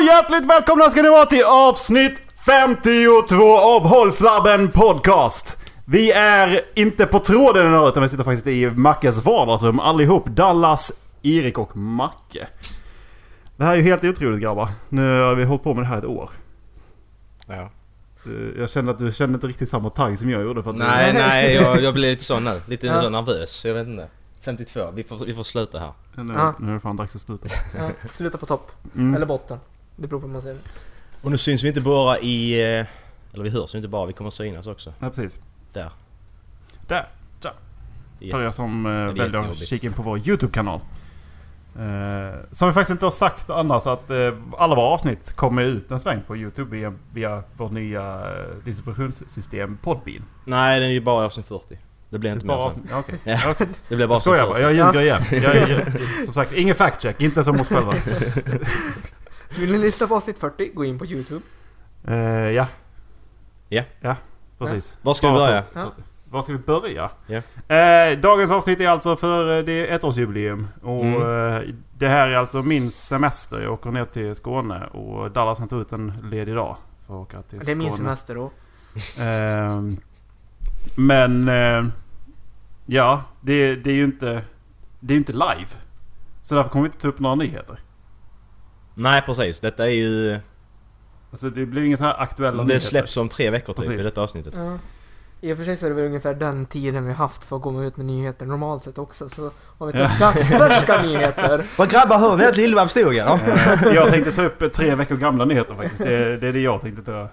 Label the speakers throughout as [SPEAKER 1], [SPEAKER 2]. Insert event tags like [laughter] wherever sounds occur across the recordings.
[SPEAKER 1] hjärtligt välkomna ska ni vara till avsnitt 52 av Håll Flabben Podcast. Vi är inte på tråden idag utan vi sitter faktiskt i Mackes vardagsrum allihop. Dallas, Erik och Macke. Det här är ju helt otroligt grabbar. Nu har vi hållit på med det här ett år.
[SPEAKER 2] Ja.
[SPEAKER 1] Eh, Jag kände att du kände inte riktigt samma tagg som jag gjorde för att
[SPEAKER 2] Nej, nej, [laughs] jag, jag blir lite sån nu. Lite
[SPEAKER 3] Ja.
[SPEAKER 2] så nervös. Jag vet inte. 52. Vi får, vi får sluta här.
[SPEAKER 1] Nu,
[SPEAKER 3] Ja.
[SPEAKER 1] nu är det fan dags att sluta.
[SPEAKER 3] Ja, [laughs] sluta på topp.
[SPEAKER 1] Mm.
[SPEAKER 3] Eller botten. Det beror på hur man säger.
[SPEAKER 2] Och nu syns vi inte bara i... eh, Eller vi hörs ju inte bara, vi kommer synas också.
[SPEAKER 1] Ja, precis.
[SPEAKER 2] Där.
[SPEAKER 1] Där. Där.
[SPEAKER 2] Ja.
[SPEAKER 1] För er som eh,
[SPEAKER 2] är
[SPEAKER 1] väljer att
[SPEAKER 2] jättejobbigt.
[SPEAKER 1] kika in på vår YouTube-kanal. Eh, som vi faktiskt inte har sagt annars att eh, alla våra avsnitt kommer ut en sväng på YouTube via, via vårt nya eh, distributionssystem Podbean.
[SPEAKER 2] Nej, den är ju bara avsnitt 40. Det blir inte mer
[SPEAKER 1] Bara
[SPEAKER 2] så.
[SPEAKER 1] avsnitt- ja, Okej.
[SPEAKER 2] [laughs] Ja.
[SPEAKER 1] Ja, okej.
[SPEAKER 2] Det blir bara
[SPEAKER 1] Jag skojar
[SPEAKER 2] avsnitt
[SPEAKER 1] bara.
[SPEAKER 2] 40.
[SPEAKER 1] Jag
[SPEAKER 2] [laughs]
[SPEAKER 1] ljuger igen. Jag, är- som sagt, ingen fact check. Inte som oss själva.
[SPEAKER 3] Så vill ni lyssna på avsnitt 40, gå in på YouTube.
[SPEAKER 1] Eh, ja.
[SPEAKER 2] Ja.
[SPEAKER 1] Ja, precis.
[SPEAKER 2] Var ska vi
[SPEAKER 1] Bara
[SPEAKER 2] börja?
[SPEAKER 3] Ja.
[SPEAKER 1] Var ska vi börja?
[SPEAKER 2] Ja.
[SPEAKER 1] Eh, dagens avsnitt är alltså för eh, det är ettårsjubileum. Och
[SPEAKER 2] Mm.
[SPEAKER 1] eh, det här är alltså min semester. Jag åker ner till Skåne och Dallas han tog ut en ledig dag. För att åka till
[SPEAKER 3] Det är min
[SPEAKER 1] Skåne.
[SPEAKER 3] semester då.
[SPEAKER 1] Ehm, men... Eh, ja, det, det är ju inte... Det är ju inte live. Så därför kommer vi inte ta upp några nyheter.
[SPEAKER 2] Nej, precis. Detta är ju...
[SPEAKER 1] Alltså det blir ingen så här aktuella nyheter.
[SPEAKER 2] Det släpps om tre veckor typ
[SPEAKER 1] Precis.
[SPEAKER 2] i detta avsnittet.
[SPEAKER 3] Ja. I och för sig så är det väl ungefär den tiden vi haft för att komma ut med nyheter normalt sett också. Så har vi tagit [laughs] dagsfärska nyheter.
[SPEAKER 2] Vad grabbar, hör ni att lill stod igen?
[SPEAKER 1] Eh, jag tänkte ta upp tre veckor gamla nyheter faktiskt. Det, det är det jag tänkte ta.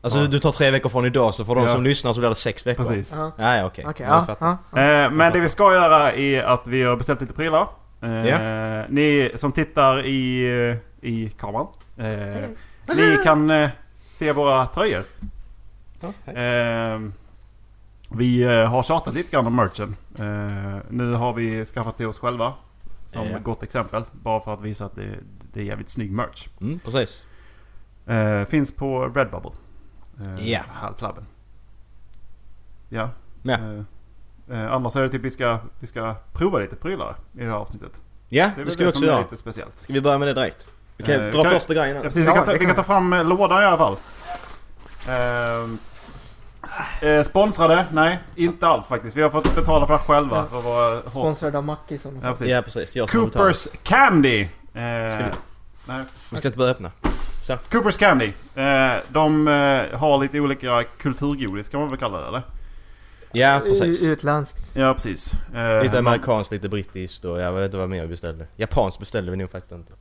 [SPEAKER 2] Alltså du- du tar tre veckor från idag så för de
[SPEAKER 1] Ja.
[SPEAKER 2] som lyssnar så blir det sex veckor.
[SPEAKER 1] Precis.
[SPEAKER 3] Ja.
[SPEAKER 2] Ja, ja, okej.
[SPEAKER 3] Okej,
[SPEAKER 2] Ja, jag
[SPEAKER 3] ja,
[SPEAKER 2] fattar.
[SPEAKER 3] ja.
[SPEAKER 1] Eh, men det vi ska göra är att vi har beställt lite prylar. Eh, Ni som tittar i, i kameran. Eh, ni kan eh, se våra tröjor. Eh, vi eh, har tjatat lite grann om merchen. Eh, nu har vi skaffat till oss själva. Som
[SPEAKER 2] Ja.
[SPEAKER 1] gott exempel. Bara för att visa att det, det är jävligt snygg merch.
[SPEAKER 2] Mm, precis.
[SPEAKER 1] Eh, finns på Redbubble. Eh,
[SPEAKER 2] Ja.
[SPEAKER 1] Halflabben. Ja.
[SPEAKER 2] Ja.
[SPEAKER 1] Eh, eh, annars är det typ vi ska, vi ska prova lite prylar i det här avsnittet.
[SPEAKER 2] Ja,
[SPEAKER 1] är
[SPEAKER 2] det,
[SPEAKER 1] väl
[SPEAKER 2] ska vi också
[SPEAKER 1] som är
[SPEAKER 2] göra.
[SPEAKER 1] lite speciellt.
[SPEAKER 2] Ska vi börja med det direkt? Vi kan
[SPEAKER 1] Eh,
[SPEAKER 2] dra
[SPEAKER 1] kan-
[SPEAKER 2] första grejen
[SPEAKER 1] Ja,
[SPEAKER 2] här.
[SPEAKER 1] precis,
[SPEAKER 3] Ja,
[SPEAKER 1] vi, kan ta,
[SPEAKER 3] det
[SPEAKER 1] vi
[SPEAKER 3] kan
[SPEAKER 1] kan ta fram eh, lådan i alla fall. Ehm, s- eh, sponsrade? Nej, inte alls faktiskt. Vi har fått betala för det själva.
[SPEAKER 3] Ja.
[SPEAKER 1] För våra hårt.
[SPEAKER 3] Sponsrad av Mack i sådana
[SPEAKER 1] Ja,
[SPEAKER 3] fall.
[SPEAKER 1] precis.
[SPEAKER 2] Ja precis, jag som betalar.
[SPEAKER 1] Coopers Candy! Eh,
[SPEAKER 2] vi-
[SPEAKER 1] nej.
[SPEAKER 2] Vi ska inte börja öppna.
[SPEAKER 1] Coopers Candy. Eh, de eh, har lite olika kulturgodis kan man väl kalla det eller?
[SPEAKER 2] Ja precis.
[SPEAKER 3] U- Utländskt.
[SPEAKER 1] Ja precis. Eh,
[SPEAKER 2] Lite
[SPEAKER 1] man-
[SPEAKER 2] amerikanskt, lite brittiskt och jag vet inte vad mer vi beställde. Japanskt beställde vi nog faktiskt inte.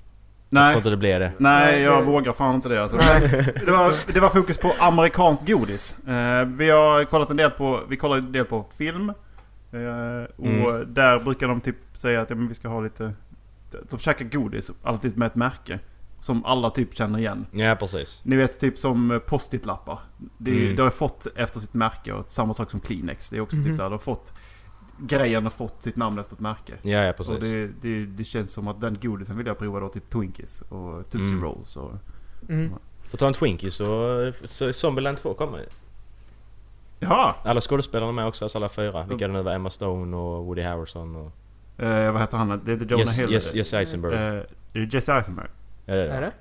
[SPEAKER 2] Jag
[SPEAKER 1] Nej.
[SPEAKER 2] tror inte det blir det.
[SPEAKER 1] Nej,
[SPEAKER 3] Nej,
[SPEAKER 1] jag
[SPEAKER 3] det-
[SPEAKER 1] vågar fan inte det alltså. [laughs] Det var, det var fokus på amerikanskt godis. Eh, vi har kollat en del på, vi kollar en del på film. Eh, och
[SPEAKER 2] Mm.
[SPEAKER 1] där brukar de typ säga att ja, men vi ska ha lite... De käkar godis, alltid med ett märke. Som alla typ känner igen.
[SPEAKER 2] Ja precis.
[SPEAKER 1] Ni vet typ som eh, post-it-lappar. Det, är ju-
[SPEAKER 2] Mm.
[SPEAKER 1] det har ju fått efter sitt märke och samma sak som Kleenex. Det är också typ
[SPEAKER 3] Mhm.
[SPEAKER 1] så här, de har fått... Grejen har fått sitt namn efter ett märke.
[SPEAKER 2] Ja, ja
[SPEAKER 1] Och
[SPEAKER 2] precis.
[SPEAKER 1] det, det, det känns som att den godisen vill jag prova då, typ Twinkies och Tootsie
[SPEAKER 2] Mm.
[SPEAKER 1] Rolls och...
[SPEAKER 3] Mm.
[SPEAKER 2] På ta en Twinkie så, så är Zombieland 2 kommer ju.
[SPEAKER 1] Ja!
[SPEAKER 2] Alla skådespelarna med också, alltså alla fyra. Vilka det nu var, Emma Stone och Woody Harrelson och...
[SPEAKER 1] Eh, vad heter han? Det är inte Jonah
[SPEAKER 2] Yes,
[SPEAKER 1] Hill?
[SPEAKER 2] yes,
[SPEAKER 1] Eh,
[SPEAKER 2] yes Eisenberg.
[SPEAKER 1] är det Jesse Eisenberg?
[SPEAKER 2] Ja, det
[SPEAKER 3] Är
[SPEAKER 2] är det.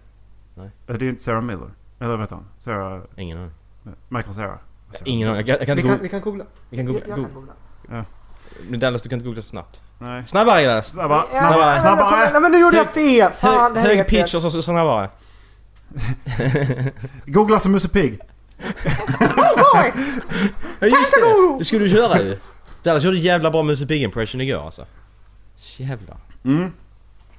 [SPEAKER 3] det?
[SPEAKER 1] Eh, det är inte Sarah Miller? Eller vad heter hon? Sarah...
[SPEAKER 2] Ingen aning.
[SPEAKER 1] nej, Michael Sarah?
[SPEAKER 2] Ingen aning. Jag kan- jag kan
[SPEAKER 3] Vi
[SPEAKER 2] inte
[SPEAKER 3] kan,
[SPEAKER 2] googla.
[SPEAKER 3] vi kan googla.
[SPEAKER 2] Vi kan
[SPEAKER 3] Jag, jag kan
[SPEAKER 2] googla.
[SPEAKER 3] googla.
[SPEAKER 2] Men Dallas, du kan inte googla för snabbt.
[SPEAKER 1] Nej.
[SPEAKER 2] Snabbare Dallas!
[SPEAKER 1] Snabbare!
[SPEAKER 3] Ja,
[SPEAKER 2] snabbare,
[SPEAKER 3] men-
[SPEAKER 1] snabbare.
[SPEAKER 3] Nej men nu gjorde jag fel! Fan, det
[SPEAKER 2] Hög,
[SPEAKER 3] här är
[SPEAKER 2] hög
[SPEAKER 3] helt
[SPEAKER 2] pitch
[SPEAKER 3] fel.
[SPEAKER 2] och så så snabbare.
[SPEAKER 1] Googla som Musse Pigg!
[SPEAKER 3] Oh,
[SPEAKER 2] Ja just det! Det skulle du köra ju! Dallas gjorde jävla bra Musse Pigg impression igår alltså. Jävlar.
[SPEAKER 1] Mm.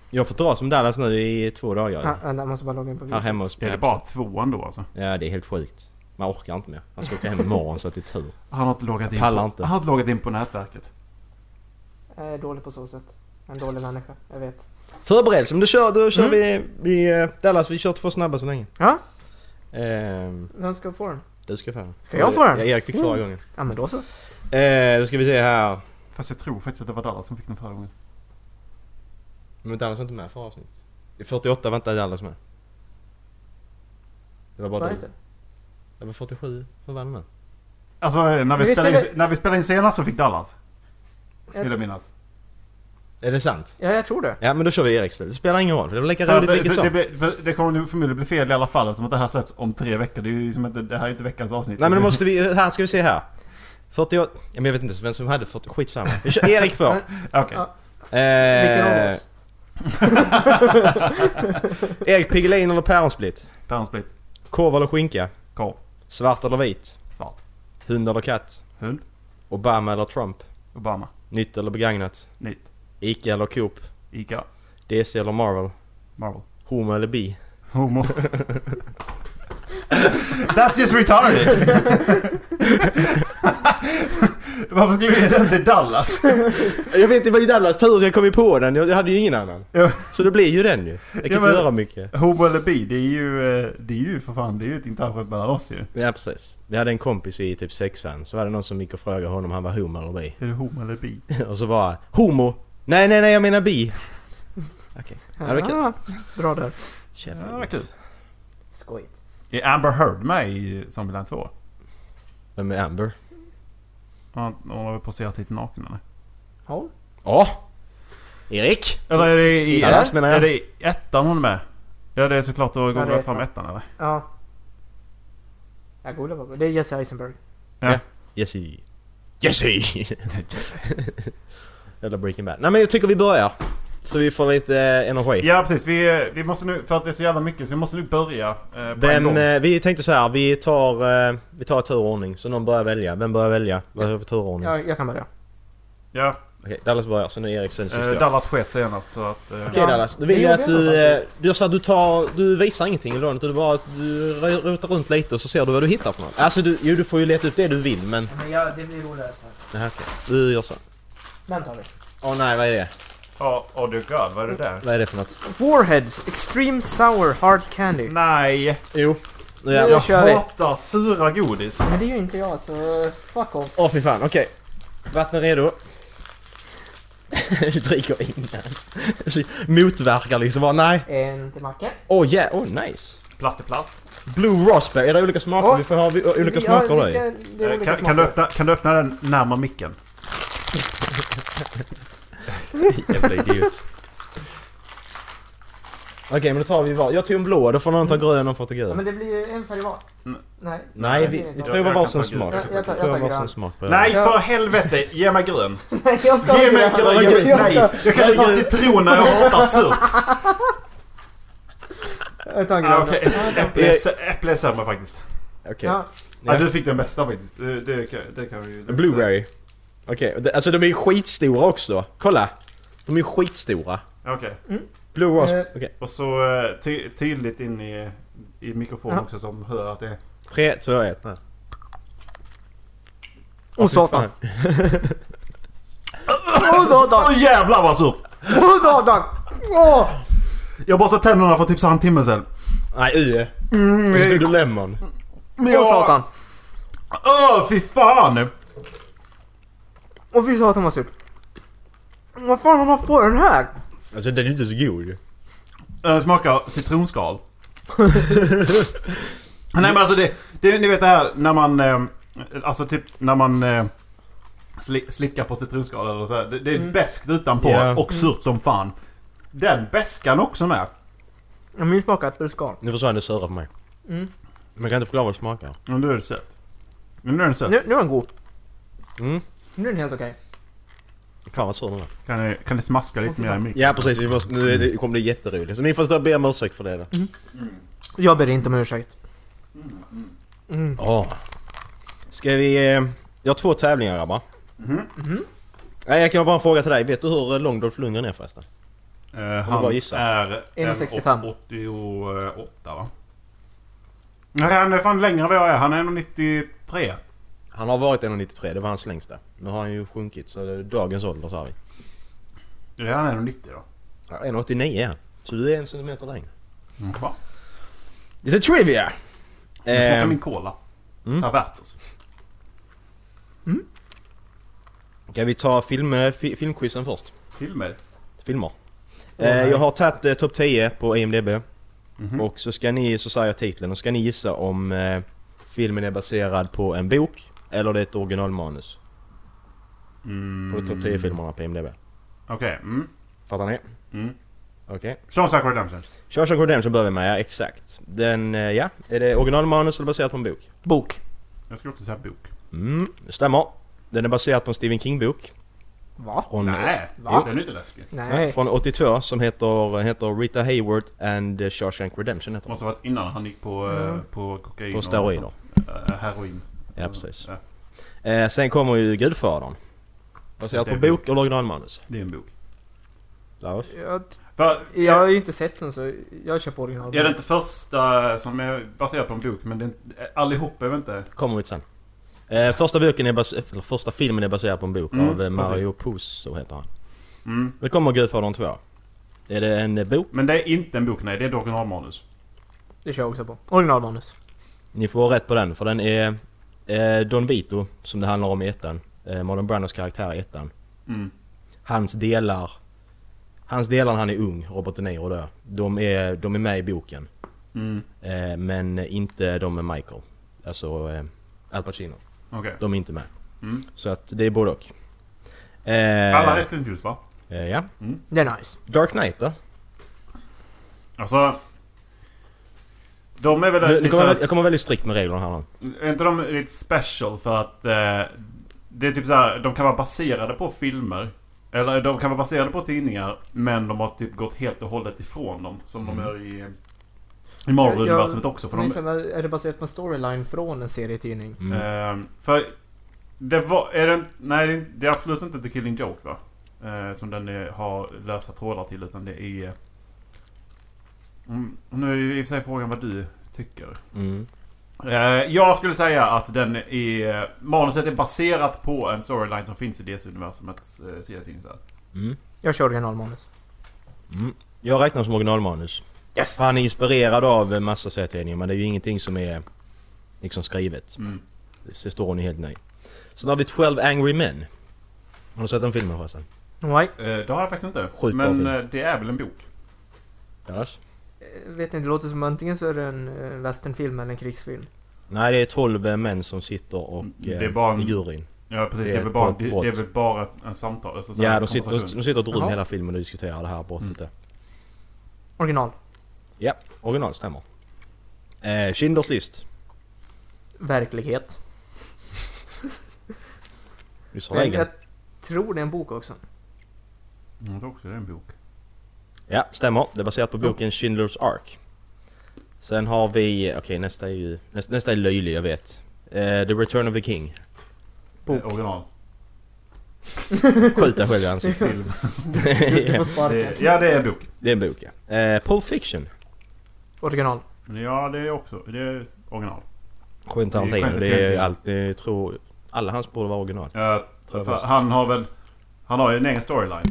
[SPEAKER 2] Jag får dras med Dallas nu i två dagar.
[SPEAKER 3] Ja, vänta, jag måste bara logga in på
[SPEAKER 2] Här
[SPEAKER 3] video.
[SPEAKER 2] hemma hos
[SPEAKER 1] Är det bara tvåan då alltså?
[SPEAKER 2] Ja det är helt sjukt. Man orkar inte mer. Han ska åka [laughs] hem imorgon så att det är tur.
[SPEAKER 1] Han har inte loggat in,
[SPEAKER 2] Pallar
[SPEAKER 1] på,
[SPEAKER 2] inte.
[SPEAKER 1] Han har inte loggat in på nätverket.
[SPEAKER 3] Jag är dålig på så sätt. En dålig människa, jag vet.
[SPEAKER 2] Förberedelse, men då kör, då kör
[SPEAKER 3] Mm.
[SPEAKER 2] vi, vi... eh, Dallas vi kör två snabba så länge.
[SPEAKER 3] Ja,
[SPEAKER 2] Ehm,
[SPEAKER 3] vem ska få den?
[SPEAKER 2] du ska få Mm. den.
[SPEAKER 3] Ska jag få den?
[SPEAKER 2] Ja, Erik fick förra gången.
[SPEAKER 3] Ja men då så.
[SPEAKER 2] Ehm, då ska vi se här.
[SPEAKER 1] Fast jag tror faktiskt att det var Dallas som fick den förra gången.
[SPEAKER 2] Men Dallas var inte med förra avsnittet. I 48 var inte Dallas med. Det var bara
[SPEAKER 3] Vad
[SPEAKER 2] du.
[SPEAKER 3] heter det?
[SPEAKER 2] Det var 47. Hur var det med?
[SPEAKER 1] Alltså eh, när vi,
[SPEAKER 3] Vi
[SPEAKER 1] spelade, in,
[SPEAKER 3] spelade-
[SPEAKER 1] när vi spelade in senast så fick Dallas.
[SPEAKER 3] Jag-
[SPEAKER 1] Vill jag minnas.
[SPEAKER 2] Är det sant?
[SPEAKER 3] Ja, jag tror det.
[SPEAKER 2] Ja men då kör vi Eriks Det spelar ingen roll, för det var lika
[SPEAKER 1] För att
[SPEAKER 2] roligt vilket
[SPEAKER 1] det, så
[SPEAKER 2] som.
[SPEAKER 1] det, blir- det kommer ju förmodligen bli fel i alla fall eftersom att det här släpps om tre veckor. Det, är ju liksom inte, det här är ju inte veckans avsnitt.
[SPEAKER 2] Nej men då måste vi, här ska vi se här. 48, ja, men jag vet inte vem som hade 40, skitsamma. Vi kör Erik för.
[SPEAKER 3] Men-
[SPEAKER 1] Okej.
[SPEAKER 3] Ja. [laughs] Vilken av
[SPEAKER 2] eh,
[SPEAKER 3] oss?
[SPEAKER 2] Erik Piggelin eller päronsplitt?
[SPEAKER 1] Päronsplitt.
[SPEAKER 2] Korv eller skinka?
[SPEAKER 1] Korv.
[SPEAKER 2] Svart eller vit?
[SPEAKER 1] Svart.
[SPEAKER 2] Hund eller katt?
[SPEAKER 1] Hund.
[SPEAKER 2] Obama eller Trump?
[SPEAKER 1] Obama.
[SPEAKER 2] Nytt eller begagnat?
[SPEAKER 1] Nytt.
[SPEAKER 2] Ica eller Coop?
[SPEAKER 1] Ica.
[SPEAKER 2] DC eller Marvel?
[SPEAKER 1] Marvel.
[SPEAKER 2] Homo eller bi? [laughs]
[SPEAKER 1] Homo. That's just retarded! Varför skulle vi inte till Dallas?
[SPEAKER 2] Jag vet, det var ju Dallas tur så jag kom ju på den. Jag, jag hade ju ingen annan.
[SPEAKER 1] Ja.
[SPEAKER 2] Så det blir ju den ju. Jag kan
[SPEAKER 1] Ja, men-
[SPEAKER 2] inte göra mycket.
[SPEAKER 1] Homo eller bi, det är ju... eh, Det är ju för fan, det är ju ett internskämt mellan oss ju.
[SPEAKER 2] Ja precis. Vi hade en kompis i typ sexan. Så var det någon som gick och frågade honom om han var homo eller bi. [laughs]
[SPEAKER 1] Är det homo eller bi?
[SPEAKER 2] Och så bara Homo! Nej nej nej jag menar bi! Okej. Ja, det kan...
[SPEAKER 3] Ah, bra där.
[SPEAKER 2] Käften.
[SPEAKER 1] Ja, kul.
[SPEAKER 3] Skojigt.
[SPEAKER 1] Är Amber Heard med i Zombieland 2?
[SPEAKER 2] Vem är Amber?
[SPEAKER 1] Hon hon har väl poserat lite naken eller?
[SPEAKER 3] Ja.
[SPEAKER 2] Ja! Erik!
[SPEAKER 1] Eller är det i...
[SPEAKER 2] Ja, det menar jag.
[SPEAKER 1] Är det i ettan hon är med? Ja det är såklart att
[SPEAKER 3] Ja, det
[SPEAKER 1] googla
[SPEAKER 3] är
[SPEAKER 1] fram
[SPEAKER 3] ettan.
[SPEAKER 1] ettan eller?
[SPEAKER 3] Ja. Jag googlar bara. Det är Jesse Eisenberg.
[SPEAKER 2] Jesse.
[SPEAKER 1] [laughs]
[SPEAKER 2] Jesse! Eller Breaking Bad. Nej men jag tycker vi börjar. Så vi får lite eh, energi.
[SPEAKER 1] Ja precis, vi, vi måste nu... För att det är så jävla mycket så vi måste nu börja eh, på en gång.
[SPEAKER 2] Vem, eh, vi tänkte så här, vi tar, eh, vi tar turordning. Så någon börjar välja. Vem börjar välja? Vad har vi för turordning?
[SPEAKER 1] Mm.
[SPEAKER 3] Ja, jag kan börja.
[SPEAKER 1] Ja,
[SPEAKER 2] Okej, Dallas börjar, så nu är Erik sen sist
[SPEAKER 1] eh,
[SPEAKER 2] då.
[SPEAKER 1] Dallas sket senast så att... eh,
[SPEAKER 2] Okej
[SPEAKER 3] Ja,
[SPEAKER 2] Dallas, då
[SPEAKER 3] det
[SPEAKER 2] vill jag
[SPEAKER 3] gjorde
[SPEAKER 2] att
[SPEAKER 3] jag
[SPEAKER 2] du...
[SPEAKER 3] nog
[SPEAKER 2] eh,
[SPEAKER 3] faktiskt.
[SPEAKER 2] Du, så här, du, tar, du visar ingenting i lånet, du bara du rö- rotar runt lite och så ser du vad du hittar för något. Alltså du, jo, du får ju leta upp det du vill men...
[SPEAKER 3] Men ja, det blir roligare så här.
[SPEAKER 2] Nej, okej. Du gör så.
[SPEAKER 3] Den tar vi.
[SPEAKER 2] Åh nej, vad är det?
[SPEAKER 1] Ja, åh du god, vad är det där?
[SPEAKER 2] Vad är det för något?
[SPEAKER 3] Warheads Extreme Sour Hard Candy.
[SPEAKER 1] Nej!
[SPEAKER 2] Jo. Nu
[SPEAKER 3] Nu
[SPEAKER 2] jävlar.
[SPEAKER 1] Jag
[SPEAKER 3] kör vi.
[SPEAKER 1] hatar sura godis.
[SPEAKER 3] Men det är ju inte jag så fuck off.
[SPEAKER 2] Åh fy fan, okej. Vatten redo. [laughs] du dricker innan. Motverkar liksom bara, nej.
[SPEAKER 3] En till Macke.
[SPEAKER 2] Åh oh, yeah, åh oh, nice.
[SPEAKER 1] Plast är plast.
[SPEAKER 2] Blue raspberry, är det olika smaker?
[SPEAKER 3] Åh.
[SPEAKER 2] Vi får ha vi- olika
[SPEAKER 3] Ja,
[SPEAKER 2] smaker då i.
[SPEAKER 3] vilka- det är
[SPEAKER 1] Eh,
[SPEAKER 3] olika
[SPEAKER 1] Kan, kan, du
[SPEAKER 3] smaker.
[SPEAKER 1] öppna, kan du öppna den närmare micken?
[SPEAKER 2] Jävla idiot. Okej men då tar vi var. Jag tog en blå, då får någon ta grön och får ta
[SPEAKER 3] Ja,
[SPEAKER 2] grön.
[SPEAKER 3] men det blir ju en färg var.
[SPEAKER 1] Mm.
[SPEAKER 3] Nej.
[SPEAKER 2] Nej
[SPEAKER 3] det
[SPEAKER 2] vi,
[SPEAKER 3] är
[SPEAKER 2] vi
[SPEAKER 3] inte
[SPEAKER 1] Jag-
[SPEAKER 2] provar
[SPEAKER 1] jag
[SPEAKER 2] varsin
[SPEAKER 1] kan ta grön.
[SPEAKER 2] smak.
[SPEAKER 3] Jag, jag, tar,
[SPEAKER 2] Vi
[SPEAKER 3] jag
[SPEAKER 2] provar
[SPEAKER 3] tar grön.
[SPEAKER 2] varsin smak. på
[SPEAKER 1] Nej
[SPEAKER 3] Ja.
[SPEAKER 1] för helvete! Ge mig grön!
[SPEAKER 3] Nej, [laughs] jag ska
[SPEAKER 1] Ge
[SPEAKER 3] inte
[SPEAKER 1] mig
[SPEAKER 3] göra
[SPEAKER 1] grön!
[SPEAKER 3] det.
[SPEAKER 1] Jag,
[SPEAKER 3] Jag ska-
[SPEAKER 1] nej! Jag kan inte ta
[SPEAKER 2] Jag-
[SPEAKER 1] citron när jag hatar surt!
[SPEAKER 3] Jag tar grön.
[SPEAKER 1] Ah, Okej, äpple är sä- äpple är sämre faktiskt.
[SPEAKER 2] den. Okej.
[SPEAKER 3] Ja,
[SPEAKER 1] Ja.
[SPEAKER 2] Ja.
[SPEAKER 1] du fick den bästa faktiskt. Eh, Det kan, det kan vi ju...
[SPEAKER 2] Blueberry. Okej, det- alltså de är ju skitstora också. Kolla! De är ju skitstora.
[SPEAKER 1] Okej.
[SPEAKER 2] Blue raspberry.
[SPEAKER 3] Eh.
[SPEAKER 2] Okej.
[SPEAKER 1] Och så eh, ty, tydligt in i, i mikrofonen
[SPEAKER 3] Ja.
[SPEAKER 1] också som hör att det är...
[SPEAKER 2] Tre, två, ett. Nej.
[SPEAKER 3] Åh,
[SPEAKER 2] fy
[SPEAKER 3] satan.
[SPEAKER 2] fan.
[SPEAKER 3] Åh satan!
[SPEAKER 1] Åh jävlar vad surt!
[SPEAKER 3] Åh satan! Åh!
[SPEAKER 1] Jag borstade tänderna för typ så här en timme sedan.
[SPEAKER 2] Nej, U.
[SPEAKER 1] Mm,
[SPEAKER 2] Och så
[SPEAKER 1] eh,
[SPEAKER 2] tog du lemon.
[SPEAKER 1] men
[SPEAKER 3] Åh
[SPEAKER 1] jag-
[SPEAKER 3] satan!
[SPEAKER 1] Åh fy fan!
[SPEAKER 3] Åh fy satan vad surt! typ, Vad fan har man på den här?
[SPEAKER 2] Alltså den är ju inte så god ju.
[SPEAKER 1] Den Eh, smakar citronskal.
[SPEAKER 3] [laughs]
[SPEAKER 1] Nej men alltså det, det, ni vet det här när man, eh, alltså typ när man eh, sli, slickar på ett citronskal eller så här. Det, det är
[SPEAKER 3] Mm.
[SPEAKER 1] beskt utanpå
[SPEAKER 2] Ja.
[SPEAKER 1] och surt som fan. Den beskan också med.
[SPEAKER 3] Ja, Min smakar äppelskal.
[SPEAKER 2] Nu försvann det sura för mig.
[SPEAKER 3] Mm.
[SPEAKER 2] Man kan inte förklara vad det smakar.
[SPEAKER 1] Men nu är det sött. Men nu är den sött.
[SPEAKER 3] Nu, nu är den god.
[SPEAKER 2] Mm.
[SPEAKER 3] Nu är den helt okej.
[SPEAKER 2] Fan vad sur den var.
[SPEAKER 1] Kan ni, kan ni smaska lite mer i micken?
[SPEAKER 2] Ja precis, vi måste, nu är det, kommer det jätteroligt. Så ni får ta be om ursäkt för det då.
[SPEAKER 1] Mm.
[SPEAKER 3] Jag ber inte om ursäkt.
[SPEAKER 2] Ja. Ska vi... Eh, jag har två tävlingar grabbar.
[SPEAKER 1] Mm.
[SPEAKER 2] Nej, jag kan bara fråga till dig. Vet du hur eh, lång Dolph Lundgren är förresten?
[SPEAKER 1] Eh,
[SPEAKER 2] bara
[SPEAKER 1] han
[SPEAKER 2] gissa.
[SPEAKER 1] är
[SPEAKER 3] 1,65.
[SPEAKER 1] 88 va? Nej han är fan längre än vad jag är. Han är 1,93.
[SPEAKER 2] Han har varit 1,93. Det var hans längsta. Nu har han ju sjunkit så det är dagens ålder så har vi.
[SPEAKER 1] Ja, han är 1,90 då.
[SPEAKER 2] Ja, 1,89 är han. Så du är en centimeter längre.
[SPEAKER 1] Mm. Va?
[SPEAKER 2] Lite trivia!
[SPEAKER 1] Nu smakar
[SPEAKER 2] Ehm,
[SPEAKER 1] min cola.
[SPEAKER 2] Mm.
[SPEAKER 1] Tavertos.
[SPEAKER 2] Kan vi ta film, eh, fi, filmquizen först?
[SPEAKER 1] Filmer?
[SPEAKER 2] Filmer.
[SPEAKER 3] Åh,
[SPEAKER 2] eh,
[SPEAKER 3] nej.
[SPEAKER 2] jag har tagit eh, topp 10 på IMDB.
[SPEAKER 1] Mhm.
[SPEAKER 2] Och så ska ni, så säger jag titeln, och ska ni gissa om eh, filmen är baserad på en bok eller det är ett originalmanus. På de topp 10 filmerna på IMDB.
[SPEAKER 1] Mm. Okej. Mm.
[SPEAKER 2] Fattar ni?
[SPEAKER 1] Mm.
[SPEAKER 2] Okej.
[SPEAKER 1] Shawshank Redemption.
[SPEAKER 2] Shawshank Redemption börjar vi med, ja exakt. Den, eh, ja. Är det originalmanus eller baserat på en bok?
[SPEAKER 3] Bok.
[SPEAKER 1] Jag skulle också säga bok.
[SPEAKER 2] Mm, det stämmer. Den är baserad på en Stephen King-bok.
[SPEAKER 3] Va?
[SPEAKER 2] Från, eh,
[SPEAKER 1] Nej,
[SPEAKER 3] Va?
[SPEAKER 1] den är inte läskig.
[SPEAKER 3] Nej.
[SPEAKER 2] från 82 som heter, heter Rita Hayworth and eh, Shawshank Redemption
[SPEAKER 1] Det
[SPEAKER 2] heter den.
[SPEAKER 1] måste ha varit innan han gick på, eh,
[SPEAKER 3] Mm.
[SPEAKER 1] på kokain
[SPEAKER 2] På
[SPEAKER 1] och
[SPEAKER 2] steroider.
[SPEAKER 1] sånt. Eh, heroin.
[SPEAKER 2] Ja, precis.
[SPEAKER 1] Ja,
[SPEAKER 2] Eh, sen kommer ju Gudfadern. Baserat
[SPEAKER 1] Det är
[SPEAKER 2] på bok och originalmanus.
[SPEAKER 1] det är en bok.
[SPEAKER 2] Lars?
[SPEAKER 3] Jag,
[SPEAKER 1] För,
[SPEAKER 3] jag har ju inte sett den så jag kör på original.
[SPEAKER 1] Är det inte första som är baserad på en bok men det är inte, allihop är väl inte...
[SPEAKER 2] Kommer vi till sen. Eh, första, boken är bas- eller, första filmen är baserad på en bok
[SPEAKER 1] Mm,
[SPEAKER 2] av eh,
[SPEAKER 1] precis.
[SPEAKER 2] Mario Puzo heter han.
[SPEAKER 1] Mm.
[SPEAKER 2] Nu kommer Gudfadern 2. Är det en eh, bok?
[SPEAKER 1] Men det är inte en bok, nej. Det är ett originalmanus.
[SPEAKER 3] Det kör jag också på. Originalmanus.
[SPEAKER 2] Ni får rätt på den för den är eh, Don Vito som det handlar om i ettan. Eh, Marlon Brandos karaktär i ettan.
[SPEAKER 1] Mm.
[SPEAKER 2] Hans delar... Hans delar när han är ung, Robert De Niro då. De är, de är med i boken.
[SPEAKER 1] Mm.
[SPEAKER 2] Eh, men inte de med Michael. Alltså eh, Al Pacino.
[SPEAKER 1] Okej.
[SPEAKER 2] De är inte med.
[SPEAKER 1] Mm.
[SPEAKER 2] Så att det är både och. Eh,
[SPEAKER 1] Alla rätt hittills va?
[SPEAKER 2] eh, ja.
[SPEAKER 3] Det är nice.
[SPEAKER 2] Dark Knight då?
[SPEAKER 1] Alltså... De är väl
[SPEAKER 2] Nu, nu
[SPEAKER 1] lite
[SPEAKER 2] kommer jag,
[SPEAKER 1] såhär-
[SPEAKER 2] jag kommer väldigt strikt med reglerna här nu.
[SPEAKER 1] Är inte de lite special för att... Eh, det är typ så här, de kan vara baserade på filmer. Eller de kan vara baserade på tidningar. Men de har typ gått helt och hållet ifrån dem. Som de
[SPEAKER 2] Mm.
[SPEAKER 1] gör i... I Marvel-universumet också. För
[SPEAKER 3] Men
[SPEAKER 1] de,
[SPEAKER 3] sen är det baserat på en storyline från en serietidning?
[SPEAKER 2] Mm.
[SPEAKER 1] Ehm, för det var... Är det, nej, det är inte- det är absolut inte The Killing Joke va? Eh, som den är, har lösa trådar till utan det är... eh, Mm, och nu är ju i och för sig frågan vad du tycker.
[SPEAKER 2] Mm.
[SPEAKER 1] Eh, jag skulle säga att den är... Manuset är baserat på en storyline som finns i DC-universumets eh, serietidningsvärld.
[SPEAKER 2] Mm.
[SPEAKER 3] Jag kör originalmanus.
[SPEAKER 2] Mm. Jag räknar som originalmanus.
[SPEAKER 3] Yes!
[SPEAKER 2] Han är inspirerad av en massa serietidningar men det är ju ingenting som är liksom skrivet.
[SPEAKER 1] Mm.
[SPEAKER 2] Så står hon ju helt nöjd. Sen har vi 12 Angry Men. Har du sett den filmen förresten?
[SPEAKER 3] Nej.
[SPEAKER 1] Eh, det har jag faktiskt inte.
[SPEAKER 2] Sjukt bra
[SPEAKER 1] men
[SPEAKER 2] film.
[SPEAKER 1] eh, det är väl en bok?
[SPEAKER 2] Yes.
[SPEAKER 3] Eh, Vet inte, det låter som antingen så är det en eh, westernfilm eller en krigsfilm.
[SPEAKER 2] Nej det är 12 män som sitter och...
[SPEAKER 1] Mm,
[SPEAKER 2] eh,
[SPEAKER 1] det är bara en-
[SPEAKER 2] i juryn.
[SPEAKER 1] Ja precis.
[SPEAKER 2] Det
[SPEAKER 1] Det,
[SPEAKER 2] är
[SPEAKER 1] är väl bara,
[SPEAKER 2] ett
[SPEAKER 1] det,
[SPEAKER 2] brott.
[SPEAKER 1] det är väl bara en samtal? Alltså, så här,
[SPEAKER 2] Ja de sitter, de
[SPEAKER 1] konversation.
[SPEAKER 2] sitter i ett rum
[SPEAKER 3] Jaha.
[SPEAKER 2] hela filmen och diskuterar det här brottet
[SPEAKER 1] Mm.
[SPEAKER 2] då.
[SPEAKER 3] Original.
[SPEAKER 2] Ja, original stämmer. Eh, Schindler's list.
[SPEAKER 3] Verklighet.
[SPEAKER 2] Visst har du
[SPEAKER 3] Men
[SPEAKER 2] egen?
[SPEAKER 3] jag tror det är en bok [laughs] också.
[SPEAKER 1] Mm, Jag tror också det är en bok.
[SPEAKER 2] Ja, stämmer. Det är baserat på boken Schindler's Ark. Sen har vi, okej nästa är ju, nästa, nästa är löjlig jag vet. Eh, The Return of the King.
[SPEAKER 3] Bok.
[SPEAKER 1] Eh, Original.
[SPEAKER 2] Skjut dig själv i ansiktet.
[SPEAKER 1] Film.
[SPEAKER 3] Du får
[SPEAKER 2] Ja,
[SPEAKER 3] sparken.
[SPEAKER 1] Det, [laughs] ja, det är en bok.
[SPEAKER 2] [laughs] det är en bok ja. Eh, Pulp Fiction.
[SPEAKER 3] Original.
[SPEAKER 1] Men Ja, det är också... Det är original.
[SPEAKER 2] Quentin
[SPEAKER 1] Det är Quentin
[SPEAKER 2] Tarantino. Det är
[SPEAKER 1] Tarantino.
[SPEAKER 2] allt, jag tror, alla hans borde vara original.
[SPEAKER 1] Ja,
[SPEAKER 2] Tror jag
[SPEAKER 1] Eh, för
[SPEAKER 2] faktiskt.
[SPEAKER 1] han har väl... Han har ju en egen storyline.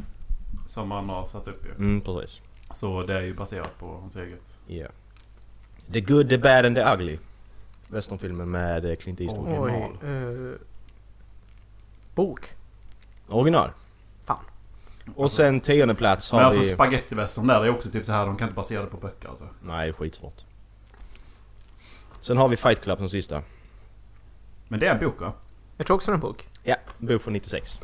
[SPEAKER 1] Som han har satt upp ju.
[SPEAKER 2] Mm, precis.
[SPEAKER 1] Så det är ju baserat på hans eget.
[SPEAKER 2] Ja. The Good, The Bad and The Ugly. Westernfilmen med eh, Clint Eastwood.
[SPEAKER 1] Oj. Original.
[SPEAKER 3] Oj. eh, bok.
[SPEAKER 2] Original.
[SPEAKER 3] Fan.
[SPEAKER 2] Och sen tionde plats har
[SPEAKER 1] Men alltså
[SPEAKER 2] vi...
[SPEAKER 1] spagettivästern där, det är också typ så här. De kan inte basera det på böcker alltså.
[SPEAKER 2] Nej, skitsvårt. Sen har vi Fight Club som sista.
[SPEAKER 1] Men det är en bok va?
[SPEAKER 3] Jag tror också det är en bok.
[SPEAKER 2] Ja, bok från 96.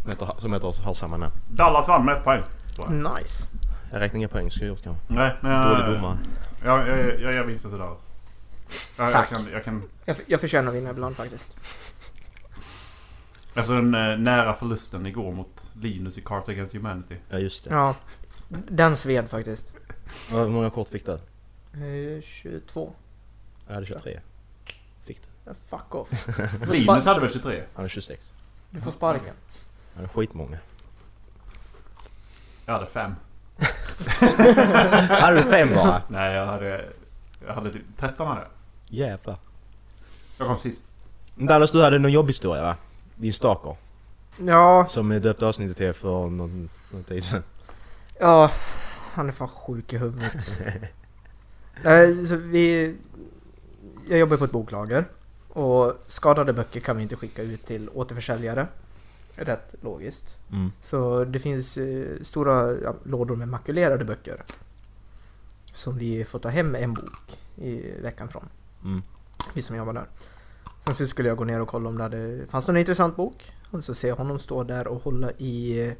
[SPEAKER 2] Som heter, som heter har samma namn.
[SPEAKER 1] Dallas vann med ett poäng. Ja.
[SPEAKER 3] Nice.
[SPEAKER 2] Jag räknar inga poäng, ska jag gjort kanske.
[SPEAKER 1] Nej,
[SPEAKER 3] Ah,
[SPEAKER 1] nej.
[SPEAKER 2] Dålig domare.
[SPEAKER 1] Jag, jag, jag ger vinsten till Dallas. Jag, jag
[SPEAKER 3] Tack.
[SPEAKER 1] kan... Jag kan
[SPEAKER 3] Jag, jag förtjänar att vinna ibland faktiskt.
[SPEAKER 1] efter den eh, nära förlusten igår mot Linus i Cars Against Humanity.
[SPEAKER 2] Ja, just det.
[SPEAKER 3] Ja. Den sved faktiskt.
[SPEAKER 2] Ja, Hur många kort fick du?
[SPEAKER 3] Eh, 22.
[SPEAKER 2] Jag hade 23. Fick du?
[SPEAKER 3] Ja, Fuck off. Du får,
[SPEAKER 1] Linus
[SPEAKER 3] spar-
[SPEAKER 1] hade väl 23?
[SPEAKER 2] Han hade 26.
[SPEAKER 3] du får sparken.
[SPEAKER 2] Han hade skitmånga.
[SPEAKER 1] Jag hade fem.
[SPEAKER 2] Hade du fem bara?
[SPEAKER 1] Nej, jag hade... Jag hade typ 13 hade jag.
[SPEAKER 2] Jävlar.
[SPEAKER 1] Jag kom sist.
[SPEAKER 2] Dallas, du hade någon jobbhistoria va? Din stalker.
[SPEAKER 3] [laughs] Ja,
[SPEAKER 2] Som eh, döpte avsnittet till för någon, någon tid sedan.
[SPEAKER 3] ja. Han är fan sjuk i huvudet. [laughs] Nej, så vi... Jag jobbar på ett boklager. Och skadade böcker kan vi inte skicka ut till återförsäljare. Rätt logiskt.
[SPEAKER 2] Mm.
[SPEAKER 3] Så det finns eh, stora ja, lådor med makulerade böcker. Som vi får ta hem en bok i veckan från.
[SPEAKER 2] Mm.
[SPEAKER 3] Vi som jobbar där. Sen så skulle jag gå ner och kolla om det hade, fanns någon intressant bok. Och så ser jag honom stå där och hålla i eh,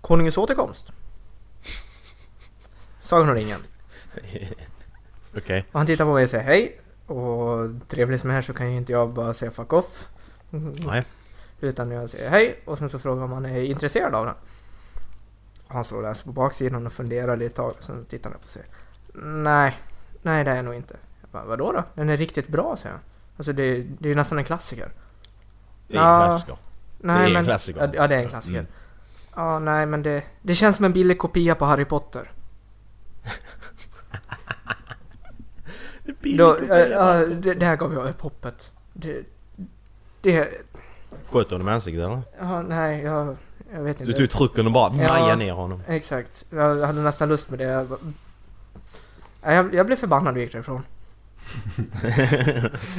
[SPEAKER 3] Konungens återkomst. Sagan om ringen.
[SPEAKER 2] Okej.
[SPEAKER 3] Och han tittar på mig och säger hej. Och trevlig som jag är så kan ju inte jag bara säga fuck off.
[SPEAKER 2] Nej.
[SPEAKER 3] Utan jag säger hej och sen så frågar jag om han är intresserad av den. Och han står och läser på baksidan och funderar lite tag och sen tittar han upp och säger Nej, nej det är jag nog inte. Jag bara, Vadå då? Den är riktigt bra säger han. Alltså det, det är ju nästan en klassiker.
[SPEAKER 2] Det är
[SPEAKER 3] Ja.
[SPEAKER 2] en klassiker.
[SPEAKER 3] Nej,
[SPEAKER 2] Det är en
[SPEAKER 3] men,
[SPEAKER 2] klassiker.
[SPEAKER 3] Ja, det är en klassiker.
[SPEAKER 2] Mm.
[SPEAKER 3] Ja, nej men det, det känns som en billig kopia på Harry Potter. Då, äh, äh, det, det här gav jag upp hoppet. Det, det,
[SPEAKER 2] Sköt du honom i ansiktet eller?
[SPEAKER 3] ja, nej jag, jag vet
[SPEAKER 2] Du typ
[SPEAKER 3] inte.
[SPEAKER 2] tog trucken och bara
[SPEAKER 3] Ja.
[SPEAKER 2] majade ner honom.
[SPEAKER 3] Exakt, jag hade nästan lust med det. Jag, bara- Nej, jag, jag blev förbannad och gick därifrån.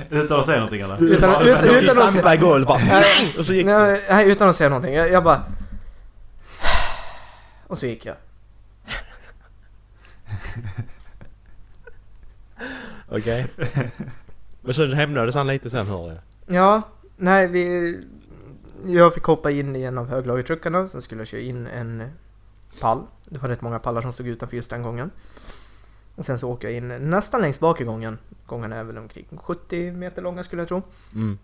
[SPEAKER 1] Utan att säga någonting eller?
[SPEAKER 3] Du- Utan-
[SPEAKER 2] Bara-
[SPEAKER 3] utan- utan att-
[SPEAKER 2] Stampa i golvet bara
[SPEAKER 3] Nej!
[SPEAKER 2] [laughs] och så gick
[SPEAKER 3] Nej, nej, utan att säga någonting. Jag, jag bara... Och så gick jag.
[SPEAKER 2] Okej. [laughs] Men så hämnades han lite sen hör jag.
[SPEAKER 3] Ja, nej vi... Jag fick hoppa in i en av höglagertruckarna, sen skulle jag köra in en pall. Det var rätt många pallar som stod utanför just den gången. Och sen så åker jag in nästan längst bak i gången. Gången är väl omkring 70 meter långa skulle jag tro.
[SPEAKER 2] Mm.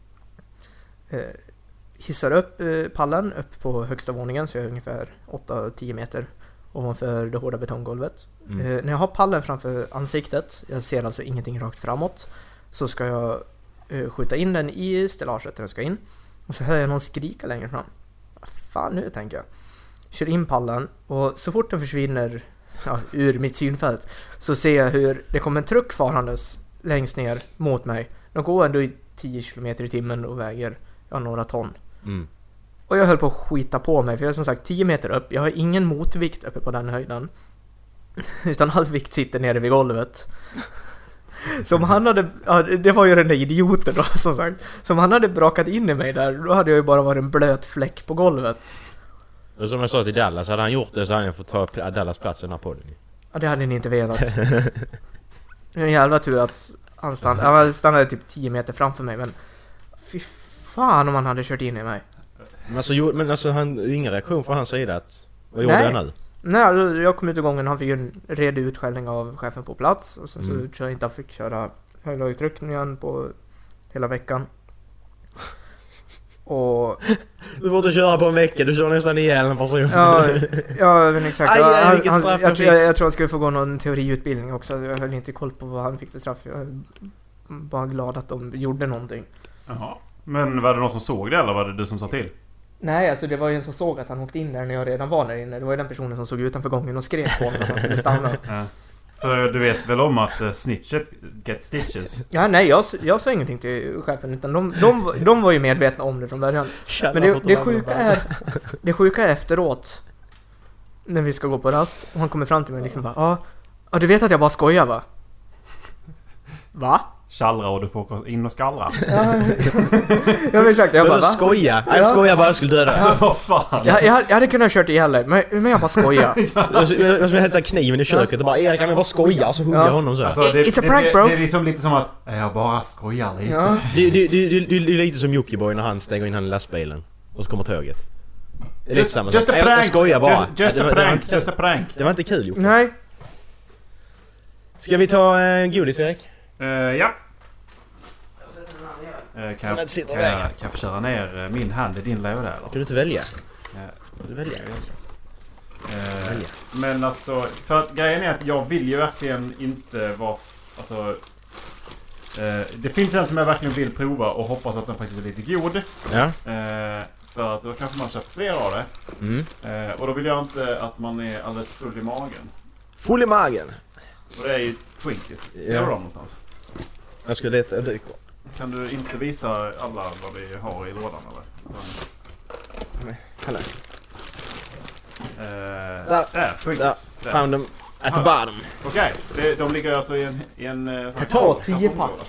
[SPEAKER 3] Eh, hissar upp eh, pallen upp på högsta våningen så jag är ungefär 8-10 meter ovanför det hårda betonggolvet.
[SPEAKER 2] Mm.
[SPEAKER 3] Eh, när jag har pallen framför ansiktet, jag ser alltså ingenting rakt framåt, så ska jag eh, skjuta in den i stellaget där den ska in. Och så hör jag någon skrika längre fram. Vad fan nu tänker jag. Kör in pallen och så fort den försvinner ja, ur mitt synfält så ser jag hur det kommer en truck farandes längst ner mot mig. De går ändå i 10 km i timmen och väger ja, några ton.
[SPEAKER 2] Mm.
[SPEAKER 3] Och jag höll på att skita på mig för jag är som sagt 10 meter upp, jag har ingen motvikt uppe på den höjden. [laughs] Utan all vikt sitter nere vid golvet. [laughs] Så om han hade, ja, det var ju den där idioten då [laughs] som sagt. Så om han hade brakat in i mig där, då hade jag ju bara varit en blöt fläck på golvet.
[SPEAKER 2] Och som jag sa till Dallas, hade han gjort det så hade han fått ta pl- Dallas plats i den här podden. ju.
[SPEAKER 3] Ja, det hade ni inte velat. Det är en jävla tur att han stannade, ja, han stannade typ 10 meter framför mig men... Fy fan om han hade kört in i mig.
[SPEAKER 2] Men alltså, jo, men alltså han, ingen reaktion från hans sida att... Vad gjorde
[SPEAKER 3] Nej.
[SPEAKER 2] han nu?
[SPEAKER 3] Nej, alltså, jag kom ut ur gången, han fick ju en redig utskällning av chefen på plats och sen
[SPEAKER 2] Mm.
[SPEAKER 3] så tror jag inte han fick köra höglagtryckningen på hela veckan. Och
[SPEAKER 2] Du får inte köra på en vecka, du kör nästan ihjäl en person.
[SPEAKER 3] ja,
[SPEAKER 2] [laughs]
[SPEAKER 3] ja men exakt.
[SPEAKER 2] Aj, aj,
[SPEAKER 3] Han-
[SPEAKER 2] vilket
[SPEAKER 3] han-
[SPEAKER 2] straff
[SPEAKER 3] jag,
[SPEAKER 2] jag
[SPEAKER 3] tror- jag, jag tror han skulle få gå någon teoriutbildning också, jag höll inte koll på vad han fick för straff. Jag är bara glad att de gjorde någonting.
[SPEAKER 1] Jaha. Men var det någon som såg det eller var det du som sa till?
[SPEAKER 3] Nej, alltså det var ju en som såg att han åkte in där när jag redan var där inne. Det var ju den personen som såg utanför gången och skrek på honom att han skulle stanna.
[SPEAKER 1] Ja. För du vet väl om att eh, snitchet get stitches?
[SPEAKER 3] Ja, nej, jag, s- jag sa ingenting till chefen utan de, de, var- de var ju medvetna om det från början.
[SPEAKER 2] Tjena,
[SPEAKER 3] Men det,
[SPEAKER 2] fått
[SPEAKER 3] det,
[SPEAKER 2] en
[SPEAKER 3] sjuka
[SPEAKER 2] annan
[SPEAKER 3] är, det sjuka är efteråt, när vi ska gå på rast, och han kommer fram till mig och liksom bara ja, ja, du vet att jag bara skojar va? Va?
[SPEAKER 1] Tjallra och du får gå in och skallra.
[SPEAKER 3] Ja, [laughs] ja men exakt, jag
[SPEAKER 2] band.
[SPEAKER 3] bara
[SPEAKER 2] Men du
[SPEAKER 3] va?
[SPEAKER 2] skojar!
[SPEAKER 3] Ja.
[SPEAKER 2] Jag skojar bara, jag skulle döda dig.
[SPEAKER 1] Alltså vad fan!
[SPEAKER 3] Jag, jag, hade- jag hade kunnat kört ihjäl dig, men, men jag bara [laughs] skojar.
[SPEAKER 2] Alltså, Jag jag skulle hämta kniven i köket och bara Erik, jag bara skojar, så hugger
[SPEAKER 3] Ja.
[SPEAKER 2] jag honom så. här.
[SPEAKER 1] Alltså, det,
[SPEAKER 3] It's a
[SPEAKER 1] det-
[SPEAKER 3] prank,
[SPEAKER 1] det,
[SPEAKER 3] bro.
[SPEAKER 1] Det är liksom lite som att "Eh, jag bara skojar lite.
[SPEAKER 3] Ja.
[SPEAKER 2] Det, det, det, det, det är lite som Jockiboi när han stänger in han i lastbilen. Och så kommer tåget. Det är lite
[SPEAKER 1] Just,
[SPEAKER 2] samma
[SPEAKER 1] just a
[SPEAKER 2] sak. Jag- Jag
[SPEAKER 1] prank!
[SPEAKER 2] skojar bara.
[SPEAKER 1] Just, just
[SPEAKER 2] det,
[SPEAKER 1] a
[SPEAKER 2] var- det, var
[SPEAKER 1] prank!
[SPEAKER 2] inte,
[SPEAKER 1] Just a prank!
[SPEAKER 2] det var inte kul Jocke.
[SPEAKER 3] Nej,
[SPEAKER 2] Ska vi ta eh, godis Erik?
[SPEAKER 1] Eh, ja. Eh, kan,
[SPEAKER 2] Så
[SPEAKER 1] jag,
[SPEAKER 2] den sitter i
[SPEAKER 1] kan, jag,
[SPEAKER 2] vägen.
[SPEAKER 1] kan jag få köra ner eh, min hand i din låda eller?
[SPEAKER 2] Kan du inte välja?
[SPEAKER 1] Ja.
[SPEAKER 2] Kan du välja?
[SPEAKER 1] Eh,
[SPEAKER 2] välja.
[SPEAKER 1] men alltså, för att grejen är att jag vill ju verkligen inte vara... f- Alltså... eh, det finns en som jag verkligen vill prova och hoppas att den faktiskt är lite god.
[SPEAKER 2] Ja.
[SPEAKER 1] Eh, för att då kanske man köper fler av det.
[SPEAKER 2] Mm.
[SPEAKER 1] Eh, och då vill jag inte att man är alldeles full i magen.
[SPEAKER 2] Full i magen.
[SPEAKER 1] Och det är ju Twinkies. Ser
[SPEAKER 2] Ja.
[SPEAKER 1] du dem någonstans?
[SPEAKER 2] Jag ska leta och dyka.
[SPEAKER 1] Kan du inte visa alla vad vi har i lådan eller? Men,
[SPEAKER 2] Hallå.
[SPEAKER 1] eh,
[SPEAKER 2] Där.
[SPEAKER 1] där, Twinkies. Där.
[SPEAKER 2] Found them at the
[SPEAKER 1] Ah.
[SPEAKER 2] bottom.
[SPEAKER 1] Okej, det- de ligger alltså i en... I en eh, sån här
[SPEAKER 2] Kartong.
[SPEAKER 1] kartong-
[SPEAKER 3] Tiopack.
[SPEAKER 1] kartonglåda.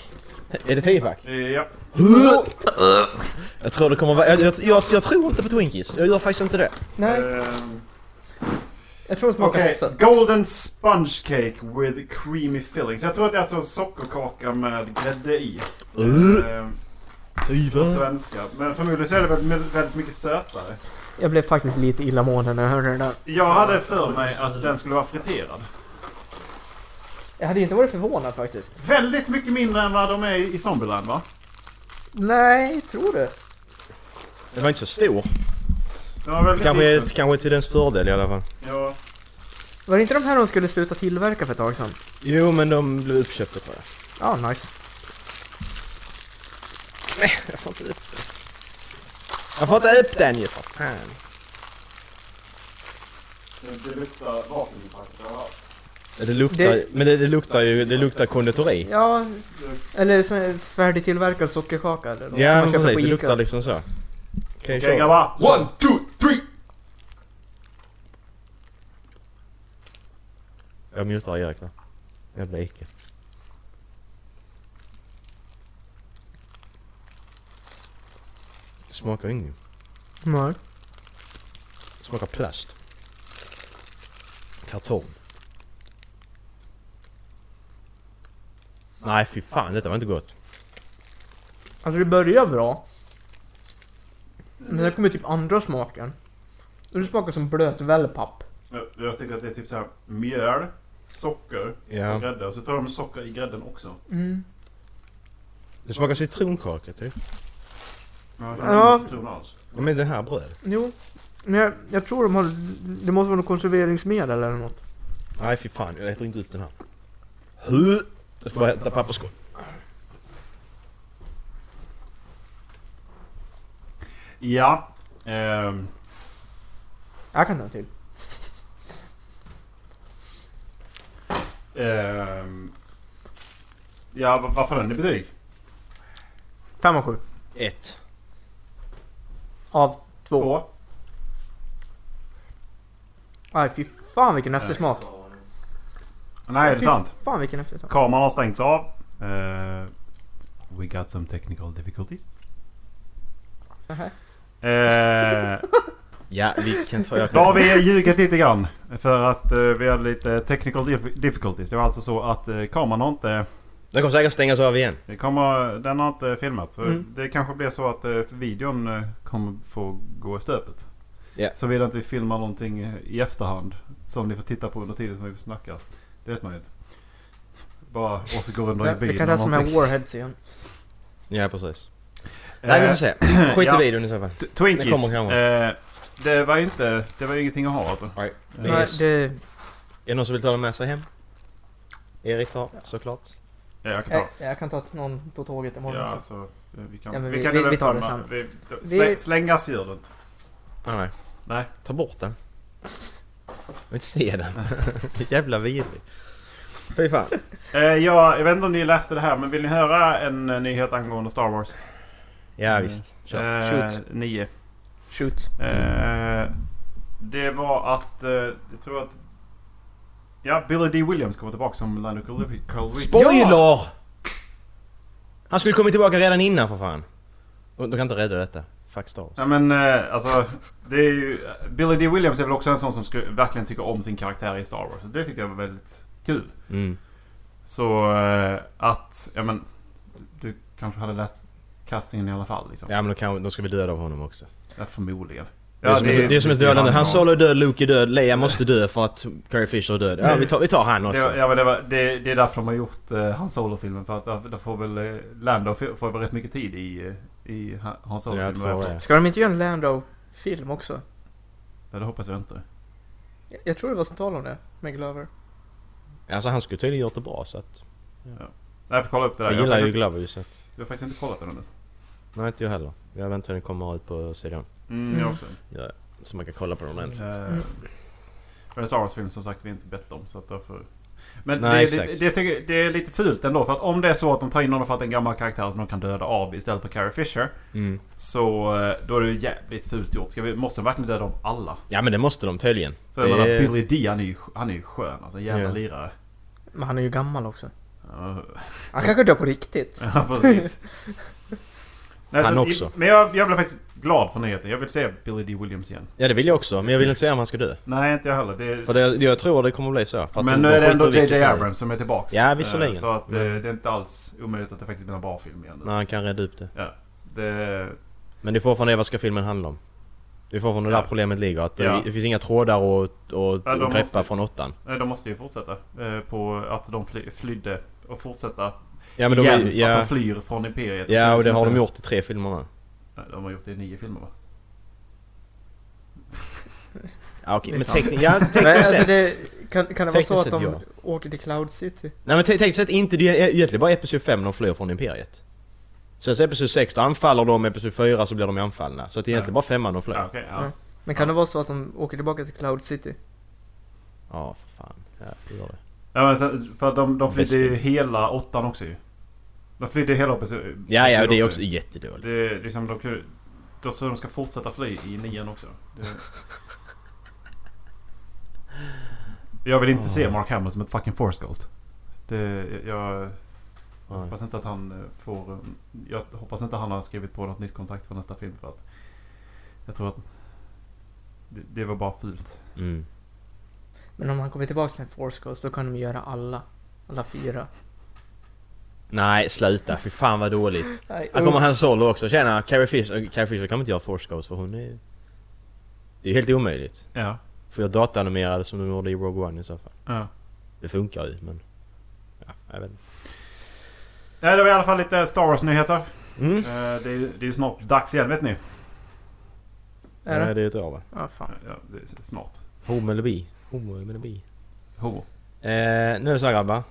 [SPEAKER 2] Är det tiopack?
[SPEAKER 1] Eh, Ja.
[SPEAKER 2] Jag tror det kommer vara... Jag, jag, jag, jag tror inte på Twinkies. Jag gör faktiskt inte det.
[SPEAKER 3] nej.
[SPEAKER 1] Ehm,
[SPEAKER 3] Jag tror det smakar
[SPEAKER 1] Okej,
[SPEAKER 3] sött.
[SPEAKER 1] Golden Sponge Cake with Creamy Filling. Så jag tror att det är alltså sockerkaka med grädde i.
[SPEAKER 2] Uh.
[SPEAKER 1] Ehm,
[SPEAKER 2] Fy
[SPEAKER 1] på svenska. Men förmodligen så är det väldigt, väldigt mycket sötare.
[SPEAKER 3] Jag blev faktiskt lite illamående när jag hörde det där.
[SPEAKER 1] Jag hade för mig att den skulle vara friterad.
[SPEAKER 3] Jag hade inte varit förvånad faktiskt.
[SPEAKER 1] Väldigt mycket mindre än vad de är i Zombieland va?
[SPEAKER 3] Nej, tror du?
[SPEAKER 2] Den var inte så stor.
[SPEAKER 1] Den var väldigt
[SPEAKER 2] Kanske,
[SPEAKER 1] liten.
[SPEAKER 2] kanske till dens fördel i alla fall.
[SPEAKER 1] Ja.
[SPEAKER 3] Var det inte de här de skulle sluta tillverka för ett tag sedan?
[SPEAKER 2] Jo, men de blev uppköpta tror jag.
[SPEAKER 3] Ja, nice.
[SPEAKER 2] Jag får inte upp den. Jag får inte upp den ju för fan.
[SPEAKER 1] Det- Det luktar vapeninfarkt överallt.
[SPEAKER 2] Det luktar,
[SPEAKER 3] Det-
[SPEAKER 2] Men det, det luktar ju det luktar konditori.
[SPEAKER 3] Ja, eller sån här färdigtillverkad sockerkaka eller något som
[SPEAKER 2] Ja,
[SPEAKER 3] man
[SPEAKER 2] men
[SPEAKER 3] köper
[SPEAKER 2] precis.
[SPEAKER 3] på
[SPEAKER 2] Det
[SPEAKER 3] Ica.
[SPEAKER 2] luktar liksom så. Okej,
[SPEAKER 1] Okej
[SPEAKER 2] kör.
[SPEAKER 1] grabbar. One, two, three!
[SPEAKER 2] Jag mutar Erik där. Jag blir icke. Det smakar inget.
[SPEAKER 3] Nej.
[SPEAKER 2] Det smakar plast. Kartong. Nej fy fan, detta var inte gott.
[SPEAKER 3] Alltså det börjar bra. Men sen kommer typ andra smaken. Och det smakar som blöt wellpapp.
[SPEAKER 1] Jag, jag tycker att det är typ så här mjöl, socker och
[SPEAKER 2] Ja.
[SPEAKER 1] grädde. Och så tar de socker i grädden också.
[SPEAKER 3] Mm.
[SPEAKER 2] Det smakar citronkaka typ.
[SPEAKER 1] Ja.
[SPEAKER 3] Ja.
[SPEAKER 1] Jag tror alls.
[SPEAKER 2] Ja, Men den här bröd.
[SPEAKER 3] Jo. Men jag, jag tror de har... Det måste vara något konserveringsmedel eller något.
[SPEAKER 2] Nej fy fan, jag äter inte upp den här. Hu! Jag ska bara hämta papperskorg.
[SPEAKER 1] Ja. Ehm,
[SPEAKER 3] Jag kan ta en till.
[SPEAKER 1] ehm, ja, va- vad får den i betyg?
[SPEAKER 3] Fem av sju.
[SPEAKER 2] Ett.
[SPEAKER 3] Av två.
[SPEAKER 1] Två?
[SPEAKER 3] Aj, fy fan vilken eftersmak.
[SPEAKER 1] Nej, det är sant.
[SPEAKER 3] Fy fan vilken eftersmak.
[SPEAKER 1] Kameran har stängts av. Eh, we got some technical difficulties.
[SPEAKER 3] Nähä.
[SPEAKER 1] Eh,
[SPEAKER 2] Ja, vi kan ta... Jag
[SPEAKER 1] då har
[SPEAKER 2] kan
[SPEAKER 1] vi ljugit lite grann. För att eh, vi hade lite technical dif- difficulties. Det var alltså så att eh, kameran har inte...
[SPEAKER 2] Den kommer säkert stängas av igen.
[SPEAKER 1] Det kommer, den har inte filmat. Så
[SPEAKER 3] Mm.
[SPEAKER 1] Det kanske blir så att eh, videon eh, kommer få gå i stöpet.
[SPEAKER 2] Ja.
[SPEAKER 1] Såvida inte vi filmar någonting eh, i efterhand. Som ni får titta på under tiden som vi snackar. Det vet man ju inte. Bara oss går under i
[SPEAKER 3] Vi
[SPEAKER 1] bilen.
[SPEAKER 3] kan
[SPEAKER 1] eller
[SPEAKER 3] testa de här
[SPEAKER 1] någonting.
[SPEAKER 3] warheads igen.
[SPEAKER 2] Ja, precis.
[SPEAKER 1] Eh, [clears throat]
[SPEAKER 2] Nej, vi får se. Skit i
[SPEAKER 1] ja.
[SPEAKER 2] videon i så fall.
[SPEAKER 1] T-
[SPEAKER 2] Det
[SPEAKER 1] Twinkies.
[SPEAKER 2] kommer kanske.
[SPEAKER 1] Eh, det var inte... Det var ju ingenting att ha alltså.
[SPEAKER 2] Nej.
[SPEAKER 1] Eh,
[SPEAKER 3] Nej, det...
[SPEAKER 2] Är det någon som vill ta den med sig hem? Erik tar, såklart.
[SPEAKER 1] ja, jag kan ta.
[SPEAKER 3] Jag, jag kan ta någon på tåget imorgon
[SPEAKER 1] Ja,
[SPEAKER 3] också.
[SPEAKER 1] alltså, eh, vi kan,
[SPEAKER 3] Ja, men
[SPEAKER 1] vi,
[SPEAKER 3] vi-
[SPEAKER 1] kan
[SPEAKER 3] vi-
[SPEAKER 1] väl
[SPEAKER 3] vi tar
[SPEAKER 1] öppna-
[SPEAKER 3] det sen.
[SPEAKER 1] Vi,
[SPEAKER 3] Vi-
[SPEAKER 1] släng, släng gasljudet.
[SPEAKER 2] Ah, nej.
[SPEAKER 1] Nej.
[SPEAKER 2] Ta bort den. Jag vill inte se den. [laughs] Jävla vidrig. Fy fan.
[SPEAKER 1] Eh, ja, jag vet inte om ni läste det här men vill ni höra en eh, nyhet angående Star Wars?
[SPEAKER 2] Ja visst. Kör.
[SPEAKER 1] Eh,
[SPEAKER 3] Shoot.
[SPEAKER 1] nio.
[SPEAKER 3] Shoot.
[SPEAKER 1] Eh, det var att... Eh, jag tror att... Ja, Billy D. Williams kommer tillbaka som Lando Calriss- Calrissian.
[SPEAKER 2] Spoiler! Han skulle kommit tillbaka redan innan för fan. Och De kan inte rädda detta. Fuck Star Wars.
[SPEAKER 1] Ja men eh, alltså, det är ju... Billy D. Williams är väl också en sån som skulle, verkligen tycker om sin karaktär i Star Wars. Det tyckte jag var väldigt kul.
[SPEAKER 2] Mm.
[SPEAKER 1] Så eh, att, ja men... Du kanske hade läst castingen i alla fall liksom.
[SPEAKER 2] Ja men då, kan, då ska vi döda av honom också.
[SPEAKER 1] Ja, förmodligen.
[SPEAKER 2] Det är som, ett- det är som ett dödande. Han Solo är död, Luke är död, Leia måste dö för att Carrie Fisher är död. Ja vi tar, vi tar han
[SPEAKER 1] Det,
[SPEAKER 2] också.
[SPEAKER 1] ja, men det, var, det, det är därför de har gjort eh, Han Solo-filmen. För att där, där får väl eh, Lando får, får väl rätt mycket tid i, eh, i Han- Han
[SPEAKER 2] Jag
[SPEAKER 1] Solo-filmen.
[SPEAKER 2] tror
[SPEAKER 1] Ja,
[SPEAKER 2] det.
[SPEAKER 3] Ska de inte göra en Lando-film också?
[SPEAKER 1] det hoppas jag inte.
[SPEAKER 3] Jag, jag tror det var så tal om det, med Glover.
[SPEAKER 2] Alltså han skulle tydligen gjort det bra så att...
[SPEAKER 1] Nej, jag får kolla upp det där.
[SPEAKER 2] Jag
[SPEAKER 1] Jag, har
[SPEAKER 2] gillar ju
[SPEAKER 1] faktiskt,
[SPEAKER 2] Glover ju så att...
[SPEAKER 1] inte- jag har faktiskt inte kollat den ännu.
[SPEAKER 2] Nej, inte jag heller. Jag väntar den kommer ut på sidan.
[SPEAKER 1] Mm,
[SPEAKER 3] Mm.
[SPEAKER 1] Jag också.
[SPEAKER 2] Ja, så man kan kolla på den ordentligt.
[SPEAKER 1] Eh,
[SPEAKER 3] Mm.
[SPEAKER 1] Men en Star Wars-film som sagt vi inte bett om så att därför... Men
[SPEAKER 2] Nej,
[SPEAKER 1] det, det,
[SPEAKER 2] exakt.
[SPEAKER 1] det, tycker, det är lite fult ändå för att om det är så att de tar in honom för att det är en gammal karaktär som de kan döda av istället för Carrie Fisher.
[SPEAKER 2] Mm.
[SPEAKER 1] Så eh, då är det ju jävligt fult gjort. Ska vi, måste de verkligen döda av alla?
[SPEAKER 2] Ja men det måste de tydligen.
[SPEAKER 1] För jag menar,
[SPEAKER 2] Det-
[SPEAKER 1] Billy D han är ju, han är ju skön alltså. En jävla
[SPEAKER 2] Ja.
[SPEAKER 1] lirare.
[SPEAKER 3] Men han är ju gammal också.
[SPEAKER 1] Ja, [laughs]
[SPEAKER 3] Han kanske dör på riktigt.
[SPEAKER 1] Ja,
[SPEAKER 2] [laughs]
[SPEAKER 1] precis. Nej,
[SPEAKER 2] Han
[SPEAKER 1] så-
[SPEAKER 2] också.
[SPEAKER 1] Men jag, jag blev faktiskt glad för nyheten. Jag vill se Billy D. Williams igen.
[SPEAKER 2] Ja det vill jag också, men jag vill inte säga om han ska dö.
[SPEAKER 1] Nej, inte jag heller. Det,
[SPEAKER 2] För det, jag tror det kommer bli så. För att de-
[SPEAKER 1] men nu
[SPEAKER 2] de
[SPEAKER 1] är det
[SPEAKER 2] skiter
[SPEAKER 1] ändå
[SPEAKER 2] i vilket
[SPEAKER 1] JJ
[SPEAKER 2] det är.
[SPEAKER 1] Abrams som är tillbaks.
[SPEAKER 2] Ja, visserligen.
[SPEAKER 1] Eh, Så att eh,
[SPEAKER 2] Men-
[SPEAKER 1] det är inte alls omöjligt att det faktiskt blir en bra film igen.
[SPEAKER 2] Nej han kan rädda upp det.
[SPEAKER 1] Det,
[SPEAKER 2] Men det är fortfarande vad ska filmen handla om? Det är fortfarande
[SPEAKER 1] Ja.
[SPEAKER 2] där problemet ligger. Att det-
[SPEAKER 1] Ja.
[SPEAKER 2] Det finns inga trådar att, att
[SPEAKER 1] Ja, de
[SPEAKER 2] greppa
[SPEAKER 1] måste-
[SPEAKER 2] från åttan.
[SPEAKER 1] nej, de måste ju fortsätta eh, på att de fly, flydde och fortsätta
[SPEAKER 2] Ja, men de,
[SPEAKER 1] igen.
[SPEAKER 2] är- ja,
[SPEAKER 1] Att de flyr från Imperiet.
[SPEAKER 2] ja, och det har de
[SPEAKER 1] inte-
[SPEAKER 2] gjort i tre filmer nu.
[SPEAKER 1] Nej, De har gjort det i nio filmer va?
[SPEAKER 2] Ja, okej.
[SPEAKER 3] Det är
[SPEAKER 2] Men
[SPEAKER 3] sant.
[SPEAKER 2] tekniskt
[SPEAKER 3] [laughs]
[SPEAKER 2] ja,
[SPEAKER 3] Men,
[SPEAKER 2] tekniskt
[SPEAKER 3] alltså,
[SPEAKER 2] sett.
[SPEAKER 3] det, kan, kan det vara så
[SPEAKER 2] Tekniskt
[SPEAKER 3] att de
[SPEAKER 2] sett,
[SPEAKER 3] åker till Cloud City?
[SPEAKER 2] Nej men te- tekniskt sett inte. Det är egentligen bara Episod 5 de flyr från Imperiet. Sen så Episod 6 då anfaller de, Episod 4 så blir de anfallna. Så det är egentligen
[SPEAKER 1] Ja.
[SPEAKER 2] bara femman de flyr.
[SPEAKER 1] Ja,
[SPEAKER 2] Ja,
[SPEAKER 1] okej, ja.
[SPEAKER 3] Ja. Men kan det vara så att de åker tillbaka till Cloud City?
[SPEAKER 2] för fan. Ja, det gör det.
[SPEAKER 1] ja men sen, för att de, de flydde ju
[SPEAKER 2] Best
[SPEAKER 1] hela åttan också ju. De flydde hela episoden.
[SPEAKER 2] Ja, ja, det är också jättedåligt.
[SPEAKER 1] Det är liksom de kunde... Då så de ska fortsätta fly i nian också. Det... Jag vill inte
[SPEAKER 2] Ah.
[SPEAKER 1] se Mark Hamill som ett fucking Force Ghost. Det, jag
[SPEAKER 2] Nej.
[SPEAKER 1] hoppas inte att han eh, får... Jag hoppas inte han har skrivit på något nytt kontrakt för nästa film för att... Jag tror att... Det, det var bara fult.
[SPEAKER 2] Mm.
[SPEAKER 3] Men om han kommer tillbaka med Force Ghost, då kan de göra alla. Alla fyra.
[SPEAKER 2] Nej, sluta. Fy fan vad
[SPEAKER 1] Mm.
[SPEAKER 2] dåligt.
[SPEAKER 3] Nej,
[SPEAKER 2] Här kommer hans Solo också. Tjena, Carrie Fisher. eh, Carrie Fisher kan inte göra Force Ghost för hon är... Det är ju helt omöjligt.
[SPEAKER 1] Ja.
[SPEAKER 2] Får jag dataanimera det som de gjorde i Rogue One i så fall.
[SPEAKER 1] ja.
[SPEAKER 2] Det funkar ju, men... Ja, jag vet inte.
[SPEAKER 1] Nej, det var i alla fall lite Star Wars-nyheter.
[SPEAKER 2] Mm.
[SPEAKER 1] Eh, Det är, ju- det är ju snart dags igen vet ni.
[SPEAKER 3] Är det?
[SPEAKER 2] Nej, det är ett år va?
[SPEAKER 3] Ja, fan.
[SPEAKER 1] Ja, det är snart.
[SPEAKER 2] Homo eller bi? Homo eller bi?
[SPEAKER 1] Ho.
[SPEAKER 2] Eh, nu är det så här grabbar.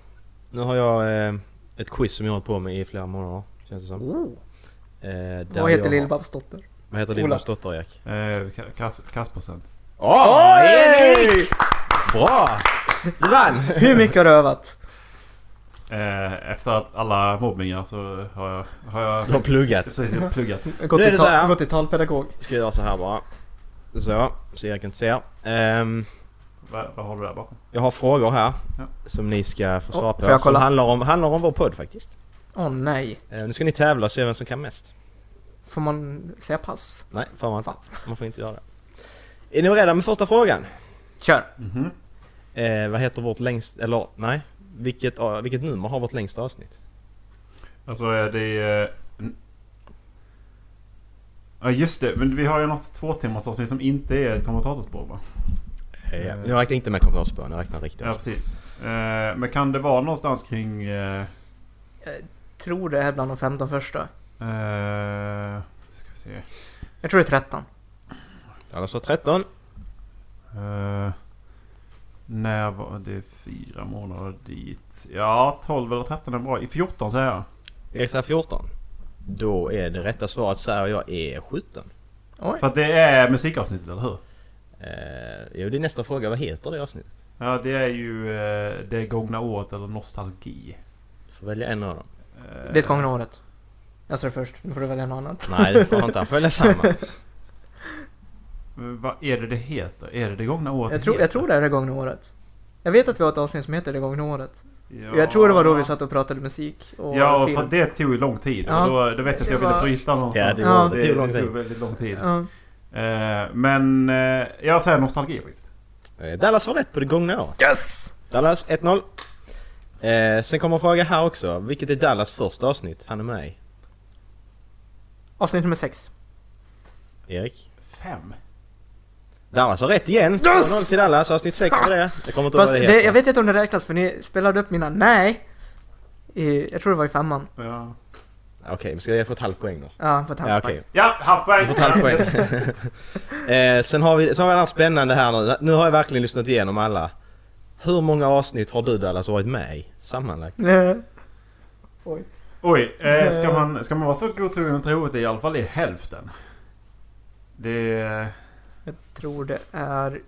[SPEAKER 2] Nu har jag eh, ett quiz som jag har hållit på med i flera månader. Känns det som.
[SPEAKER 3] Oh.
[SPEAKER 2] Eh, där
[SPEAKER 3] Vad heter
[SPEAKER 2] jag-
[SPEAKER 3] Lill-Babs dotter?
[SPEAKER 2] Vad heter
[SPEAKER 3] Ola?
[SPEAKER 2] Lill-Babs dotter Jack?
[SPEAKER 1] Eh, Ka- Kas- Kaspersen.
[SPEAKER 2] Åh!
[SPEAKER 3] Ah, Erik!
[SPEAKER 2] Bra! Du vann!
[SPEAKER 3] Hur mycket har du övat?
[SPEAKER 1] Eh, efter att alla mobbningar så har jag, har jag
[SPEAKER 2] Du har pluggat.
[SPEAKER 1] precis [laughs] pluggat.
[SPEAKER 3] Gått
[SPEAKER 2] Nu är
[SPEAKER 3] till,
[SPEAKER 2] det så här.
[SPEAKER 3] tal, gått till talpedagog?
[SPEAKER 2] Ska jag göra så här bara. Så, så jag kan se. Ehm,
[SPEAKER 1] Vad, vad har du där bakom?
[SPEAKER 2] jag har frågor här
[SPEAKER 1] Ja.
[SPEAKER 2] som ni ska få svar
[SPEAKER 3] Åh,
[SPEAKER 2] på.
[SPEAKER 3] Oh, får jag kolla?
[SPEAKER 2] Som handlar om, handlar om vår podd faktiskt.
[SPEAKER 3] Åh oh, nej.
[SPEAKER 2] Eh, nu ska ni tävla och se vem som kan mest.
[SPEAKER 3] Får man säga pass?
[SPEAKER 2] Nej, får man inte.
[SPEAKER 3] Fan.
[SPEAKER 2] Man får inte göra det. Är ni beredda med första frågan?
[SPEAKER 3] Kör!
[SPEAKER 1] Mhm.
[SPEAKER 2] Eh, vad heter vårt längst... Eller nej. Vilket, ja, vilket nummer har vårt längsta avsnitt?
[SPEAKER 1] Alltså är det... eh, n- Ja just det, men vi har ju något tvåtimmarsavsnitt som inte är ett kommentatorspår va?
[SPEAKER 2] Eh,
[SPEAKER 1] Eh.
[SPEAKER 2] jag räknar inte med kommentarsspåren, jag räknar riktigt.
[SPEAKER 1] Ja precis. Eh, men kan det vara någonstans kring... Eh,
[SPEAKER 3] Tror det är bland de 15 första.
[SPEAKER 1] eh, ska vi se.
[SPEAKER 3] Jag tror det är 13.
[SPEAKER 2] Alltså 13.
[SPEAKER 1] Eh, när var det? Fyra månader dit. Ja, 12 eller 13 är bra. I 14 säger jag.
[SPEAKER 2] Jag säger 14. Då är det rätta svaret säger jag är 17.
[SPEAKER 3] Oj.
[SPEAKER 1] För att det är musikavsnittet, eller hur?
[SPEAKER 2] Eh, jo, det är nästa fråga. Vad heter det avsnittet?
[SPEAKER 1] Ja, det är ju eh, det gångna året eller nostalgi.
[SPEAKER 2] Du får välja en av dem.
[SPEAKER 1] Eh,
[SPEAKER 3] Det är ett gångna året. Jag sa det först, nu får du välja något annat.
[SPEAKER 2] Nej, det får han inte. Han får välja samma.
[SPEAKER 1] Vad är det det heter? Är det det gångna året
[SPEAKER 3] Jag tror, jag tror det är det gångna året. Jag vet att vi har ett avsnitt som heter det gångna året.
[SPEAKER 1] Ja.
[SPEAKER 3] Jag tror det var då vi satt och pratade musik och
[SPEAKER 1] Ja,
[SPEAKER 3] film.
[SPEAKER 1] för det tog ju lång tid.
[SPEAKER 3] Ja.
[SPEAKER 1] Och då, då vet jag att jag ville bryta någonstans.
[SPEAKER 2] Ja, det
[SPEAKER 3] Ja.
[SPEAKER 2] det tog lång
[SPEAKER 1] Det
[SPEAKER 2] tid.
[SPEAKER 1] tog väldigt lång tid.
[SPEAKER 3] Ja.
[SPEAKER 1] Eh, men eh, jag säger nostalgi faktiskt.
[SPEAKER 2] Eh, Dallas var rätt på det gångna året.
[SPEAKER 3] Yes!
[SPEAKER 2] Dallas 1-0. Eh, sen kommer en fråga här också. Vilket är Dallas första avsnitt han är med i?
[SPEAKER 3] Avsnitt nummer sex.
[SPEAKER 2] Erik?
[SPEAKER 1] Fem?
[SPEAKER 2] Dallas har rätt igen! 2-0 till Dallas, avsnitt 6 var det. Jag kommer inte ihåg
[SPEAKER 3] Fast
[SPEAKER 2] vad det
[SPEAKER 3] det,
[SPEAKER 2] heter.
[SPEAKER 3] jag vet inte om det räknas för ni spelade upp mina nej. I, jag tror det var i femman.
[SPEAKER 1] Ja,
[SPEAKER 2] Okej, men ska jag få ett halvt poäng då?
[SPEAKER 3] Ja, han får ett
[SPEAKER 2] Ja,
[SPEAKER 3] handspark.
[SPEAKER 2] okej.
[SPEAKER 1] ja
[SPEAKER 2] Du
[SPEAKER 1] halvpoäng!
[SPEAKER 2] får ett halvt poäng. eh, sen har vi, sen har vi det här spännande här nu. Nu har jag verkligen lyssnat igenom alla. Hur många avsnitt har du Dallas varit med i? Sammanlagt?
[SPEAKER 3] Nej. Oj.
[SPEAKER 1] Oj, eh, ska, man, ska man vara så godtrogen och tro att det i alla fall är hälften? Det...
[SPEAKER 3] [laughs] Jag tror det är...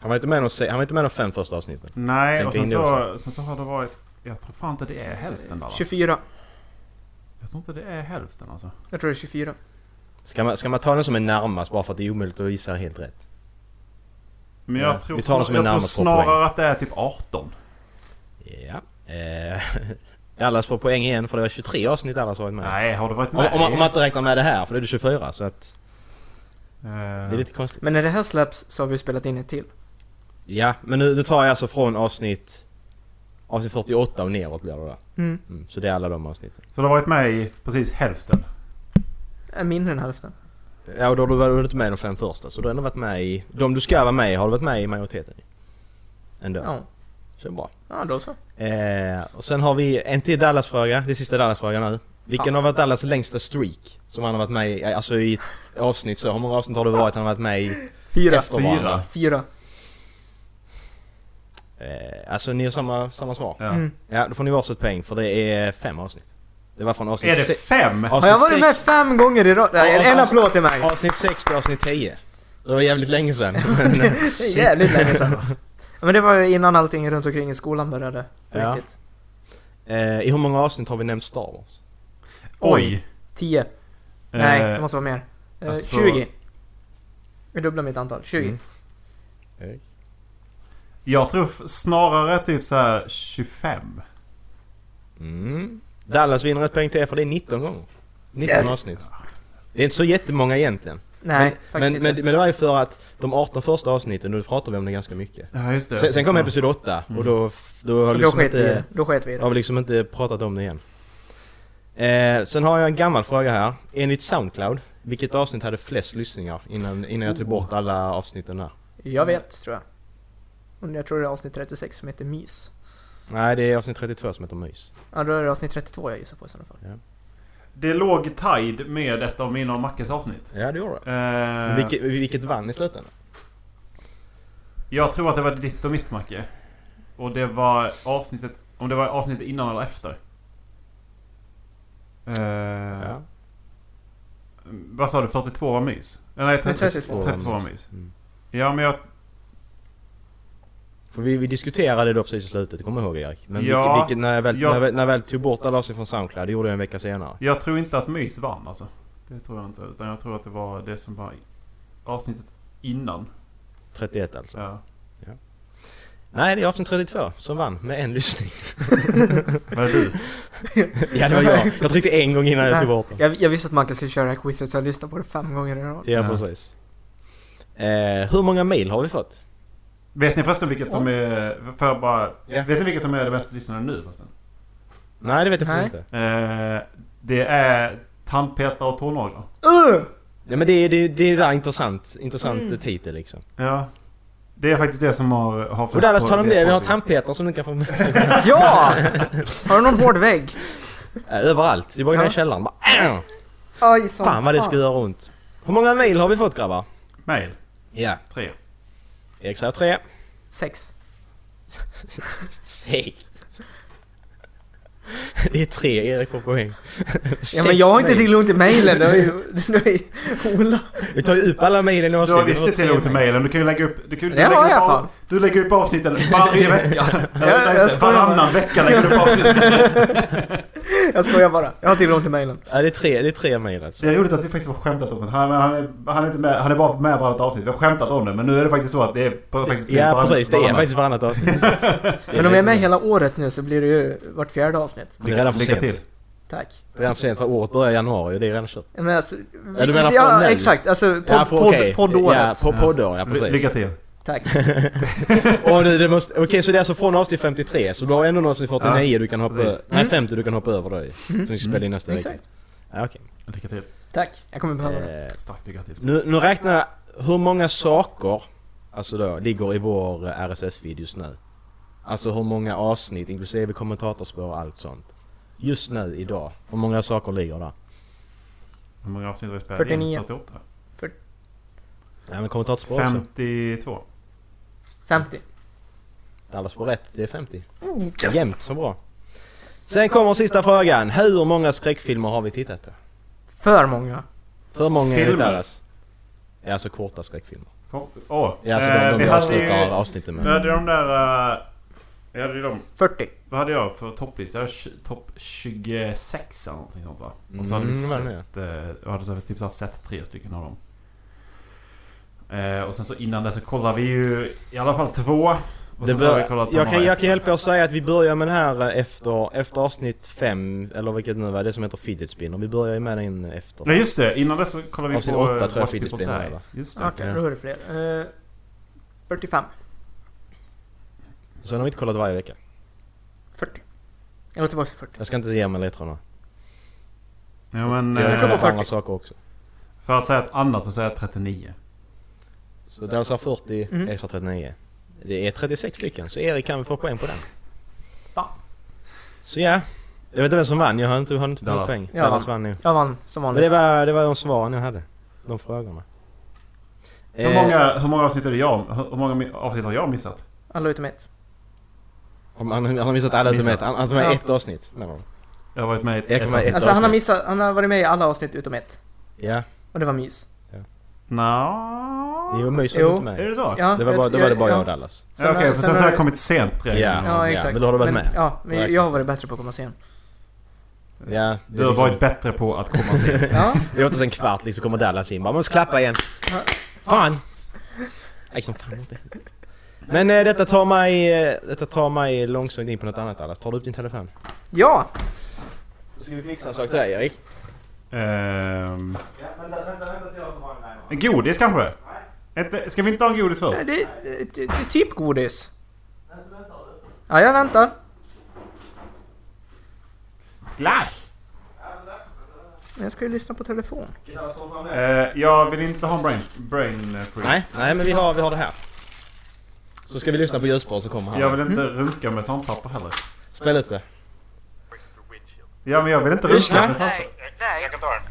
[SPEAKER 2] Han var inte med i de se- han var inte med i de fem första avsnitten.
[SPEAKER 1] Nej,
[SPEAKER 2] Tänk
[SPEAKER 1] och sen
[SPEAKER 2] in det
[SPEAKER 1] så, sen så har det varit... Jag tror fan inte det är hälften Dallas.
[SPEAKER 3] 24.
[SPEAKER 1] Jag tror inte det är hälften alltså.
[SPEAKER 3] Jag tror det är 24.
[SPEAKER 2] Ska man, ska man ta den som är närmast bara för att det är omöjligt att gissa helt rätt?
[SPEAKER 1] Men jag
[SPEAKER 2] Ja,
[SPEAKER 1] tror,
[SPEAKER 2] vi tar det som en
[SPEAKER 1] jag tror
[SPEAKER 2] närmast på
[SPEAKER 1] snarare
[SPEAKER 2] poäng.
[SPEAKER 1] att det är typ 18.
[SPEAKER 2] Ja. Eh, [laughs] Dallas får poäng igen för det var 23 avsnitt Dallas har varit med i.
[SPEAKER 1] Nej, har du varit
[SPEAKER 2] Om,
[SPEAKER 1] med?
[SPEAKER 2] om, man- om man inte räknar med det här för då är det 24 så att det är
[SPEAKER 1] Eh,
[SPEAKER 2] lite konstigt.
[SPEAKER 3] Men när det här släpps så har vi spelat in ett till.
[SPEAKER 2] Ja, men nu, nu tar jag alltså från avsnitt... Avsnitt 48 och neråt blir det då.
[SPEAKER 3] Mm.
[SPEAKER 2] Mm, så det är alla de avsnitten.
[SPEAKER 1] Så du har varit med i precis hälften?
[SPEAKER 3] är Äh, mindre än hälften.
[SPEAKER 2] Ja, och då har du varit med i de fem första, så du har ändå varit med i... De du ska vara med i har du varit med i majoriteten i. Ändå.
[SPEAKER 3] Ja,
[SPEAKER 2] Så det är bra.
[SPEAKER 3] ja då så.
[SPEAKER 2] Eh, och sen har vi en till Dallas-fråga, det är sista Dallas-frågan nu. Vilken har varit Dallas längsta streak? Som han har varit med i, alltså i ett avsnitt så. Hur många avsnitt har det varit han har varit med i?
[SPEAKER 3] Fyra.
[SPEAKER 2] Efter varandra.
[SPEAKER 3] Fyra.
[SPEAKER 2] Eh, alltså ni har samma, samma svar.
[SPEAKER 1] Ja.
[SPEAKER 3] Mm.
[SPEAKER 2] Ja, då får ni varsitt poäng för det är fem avsnitt. Det var från avsnitt
[SPEAKER 1] Är det
[SPEAKER 2] se-
[SPEAKER 1] fem?
[SPEAKER 2] avsnitt
[SPEAKER 3] Har jag varit med
[SPEAKER 2] sex-
[SPEAKER 3] fem gånger i rad? Nej,
[SPEAKER 2] Ja,
[SPEAKER 3] en
[SPEAKER 2] alltså-
[SPEAKER 3] applåd till mig! [laughs]
[SPEAKER 2] Avsnitt 6 till avsnitt 10. Det var jävligt länge sedan. Men, eh,
[SPEAKER 3] Det är jävligt länge sedan.
[SPEAKER 2] [laughs]
[SPEAKER 3] Ja, Men det var ju innan allting runt omkring i skolan började. På
[SPEAKER 2] Ja.
[SPEAKER 3] riktigt.
[SPEAKER 2] eh, I hur många avsnitt har vi nämnt Star Wars?
[SPEAKER 1] Oj!
[SPEAKER 3] Tio. Nej, det
[SPEAKER 1] Eh,
[SPEAKER 3] måste vara mer. Eh,
[SPEAKER 1] alltså-
[SPEAKER 3] 20. Jag dubblar mitt antal. 20.
[SPEAKER 2] Mm.
[SPEAKER 1] Jag tror f- snarare typ så här 25.
[SPEAKER 2] Mm. Dallas vinner ett poäng till er, för det är 19 gånger. 19
[SPEAKER 3] Jävligt.
[SPEAKER 2] avsnitt. Det är inte så jättemånga egentligen.
[SPEAKER 3] Nej,
[SPEAKER 2] Men-
[SPEAKER 3] faktiskt
[SPEAKER 2] Men,
[SPEAKER 3] inte.
[SPEAKER 2] men, men det var ju för att de 18 första avsnitten, då pratade vi om det ganska mycket.
[SPEAKER 1] Ja, just
[SPEAKER 2] Sen, sen kom episod 8 och då, då har,
[SPEAKER 3] Mm. då,
[SPEAKER 2] liksom
[SPEAKER 3] sket vi i det.
[SPEAKER 2] inte,
[SPEAKER 3] då sket vi i det.
[SPEAKER 2] har vi liksom inte pratat om det igen. Eh, sen har jag en gammal fråga här. Enligt Soundcloud, vilket avsnitt hade flest lyssningar innan, innan jag tog bort alla avsnitten där?
[SPEAKER 3] Jag vet, tror jag. Och Jag tror det är avsnitt 36 som heter Mys.
[SPEAKER 2] Nej, det är avsnitt 32 som heter Mys.
[SPEAKER 3] Ja, då är det avsnitt 32 jag gissar på i sådana fall.
[SPEAKER 1] Det låg tide med ett av mina och Mackes avsnitt.
[SPEAKER 2] Ja, det gjorde det.
[SPEAKER 1] Eh,
[SPEAKER 2] Men vilket, vilket vann i slutändan?
[SPEAKER 1] Jag tror att det var ditt och mitt Macke. Och det var avsnittet... Om det var avsnittet innan eller efter. Eh,
[SPEAKER 2] Ja.
[SPEAKER 1] Vad sa du? 42 var mys? Eh, Nej, 32,
[SPEAKER 3] 32
[SPEAKER 2] var
[SPEAKER 1] 32 var
[SPEAKER 2] mys.
[SPEAKER 1] mys.
[SPEAKER 2] Mm.
[SPEAKER 1] Ja, men jag...
[SPEAKER 2] För vi, vi diskuterade det precis i slutet, kommer jag ihåg Erik? Men
[SPEAKER 1] Ja.
[SPEAKER 2] vilket, vilket, när, jag väl,
[SPEAKER 1] Ja.
[SPEAKER 2] när, jag väl, när jag väl tog bort alla avsnitt från Soundcloud, det gjorde jag en vecka senare.
[SPEAKER 1] Jag tror inte att mys vann alltså. Det tror jag inte. Utan jag tror att det var det som var i- avsnittet innan.
[SPEAKER 2] 31 alltså.
[SPEAKER 1] Ja.
[SPEAKER 2] Nej, det är avsnitt 32 som vann med en [laughs] lyssning.
[SPEAKER 1] Vad är du?
[SPEAKER 2] [laughs] ja, det var jag. Jag tryckte en gång innan jag tog bort den.
[SPEAKER 3] Jag, jag visste att Macke skulle köra det här quizet så jag lyssnade på det fem gånger i rad.
[SPEAKER 2] Ja,
[SPEAKER 1] Ja.
[SPEAKER 2] precis. Eh, hur många mail har vi fått?
[SPEAKER 1] Vet ni förresten vilket som är... För jag bara...
[SPEAKER 2] Ja.
[SPEAKER 1] Vet ni vilket som är det mest lyssnade nu förresten?
[SPEAKER 2] Nej, det vet jag
[SPEAKER 3] Nej.
[SPEAKER 2] faktiskt inte.
[SPEAKER 1] Eh, det är tandpetare och tånaglar.
[SPEAKER 3] Uh!
[SPEAKER 2] Ja, men det är det, det är där intressant, intressant titel liksom.
[SPEAKER 1] Ja. Det är faktiskt det som har... har
[SPEAKER 2] Och Dallas, tala om det. Vi har tandpetare som du kan få med.
[SPEAKER 3] [laughs] Ja! Har du någon hård vägg?
[SPEAKER 2] Eh, Överallt. Det var ju
[SPEAKER 3] Ja.
[SPEAKER 2] nere i källaren. Bara, äh,
[SPEAKER 3] Aj, som
[SPEAKER 2] Fan vad det ska göra ont. Hur många mail har vi fått grabbar?
[SPEAKER 1] Mail.
[SPEAKER 2] Ja.
[SPEAKER 1] Tre.
[SPEAKER 2] Erik säger tre.
[SPEAKER 3] Sex.
[SPEAKER 2] Segt. Det är tre Erik får poäng.
[SPEAKER 3] Ja
[SPEAKER 2] Sex
[SPEAKER 3] men jag har inte
[SPEAKER 2] mail.
[SPEAKER 3] tillgång till mailen, det var ju...
[SPEAKER 2] [laughs]
[SPEAKER 3] Det var ju Ola.
[SPEAKER 2] Vi tar ju upp alla mailen i
[SPEAKER 1] Du har
[SPEAKER 2] avsnittet.
[SPEAKER 1] visst
[SPEAKER 2] Det var tre
[SPEAKER 1] tillgång till mailen. Du kan ju lägga upp... Du, kan, du,
[SPEAKER 3] Det har
[SPEAKER 1] lägger,
[SPEAKER 3] jag
[SPEAKER 1] upp
[SPEAKER 3] fan.
[SPEAKER 1] av, du lägger upp
[SPEAKER 2] [laughs]
[SPEAKER 1] avsnitten varje vecka.
[SPEAKER 3] Ja,
[SPEAKER 1] ja,
[SPEAKER 3] jag
[SPEAKER 1] just det.
[SPEAKER 3] skojar.
[SPEAKER 1] Varannan vecka lägger
[SPEAKER 2] [laughs]
[SPEAKER 1] du upp avsnitten.
[SPEAKER 3] Jag skojar bara. Jag har tillgång till mailen.
[SPEAKER 2] Ja det är tre, det är tre mail alltså.
[SPEAKER 1] Det är roligt att vi faktiskt har skämtat om det. Han, han, är, han, är inte med, han är bara med varannat avsnitt. Vi har skämtat om det. Men nu är det faktiskt så att det är på- faktiskt...
[SPEAKER 2] Ja precis, det är
[SPEAKER 1] varannan.
[SPEAKER 2] faktiskt varannat avsnitt.
[SPEAKER 3] [laughs] Men om jag är med hela året nu så blir det ju vart fjärde avsnitt.
[SPEAKER 2] Det är redan för
[SPEAKER 1] Lycka
[SPEAKER 2] sent.
[SPEAKER 1] till.
[SPEAKER 3] Tack.
[SPEAKER 2] Det är redan för sent för året börjar i januari och det är redan kört.
[SPEAKER 3] Men alltså...
[SPEAKER 2] Ja, du menar från
[SPEAKER 3] ja,
[SPEAKER 2] nu?
[SPEAKER 3] exakt. Alltså podd,
[SPEAKER 2] Ja, för-
[SPEAKER 3] podd,
[SPEAKER 2] okej.
[SPEAKER 3] poddåret.
[SPEAKER 2] Ja, på poddår, ja precis.
[SPEAKER 1] Lycka till.
[SPEAKER 2] [laughs]
[SPEAKER 3] Tack.
[SPEAKER 2] Åh, det, det måste, okej så det är alltså från avsnitt 53, så du har ändå någon avsnitt 49 du kan hoppa
[SPEAKER 1] precis.
[SPEAKER 2] över. Nej 50 du kan hoppa över då ju. Som vi ska spela in nästa vecka.
[SPEAKER 3] Mm. Exakt.
[SPEAKER 2] Ja, okej.
[SPEAKER 1] Lycka till.
[SPEAKER 3] Tack. Jag kommer behöva det.
[SPEAKER 2] Eh,
[SPEAKER 1] Starkt lycka till.
[SPEAKER 2] nu, nu räknar jag hur många saker, alltså då, ligger i vår eh, RSS-feed just nu. Alltså hur många avsnitt, inklusive kommentatorspår och allt sånt. Just nu, idag, hur många saker ligger där?
[SPEAKER 1] Hur många avsnitt har vi spelat
[SPEAKER 3] 49.
[SPEAKER 1] in? 48?
[SPEAKER 2] Nej men kommentatorspår också.
[SPEAKER 1] 52.
[SPEAKER 3] 50.
[SPEAKER 2] Dallas får rätt, det är 50.
[SPEAKER 3] Yes.
[SPEAKER 2] Jämnt, så bra. Sen kommer sista frågan. Hur många skräckfilmer har vi tittat på?
[SPEAKER 3] För många.
[SPEAKER 2] För många
[SPEAKER 1] Filmer?
[SPEAKER 2] enligt Dallas. Ja, alltså korta skräckfilmer.
[SPEAKER 1] Kom. Åh!
[SPEAKER 2] Ja, alltså de,
[SPEAKER 1] eh,
[SPEAKER 2] de vi,
[SPEAKER 1] vi hade ju... Mm,
[SPEAKER 2] avslutar avsnittet
[SPEAKER 1] Vi hade
[SPEAKER 2] med.
[SPEAKER 1] de där... eh, Vi hade ju de...
[SPEAKER 3] 40.
[SPEAKER 1] Vad hade jag för topplista? Jag hade tj- Topp 26 eller någonting sånt va? Och så hade vi
[SPEAKER 2] Mm, vad är det?
[SPEAKER 1] sett... eh, Jag hade så här, typ så här, sett tre stycken av dem. Eh, och sen så innan det så kollade vi ju i alla fall två. Och
[SPEAKER 2] Det
[SPEAKER 1] sen så har vi
[SPEAKER 2] bör,
[SPEAKER 1] kollat på
[SPEAKER 2] jag, kan,
[SPEAKER 1] några
[SPEAKER 2] jag kan hjälpa er att säga att vi börjar med den här eh, efter, efter avsnitt 5, eller vilket nu var, det som heter Fidget Spinner. Vi börjar ju med den
[SPEAKER 1] Ja
[SPEAKER 2] efter.
[SPEAKER 1] just det, innan det så kollade vi
[SPEAKER 2] Avsnitt
[SPEAKER 1] på...
[SPEAKER 2] åtta
[SPEAKER 1] eh,
[SPEAKER 2] tror jag
[SPEAKER 1] Watch
[SPEAKER 2] Philip
[SPEAKER 1] People
[SPEAKER 2] spelade,
[SPEAKER 1] Die.
[SPEAKER 2] va?
[SPEAKER 1] Just det.
[SPEAKER 3] Okej, då är det fler. Eh, 45.
[SPEAKER 2] Sen har vi inte kollat varje vecka.
[SPEAKER 3] 40. Jag går tillbaka till 40.
[SPEAKER 2] Jag ska inte ge mig ledtrådarna.
[SPEAKER 1] Ja men...
[SPEAKER 2] Jag har
[SPEAKER 1] eh,
[SPEAKER 3] tror på
[SPEAKER 2] kollat på
[SPEAKER 3] 40.
[SPEAKER 2] andra saker också.
[SPEAKER 1] För att säga ett annat så säger jag 39.
[SPEAKER 2] Så den sa 40,
[SPEAKER 3] Mm.
[SPEAKER 2] jag sa 39. Det är 36 stycken, så Erik kan väl få poäng på den.
[SPEAKER 1] Fan.
[SPEAKER 2] Så ja. Jag vet inte vem som vann, jag har inte, har inte fått
[SPEAKER 1] Dallas.
[SPEAKER 2] poäng.
[SPEAKER 3] Ja.
[SPEAKER 2] Dallas vann nu.
[SPEAKER 3] Jag vann som
[SPEAKER 2] Men det
[SPEAKER 3] vanligt.
[SPEAKER 2] var, det var de svaren jag hade. De frågorna.
[SPEAKER 1] Hur
[SPEAKER 2] Eh.
[SPEAKER 1] många, hur många avsnitt är det jag... Hur många mi- avsnitt har jag missat?
[SPEAKER 3] Alla utom ett.
[SPEAKER 2] Om han, han har missat alla utom
[SPEAKER 1] Missat.
[SPEAKER 2] ett. Han han har med
[SPEAKER 3] Ja.
[SPEAKER 2] ett avsnitt. menar de.
[SPEAKER 1] Jag har varit med i ett...
[SPEAKER 2] Jag kommer
[SPEAKER 1] avsnitt.
[SPEAKER 2] ett-
[SPEAKER 3] Alltså han har,
[SPEAKER 2] avsnitt.
[SPEAKER 3] missat, han har varit med i alla avsnitt utom ett.
[SPEAKER 2] Ja.
[SPEAKER 3] Och det var mys.
[SPEAKER 1] Nå...
[SPEAKER 2] Jo, Möjs var
[SPEAKER 3] Jo.
[SPEAKER 2] inte med.
[SPEAKER 1] Är det så? Ja,
[SPEAKER 3] Ja,
[SPEAKER 2] Det var, bara,
[SPEAKER 3] jag-
[SPEAKER 2] det var det bara jag
[SPEAKER 3] ja.
[SPEAKER 2] och Dallas.
[SPEAKER 1] Okej, för sen så har jag Mm. kommit sent till det.
[SPEAKER 2] Ja.
[SPEAKER 3] Ja, exakt.
[SPEAKER 2] men då har du varit med.
[SPEAKER 3] Ja, men
[SPEAKER 2] Verkligen.
[SPEAKER 3] jag har varit bättre på att komma sen.
[SPEAKER 2] Ja, det
[SPEAKER 1] Du har
[SPEAKER 2] liksom-
[SPEAKER 1] varit bättre på att komma
[SPEAKER 3] [laughs]
[SPEAKER 1] sent.
[SPEAKER 3] Ja,
[SPEAKER 2] Det var inte sen kvart liksom kommer Dallas in bara måste klappa igen.
[SPEAKER 3] Ja.
[SPEAKER 2] Fan! Liksom fan inte. Men eh, detta tar mig, eh, detta tar mig långsamt in på något annat Dallas. Tar du upp din telefon?
[SPEAKER 3] ja!
[SPEAKER 2] Då ska vi fixa en sak till dig Erik.
[SPEAKER 1] Ehm,
[SPEAKER 2] Ja, vänta, vänta, vänta till jag som har en timer.
[SPEAKER 1] en godis kanske? Ett, ska vi inte ha en godis först?
[SPEAKER 3] Det, det, det, det är typ godis. Ja, jag väntar.
[SPEAKER 1] Glass!
[SPEAKER 3] Men jag ska ju lyssna på telefon.
[SPEAKER 1] Eh, jag vill inte ha en brain, brain freeze.
[SPEAKER 2] Nej, nej men vi har, vi har det här. Så ska vi lyssna på ljusspår som kommer
[SPEAKER 1] Jag
[SPEAKER 2] här.
[SPEAKER 1] vill inte
[SPEAKER 3] Mm.
[SPEAKER 1] runka med sandpapper heller.
[SPEAKER 2] Spela upp det.
[SPEAKER 1] Ja, men jag vill inte
[SPEAKER 2] Lyssna.
[SPEAKER 1] runka med sandpapper.
[SPEAKER 4] Nej, nej. Jag kan ta den.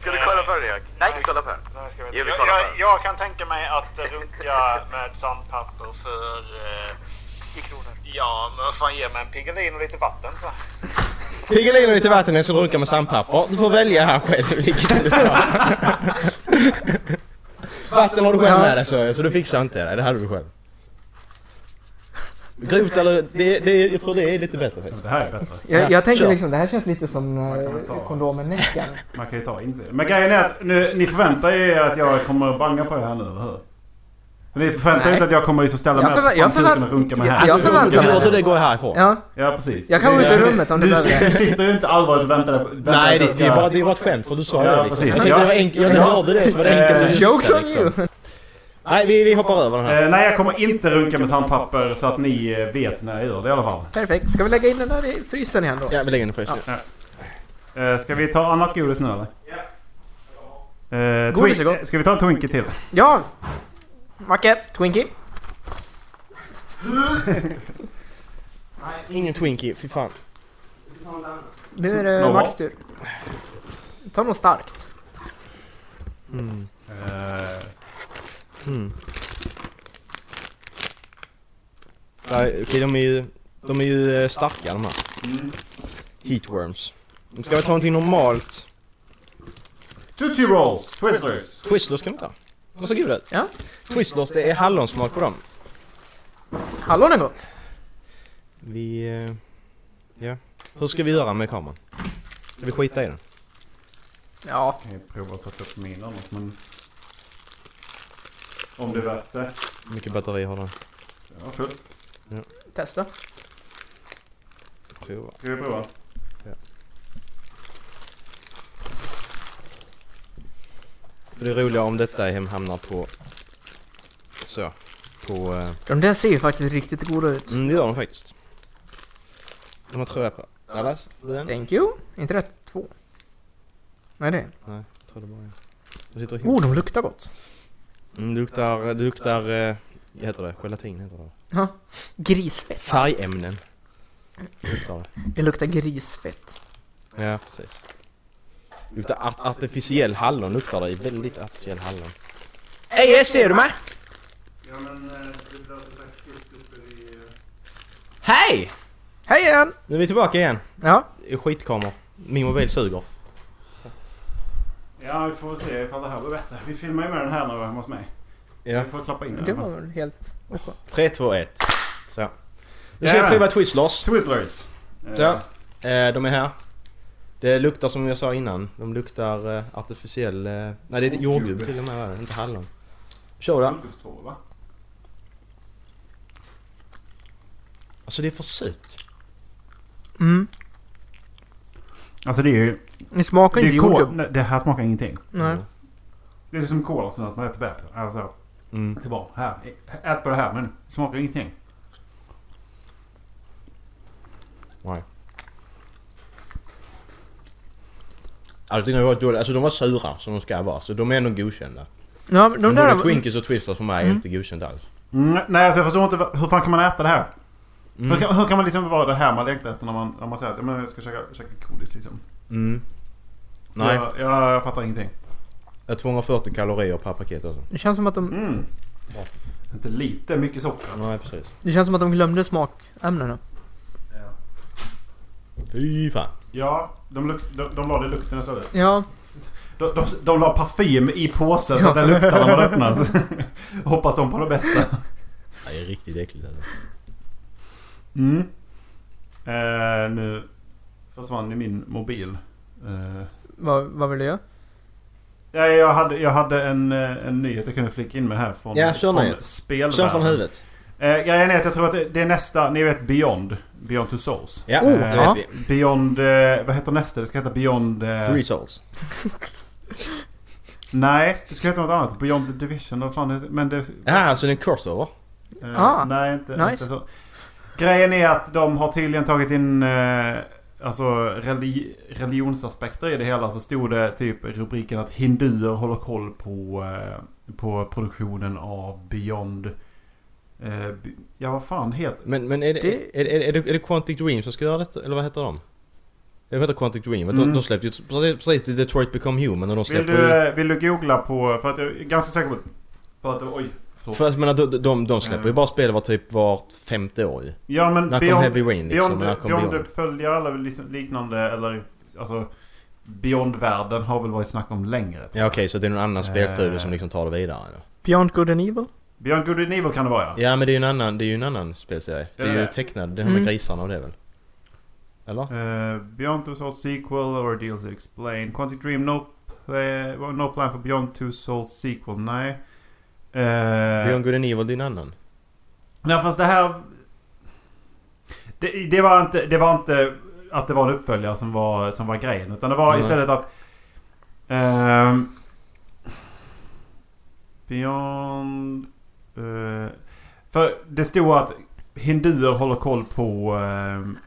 [SPEAKER 5] Ska du kolla på den Erik?
[SPEAKER 4] Nej.
[SPEAKER 5] Ska du kolla på den?
[SPEAKER 4] Jag,
[SPEAKER 5] Jag vill kolla på
[SPEAKER 4] jag,
[SPEAKER 5] den.
[SPEAKER 4] jag kan tänka mig att runka med sandpapper för... Eh, 10 kronor. Ja, men vad fan, ge mig en Piggelin och lite vatten så.
[SPEAKER 2] Piggelin och lite vatten är som runkar med sandpapper. Du får välja här själv vilket du tar. Vatten har du själv med dig så, jag, så du fixar inte det. Det hade du själv. Grovt eller... Det, det, jag tror det är lite bättre faktiskt.
[SPEAKER 1] Det här är bättre.
[SPEAKER 3] Jag, jag tänker
[SPEAKER 2] kör.
[SPEAKER 3] liksom, det här känns lite som
[SPEAKER 1] Man kan ta.
[SPEAKER 3] eh,
[SPEAKER 2] [laughs]
[SPEAKER 3] kondomen Näcken.
[SPEAKER 1] Man kan ju ta insidan. Men grejen är att nu, ni förväntar er att jag kommer att banga på det här nu, eller hur? För ni förväntar
[SPEAKER 3] Nej.
[SPEAKER 1] er inte att jag kommer liksom ställa
[SPEAKER 3] Jag
[SPEAKER 1] mig
[SPEAKER 3] förvä-
[SPEAKER 1] upp
[SPEAKER 3] jag
[SPEAKER 1] framför
[SPEAKER 3] förvä-
[SPEAKER 1] duken och runka mig här.
[SPEAKER 3] Jag
[SPEAKER 2] Alltså,
[SPEAKER 3] förväntar mig
[SPEAKER 2] hur
[SPEAKER 3] det.
[SPEAKER 2] du det går härifrån?
[SPEAKER 3] Ja,
[SPEAKER 1] Ja, precis.
[SPEAKER 3] jag kan gå
[SPEAKER 1] Det-
[SPEAKER 3] ut i rummet om du
[SPEAKER 1] du,
[SPEAKER 3] behöver.
[SPEAKER 1] du sitter ju inte allvarligt och väntar, väntar
[SPEAKER 2] Nej,
[SPEAKER 1] att jag
[SPEAKER 2] det, det, är bara, det är bara ett skämt för du sa
[SPEAKER 1] Ja,
[SPEAKER 2] det liksom.
[SPEAKER 1] precis.
[SPEAKER 2] Jag tänkte det var enkelt. Jag
[SPEAKER 1] Ja.
[SPEAKER 2] hörde det så var det enkelt att
[SPEAKER 1] Eh,
[SPEAKER 2] gissa,
[SPEAKER 3] jokes on
[SPEAKER 2] liksom. Nej, vi, vi hoppar över den här.
[SPEAKER 1] Eh, nej, jag kommer inte runka med sandpapper så att ni eh, vet när jag gör det i alla fall.
[SPEAKER 3] Perfekt. Ska vi lägga in den där i frysen igen då?
[SPEAKER 2] Ja, vi lägger den i frysen.
[SPEAKER 1] Eh, ska vi ta annat godis nu eller? Ja. Eh,
[SPEAKER 3] Godis är
[SPEAKER 1] twink-
[SPEAKER 3] gott.
[SPEAKER 1] ska vi ta en Twinkie till?
[SPEAKER 3] Ja! Macke, Twinkie.
[SPEAKER 2] Ingen Twinkie, fy fan.
[SPEAKER 3] Nu är det
[SPEAKER 1] Snowball.
[SPEAKER 3] Mackes tur. Ta något starkt.
[SPEAKER 1] Eh,
[SPEAKER 2] Nej, Okej, de är ju, de är ju eh, starka de här. Heatworms. Ska vi ta någonting normalt?
[SPEAKER 1] Tootsie Rolls, Twizzlers.
[SPEAKER 2] Twizzlers kan vi ta. De ser goda ut.
[SPEAKER 3] Ja.
[SPEAKER 2] Twizzlers, det är hallonsmak på dem.
[SPEAKER 3] Hallon är gott.
[SPEAKER 2] Vi... eh, Ja. Hur ska vi göra med kameran? Ska vi skita i den?
[SPEAKER 3] Ja,
[SPEAKER 1] Jag kan ju prova att sätta upp min annars men... Om det är värt det.
[SPEAKER 2] Hur mycket batteri har den?
[SPEAKER 1] Ja, fullt.
[SPEAKER 3] testa.
[SPEAKER 2] Prova.
[SPEAKER 1] Ska vi prova?
[SPEAKER 2] Det är roligare om detta hem hamnar på... Så. På... eh,
[SPEAKER 3] De där ser ju faktiskt riktigt goda ut.
[SPEAKER 2] Mm, det gör de faktiskt. De har tror jag på. Dallas, du den?
[SPEAKER 3] Thank you. inte det två? Nej det är en.
[SPEAKER 2] Nej, jag tror det bara är en. De sitter ihop.
[SPEAKER 3] Oh, de luktar gott.
[SPEAKER 2] Mm, det luktar, det luktar, eh, vad heter det? Gelatin heter det.
[SPEAKER 3] Ja. Grisfett.
[SPEAKER 2] Färgämnen. Luktar det.
[SPEAKER 3] Det luktar grisfett.
[SPEAKER 2] Ja, precis. Det Luktar art artificiell hallon luktar det. Väldigt artificiell hallon. Ey, ser du mig?
[SPEAKER 1] Ja men eh, det alltså låter faktiskt uppe i... eh-
[SPEAKER 2] Hej!
[SPEAKER 3] Hej igen!
[SPEAKER 2] Nu är vi tillbaka igen.
[SPEAKER 3] Ja,
[SPEAKER 2] I Skitkameror. Min mobil suger.
[SPEAKER 1] Ja vi får väl se ifall det här blir bättre. Vi filmar ju med den här när vi är hemma hos mig.
[SPEAKER 2] Ja.
[SPEAKER 1] Vi får klappa in den.
[SPEAKER 3] det var väl helt okej.
[SPEAKER 2] 3, 2, 1. Så. Nu ska vi
[SPEAKER 1] Ja.
[SPEAKER 2] prova Twizzlers.
[SPEAKER 1] Twizzlers. Eh,
[SPEAKER 2] Ja. Eh, de är här. Det luktar som jag sa innan. De luktar eh, artificiell... Eh, nej, det är ett jordgubb till och med. va? Inte hallon. Kör då.
[SPEAKER 1] Jordgubbstvål, va?
[SPEAKER 2] Alltså det är för sött.
[SPEAKER 3] Mm.
[SPEAKER 1] Alltså det är ju...
[SPEAKER 3] Ni smakar
[SPEAKER 1] Det,
[SPEAKER 3] inte
[SPEAKER 1] är kol,
[SPEAKER 3] jordgubb.
[SPEAKER 1] Nej, det här smakar ingenting.
[SPEAKER 3] Nej.
[SPEAKER 1] Det är som kola som man äter bärs. Alltså,
[SPEAKER 2] Mm.
[SPEAKER 1] det är bra. Här. Ät på det här men det smakar ingenting.
[SPEAKER 2] Allting har ju varit dåligt. Alltså de var sura som de ska vara. Så de är ändå godkända.
[SPEAKER 3] Ja, men de
[SPEAKER 2] Men Både
[SPEAKER 3] där...
[SPEAKER 2] Twinkies och Twisters för mig är inte godkända alls.
[SPEAKER 1] Mm, nej, alltså jag förstår inte. vad- Hur fan kan man äta det här?
[SPEAKER 2] Mm.
[SPEAKER 1] Hur, kan, hur kan man liksom vara det här man längtar efter när man, när man säger att ja, men jag ska käka, käka godis liksom?
[SPEAKER 2] Mm. Nej,
[SPEAKER 1] Jag, jag, jag fattar ingenting.
[SPEAKER 2] jag har 240 kalorier per paket alltså.
[SPEAKER 3] Det känns som att de...
[SPEAKER 1] Mm. Inte lite, mycket socker.
[SPEAKER 2] Nej precis.
[SPEAKER 3] Det känns som att de glömde smakämnena.
[SPEAKER 2] Fy fan.
[SPEAKER 1] Ja, de, luk, de, de la det i lukten jag sa det.
[SPEAKER 3] Ja,
[SPEAKER 1] De, de, de la parfym i påsen så att den luktar när man öppnar. Så [laughs] Hoppas de på det bästa.
[SPEAKER 2] Det är riktigt äckligt alltså.
[SPEAKER 1] Mm. Eh, nu försvann ju min mobil. Eh,
[SPEAKER 3] vad, vad vill du göra?
[SPEAKER 1] ja, jag hade, jag hade en, eh, en nyhet jag kunde flicka in med här från,
[SPEAKER 2] Ja, kör
[SPEAKER 1] från
[SPEAKER 2] nyhet.
[SPEAKER 1] spelvärlden.
[SPEAKER 2] Kör från huvudet.
[SPEAKER 1] Eh, grejen är att jag tror att det, det är nästa, ni vet Beyond. Beyond Two Souls.
[SPEAKER 2] Ja,
[SPEAKER 3] Oh,
[SPEAKER 2] det vet
[SPEAKER 3] ja.
[SPEAKER 2] vi.
[SPEAKER 1] Beyond, eh, vad heter nästa? Det ska heta Beyond... Eh,
[SPEAKER 2] Three souls.
[SPEAKER 1] Nej, det ska heta något annat. Beyond the Division, vad fan heter det? Men det...
[SPEAKER 2] Jaha, så det är en crossover?
[SPEAKER 1] Eh,
[SPEAKER 3] Ah,
[SPEAKER 1] nej, inte,
[SPEAKER 3] nice.
[SPEAKER 1] inte så. Grejen är att de har tydligen tagit in eh, alltså, religi- religionsaspekter i det hela. Så stod det typ i rubriken att hinduer håller koll på, eh, på produktionen av Beyond... Eh, Be- ja, vad fan heter...
[SPEAKER 2] Men, men är, det,
[SPEAKER 3] Det-
[SPEAKER 2] Är, är, är, det, är det Quantic Dream som ska göra detta? Eller vad heter de? De heter Quantic Dream. Mm.
[SPEAKER 1] Mm.
[SPEAKER 2] De, de släppte ju precis- precis till Detroit Become Human och de
[SPEAKER 1] Vill
[SPEAKER 2] släpper ju...
[SPEAKER 1] du, eh, vill du googla på... För att jag är ganska säker på, på att... det- Oj. förlåt.
[SPEAKER 2] För jag menar, de, de, de släpper ju
[SPEAKER 1] Mm.
[SPEAKER 2] bara spel var typ vart femte år ju.
[SPEAKER 1] Ja, men
[SPEAKER 2] När kom
[SPEAKER 1] Beyond...
[SPEAKER 2] Heavy Rain liksom?
[SPEAKER 1] Beyond,
[SPEAKER 2] när kom
[SPEAKER 1] Beyond,
[SPEAKER 2] Beyond?
[SPEAKER 1] följer alla liksom liknande eller alltså Beyond-världen har väl varit snack om längre.
[SPEAKER 2] Ja okej, så det är någon annan
[SPEAKER 1] Eh.
[SPEAKER 2] spelstudio som liksom tar det vidare. Ja.
[SPEAKER 3] Beyond Good and Evil?
[SPEAKER 1] Beyond Good and Evil kan det vara ja.
[SPEAKER 2] ja men det är ju en annan, det är ju en annan spelserie. Det
[SPEAKER 1] Är
[SPEAKER 2] är
[SPEAKER 1] det
[SPEAKER 2] ju
[SPEAKER 1] det?
[SPEAKER 2] tecknad, det här med
[SPEAKER 3] Mm.
[SPEAKER 2] grisarna och det väl? Eller?
[SPEAKER 1] Eh, Beyond Two Souls Sequel or Deals Explained. Quantic Dream No, play, well, no Plan for Beyond Two Souls Sequel. Nej. Eh,
[SPEAKER 2] Beyond Good and Evil, det är en annan.
[SPEAKER 1] Nej fast det här... Det, det, var inte, det var inte att det var en uppföljare som var, som var grejen. Utan det var
[SPEAKER 2] Nej.
[SPEAKER 1] istället att... ehm, beyond... eh, för det stod att hinduer håller koll på... ehm,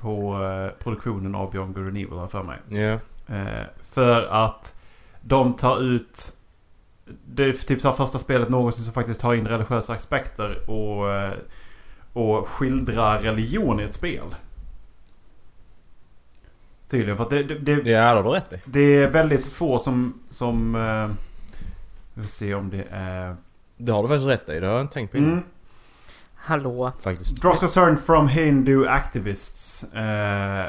[SPEAKER 1] på eh, produktionen av Beyond Good and Evil har jag för mig.
[SPEAKER 2] Ja.
[SPEAKER 1] Eh, för att de tar ut... Det är typ så här första spelet någonsin som faktiskt tar in religiösa aspekter och, eh, och skildrar religion i ett spel. Tydligen, för att det, det, det,
[SPEAKER 2] Ja, det har du rätt i.
[SPEAKER 1] det är väldigt få som... som eh, vi får se om det är...
[SPEAKER 2] Det har du faktiskt rätt i, det har jag inte tänkt på innan.
[SPEAKER 1] Mm.
[SPEAKER 3] Hallå?
[SPEAKER 2] Faktiskt.
[SPEAKER 1] Draws concern from Hindu activists. Uh,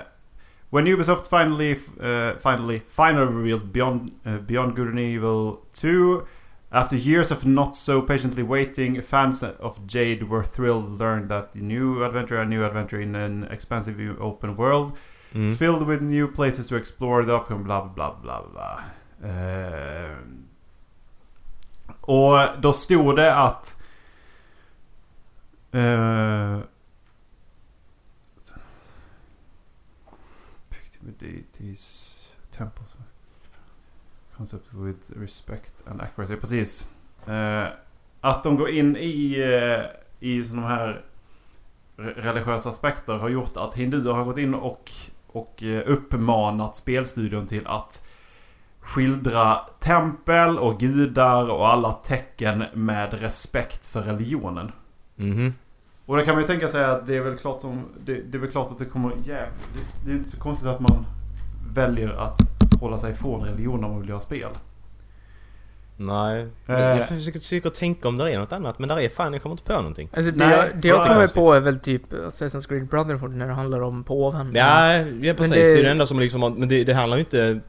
[SPEAKER 1] when Ubisoft finally, uh, finally, finally revealed Beyond, uh, Beyond Good and Evil 2, after years of not so patiently waiting, fans of Jade were thrilled to learn that the new adventure, a new adventure in an expansive open world,
[SPEAKER 2] Mm.
[SPEAKER 1] filled with new places to explore the upcoming bla bla bla bla. bla. Ehm. och då stod det att... Eh, picked with deities, temples. Concept with respect and accuracy. Precis. Eh, att de går in i, eh, i sådana här re- religiösa aspekter har gjort att hinduer har gått in och, och eh, uppmanat spelstudion till att skildra tempel och gudar och alla tecken med respekt för religionen.
[SPEAKER 2] Mhm.
[SPEAKER 1] Och det kan man ju tänka sig att det är väl klart, som, det, det är väl klart att det kommer jävligt... Det är inte så konstigt att man väljer att hålla sig ifrån religion om man vill göra spel.
[SPEAKER 2] Nej.
[SPEAKER 1] Eh.
[SPEAKER 2] Jag försöker, försöker tänka om det är något annat, men där är fan, jag kommer inte på någonting.
[SPEAKER 3] Alltså det,
[SPEAKER 1] Nej,
[SPEAKER 3] jag, det jag
[SPEAKER 1] bra.
[SPEAKER 3] kommer på är väl typ Assassin's Creed Brotherhood när det handlar om påven.
[SPEAKER 1] Mm.
[SPEAKER 2] Ja, ja precis.
[SPEAKER 3] det-
[SPEAKER 2] Det... är ju det enda som liksom har, Men det, det handlar ju inte...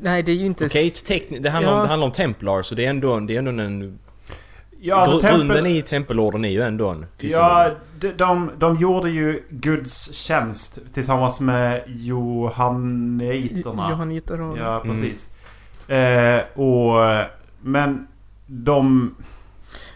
[SPEAKER 3] Nej, det är ju inte... s-
[SPEAKER 2] Okej, tekni- det, handlar
[SPEAKER 3] Ja.
[SPEAKER 2] om, det handlar om templar, så det är ändå, en- det är ändå en...
[SPEAKER 1] Ja, alltså
[SPEAKER 2] gru- Grunden
[SPEAKER 1] tempel...
[SPEAKER 2] i tempelorden är ju ändå en kristendom.
[SPEAKER 1] Ja, de, de, de gjorde ju Guds tjänst tillsammans med Johanniterna.
[SPEAKER 3] Johanniter och...
[SPEAKER 1] Ja, precis. Eh, och... Men de...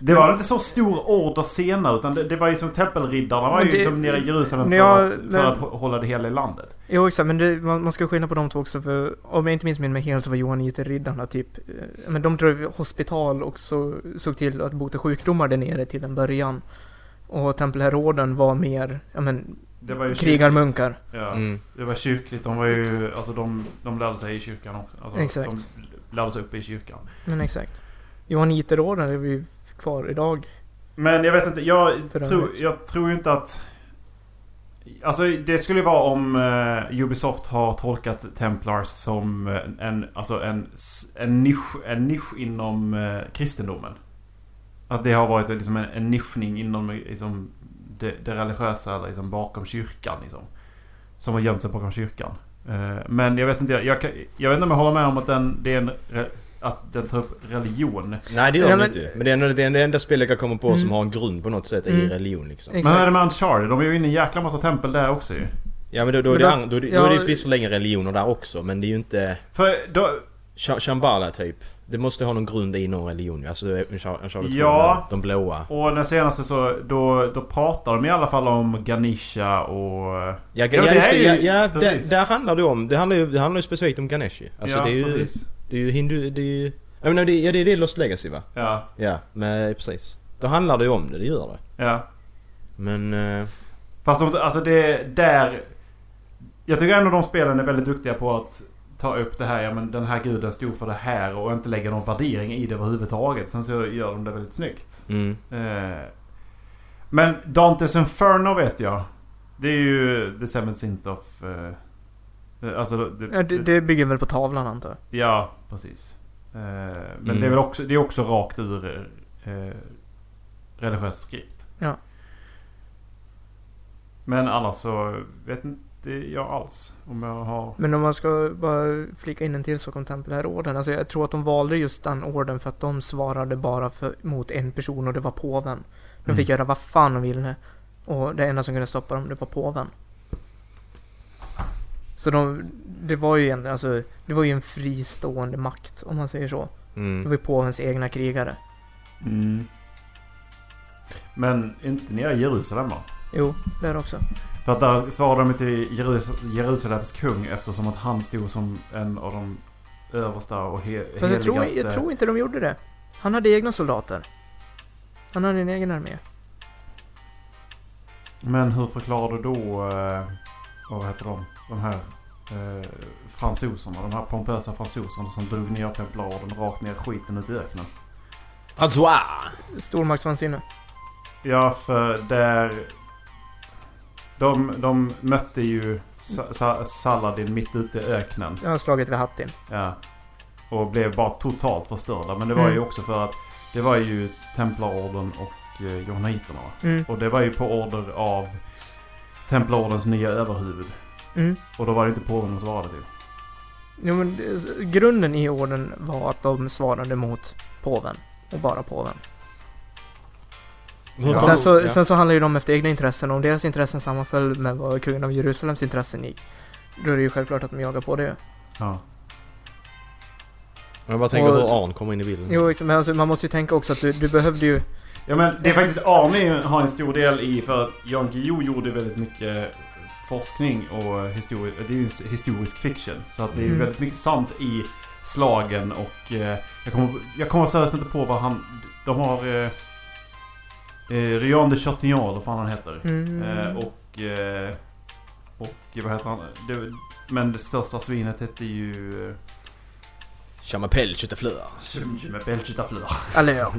[SPEAKER 1] Det var inte så stor order senare utan det, det var ju som tempelriddarna var
[SPEAKER 3] Men
[SPEAKER 1] ju
[SPEAKER 3] det-
[SPEAKER 1] som nere i Jerusalem för,
[SPEAKER 3] när jag-
[SPEAKER 1] att, för
[SPEAKER 3] när-
[SPEAKER 1] att hå- hålla det hela i landet.
[SPEAKER 3] Jo exakt, men det, man, man ska skilja på de två också för om jag inte minns mig helt så var Johanniterriddarna typ, eh, men de drev hospital och så, såg till att bota sjukdomar där nere till en början. Och tempelherråden var mer, ja men,
[SPEAKER 1] det var ju
[SPEAKER 3] Krigarmunkar.
[SPEAKER 1] kyrkligt. Ja,
[SPEAKER 2] Mm.
[SPEAKER 1] det var kyrkligt. De var ju... Alltså de, de lärde sig i kyrkan också. Alltså,
[SPEAKER 3] Exakt.
[SPEAKER 1] De lärde sig uppe i kyrkan.
[SPEAKER 3] Men exakt. Johanniterorden är vi kvar idag.
[SPEAKER 1] Men jag vet inte. Jag
[SPEAKER 3] För
[SPEAKER 1] tror,
[SPEAKER 3] övrigt.
[SPEAKER 1] jag tror ju inte att... Alltså det skulle ju vara om eh, Ubisoft har tolkat Templars som eh, en, alltså en, s- en, nisch, en nisch inom eh, kristendomen. Att det har varit eh, liksom en, en nischning inom eh, liksom, det, det religiösa eller liksom, bakom kyrkan. Liksom, som har gömt sig bakom kyrkan. Eh, men jag vet inte, jag, jag, kan- jag vet inte om jag håller med om att den, det är en, re- att den tar upp religion.
[SPEAKER 2] Nej det gör
[SPEAKER 3] Ja,
[SPEAKER 2] ja,
[SPEAKER 3] men-
[SPEAKER 2] men... inte Men det är ändå- det är det enda spel jag kan komma på som
[SPEAKER 3] Mm.
[SPEAKER 2] har en grund på något sätt i
[SPEAKER 3] Mm.
[SPEAKER 2] religion liksom.
[SPEAKER 3] Exakt.
[SPEAKER 1] Men vad är det med Uncharted? De är ju inne i en jäkla massa tempel där också ju.
[SPEAKER 2] Ja men då, då, är
[SPEAKER 3] Men
[SPEAKER 2] det
[SPEAKER 3] då-
[SPEAKER 2] an- då, då,
[SPEAKER 3] ja.
[SPEAKER 2] är det ju visserligen religioner där också men det är ju inte
[SPEAKER 1] För då,
[SPEAKER 2] Sh- Shambhala typ. Det måste ha någon grund i någon religion ju. Alltså Uncharted 2,
[SPEAKER 1] Ja.
[SPEAKER 2] de blåa.
[SPEAKER 1] Och den senaste så, då, då pratar de i alla fall om Ganisha och...
[SPEAKER 2] Ja,
[SPEAKER 1] men
[SPEAKER 2] ja,
[SPEAKER 1] det
[SPEAKER 2] just
[SPEAKER 1] är
[SPEAKER 2] det,
[SPEAKER 1] ju-
[SPEAKER 2] ja, ja där,
[SPEAKER 1] precis.
[SPEAKER 2] där handlar det om, det handlar ju, det handlar ju specifikt om Ganesh ju. Alltså
[SPEAKER 1] ja,
[SPEAKER 2] det är ju,
[SPEAKER 1] precis.
[SPEAKER 2] det är ju hindu, det är ju, jag menar, det, ja, det är det Lost Legacy va?
[SPEAKER 1] Ja,
[SPEAKER 2] Ja, men precis. Då handlar det ju om det, det gör det.
[SPEAKER 1] ja.
[SPEAKER 2] Men... eh,
[SPEAKER 1] Fast de, alltså det där... Jag tycker ändå de spelen är väldigt duktiga på att ta upp det här, ja men den här guden stod för det här och inte lägga någon värdering i det överhuvudtaget. Sen så gör de det väldigt snyggt.
[SPEAKER 2] mm.
[SPEAKER 1] Eh, men Dantes Inferno vet jag. Det är ju The Seven Sins of... Eh, alltså... det-
[SPEAKER 3] Ja, det, det bygger väl på tavlan antar jag.
[SPEAKER 1] Ja, precis. Eh, men
[SPEAKER 2] Mm.
[SPEAKER 1] det är väl också, det är också rakt ur eh, religiös skrift.
[SPEAKER 3] Ja.
[SPEAKER 1] Men annars så vet inte jag alls om jag har...
[SPEAKER 3] Men om man ska bara flika in en till sak om tempelherrorden. Alltså jag tror att de valde just den orden för att de svarade bara för, mot en person och det var påven. De fick göra vad fan de ville. Och det enda som kunde stoppa dem, det var påven. Så de, det var ju en, alltså, det var ju en fristående makt om man säger så. Det
[SPEAKER 2] Mm.
[SPEAKER 3] var ju påvens egna krigare. Mm.
[SPEAKER 1] Men inte nere i Jerusalem va?
[SPEAKER 3] Jo, det är det också.
[SPEAKER 1] För att där svarade de ju till Jerus- Jerusalems kung eftersom att han stod som en av de översta och he-
[SPEAKER 3] Fast jag tror,
[SPEAKER 1] heligaste.
[SPEAKER 3] jag tror inte de gjorde det. Han hade egna soldater. Han hade en egen armé.
[SPEAKER 1] Men hur förklarar du då, eh, vad heter de, de här eh, fransoserna, de här pompösa fransoserna som drog ner templaren rakt ner skiten ut i öknen?
[SPEAKER 2] François!
[SPEAKER 3] Stormaktsvansinne.
[SPEAKER 1] Ja, för där... De, de mötte ju Sa- Sa- Saladin mitt ute i öknen.
[SPEAKER 3] Jag har slagit vid Hattin.
[SPEAKER 1] Ja. Och blev bara totalt förstörda. Men det var
[SPEAKER 3] Mm.
[SPEAKER 1] ju också för att det var ju templarorden och eh, johanniterna. va?
[SPEAKER 3] Mm,
[SPEAKER 1] Och det var ju på order av templarordens nya överhuvud.
[SPEAKER 3] mm.
[SPEAKER 1] Och då var det inte påven de svarade till.
[SPEAKER 3] Jo, men det- s- grunden i orden var att de svarade mot påven. Och bara påven.
[SPEAKER 2] Hur
[SPEAKER 1] Ja.
[SPEAKER 3] Sen, så,
[SPEAKER 2] ja.
[SPEAKER 3] sen så handlar ju de efter egna intressen. Om deras intressen sammanföll med vad kungen av Jerusalems intressen gick. Då är det ju självklart att de jagar på det.
[SPEAKER 1] Ja.
[SPEAKER 2] Jag bara tänker
[SPEAKER 3] och-
[SPEAKER 2] hur Arn kommer in i bilden.
[SPEAKER 3] Jo, exakt, men alltså, man måste ju tänka också att du, du behövde ju...
[SPEAKER 1] Ja men det är faktiskt Arne har en stor del i för att Jan Guillou gjorde väldigt mycket forskning och historia. Det är ju historisk fiction. Så att det är ju
[SPEAKER 3] Mm.
[SPEAKER 1] väldigt mycket sant i slagen och eh, jag kommer, jag kommer seriöst inte på vad han... De har... Eh, eh, Ryan de Chatillon, eller vad fan han heter.
[SPEAKER 3] Mm,
[SPEAKER 1] Eh, och... Eh, och vad heter han? Det, men det största svinet hette ju... Eh,
[SPEAKER 2] Chamapelle, kötteflöa.
[SPEAKER 1] med Belchitaflur.
[SPEAKER 3] Eller ja.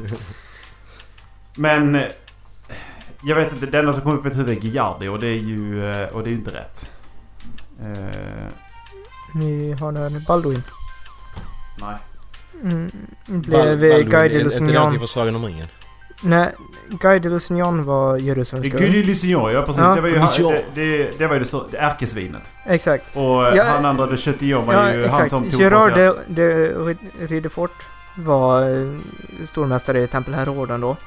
[SPEAKER 1] Men... eh, Jag vet inte, det enda som kom upp i mitt huvud är Giardi och det är ju... eh, Och det är ju inte rätt. Eh,
[SPEAKER 3] Ni har nu Balduin.
[SPEAKER 1] nej.
[SPEAKER 3] Mm,
[SPEAKER 2] Bal-
[SPEAKER 3] blev
[SPEAKER 2] Balduin,
[SPEAKER 3] Guy
[SPEAKER 2] är-
[SPEAKER 3] de
[SPEAKER 2] Är inte det någonting
[SPEAKER 3] Lusignan...
[SPEAKER 2] från Sagan om ringen?
[SPEAKER 3] Nej, Guy de Lusignan var Jerusalems kung.
[SPEAKER 1] Gud Lucian, ja precis.
[SPEAKER 3] Ja,
[SPEAKER 1] det, var ju,
[SPEAKER 2] Lucian.
[SPEAKER 1] det, det, det var ju det stora... det Ärkesvinet.
[SPEAKER 3] Exakt.
[SPEAKER 1] Och eh,
[SPEAKER 3] Ja,
[SPEAKER 1] han andra, de Chetillon, var ju han som tog
[SPEAKER 3] Gerard
[SPEAKER 1] på sig...
[SPEAKER 3] de, de Rid- Ridderfort var eh, stormästare i tempelherrorden då.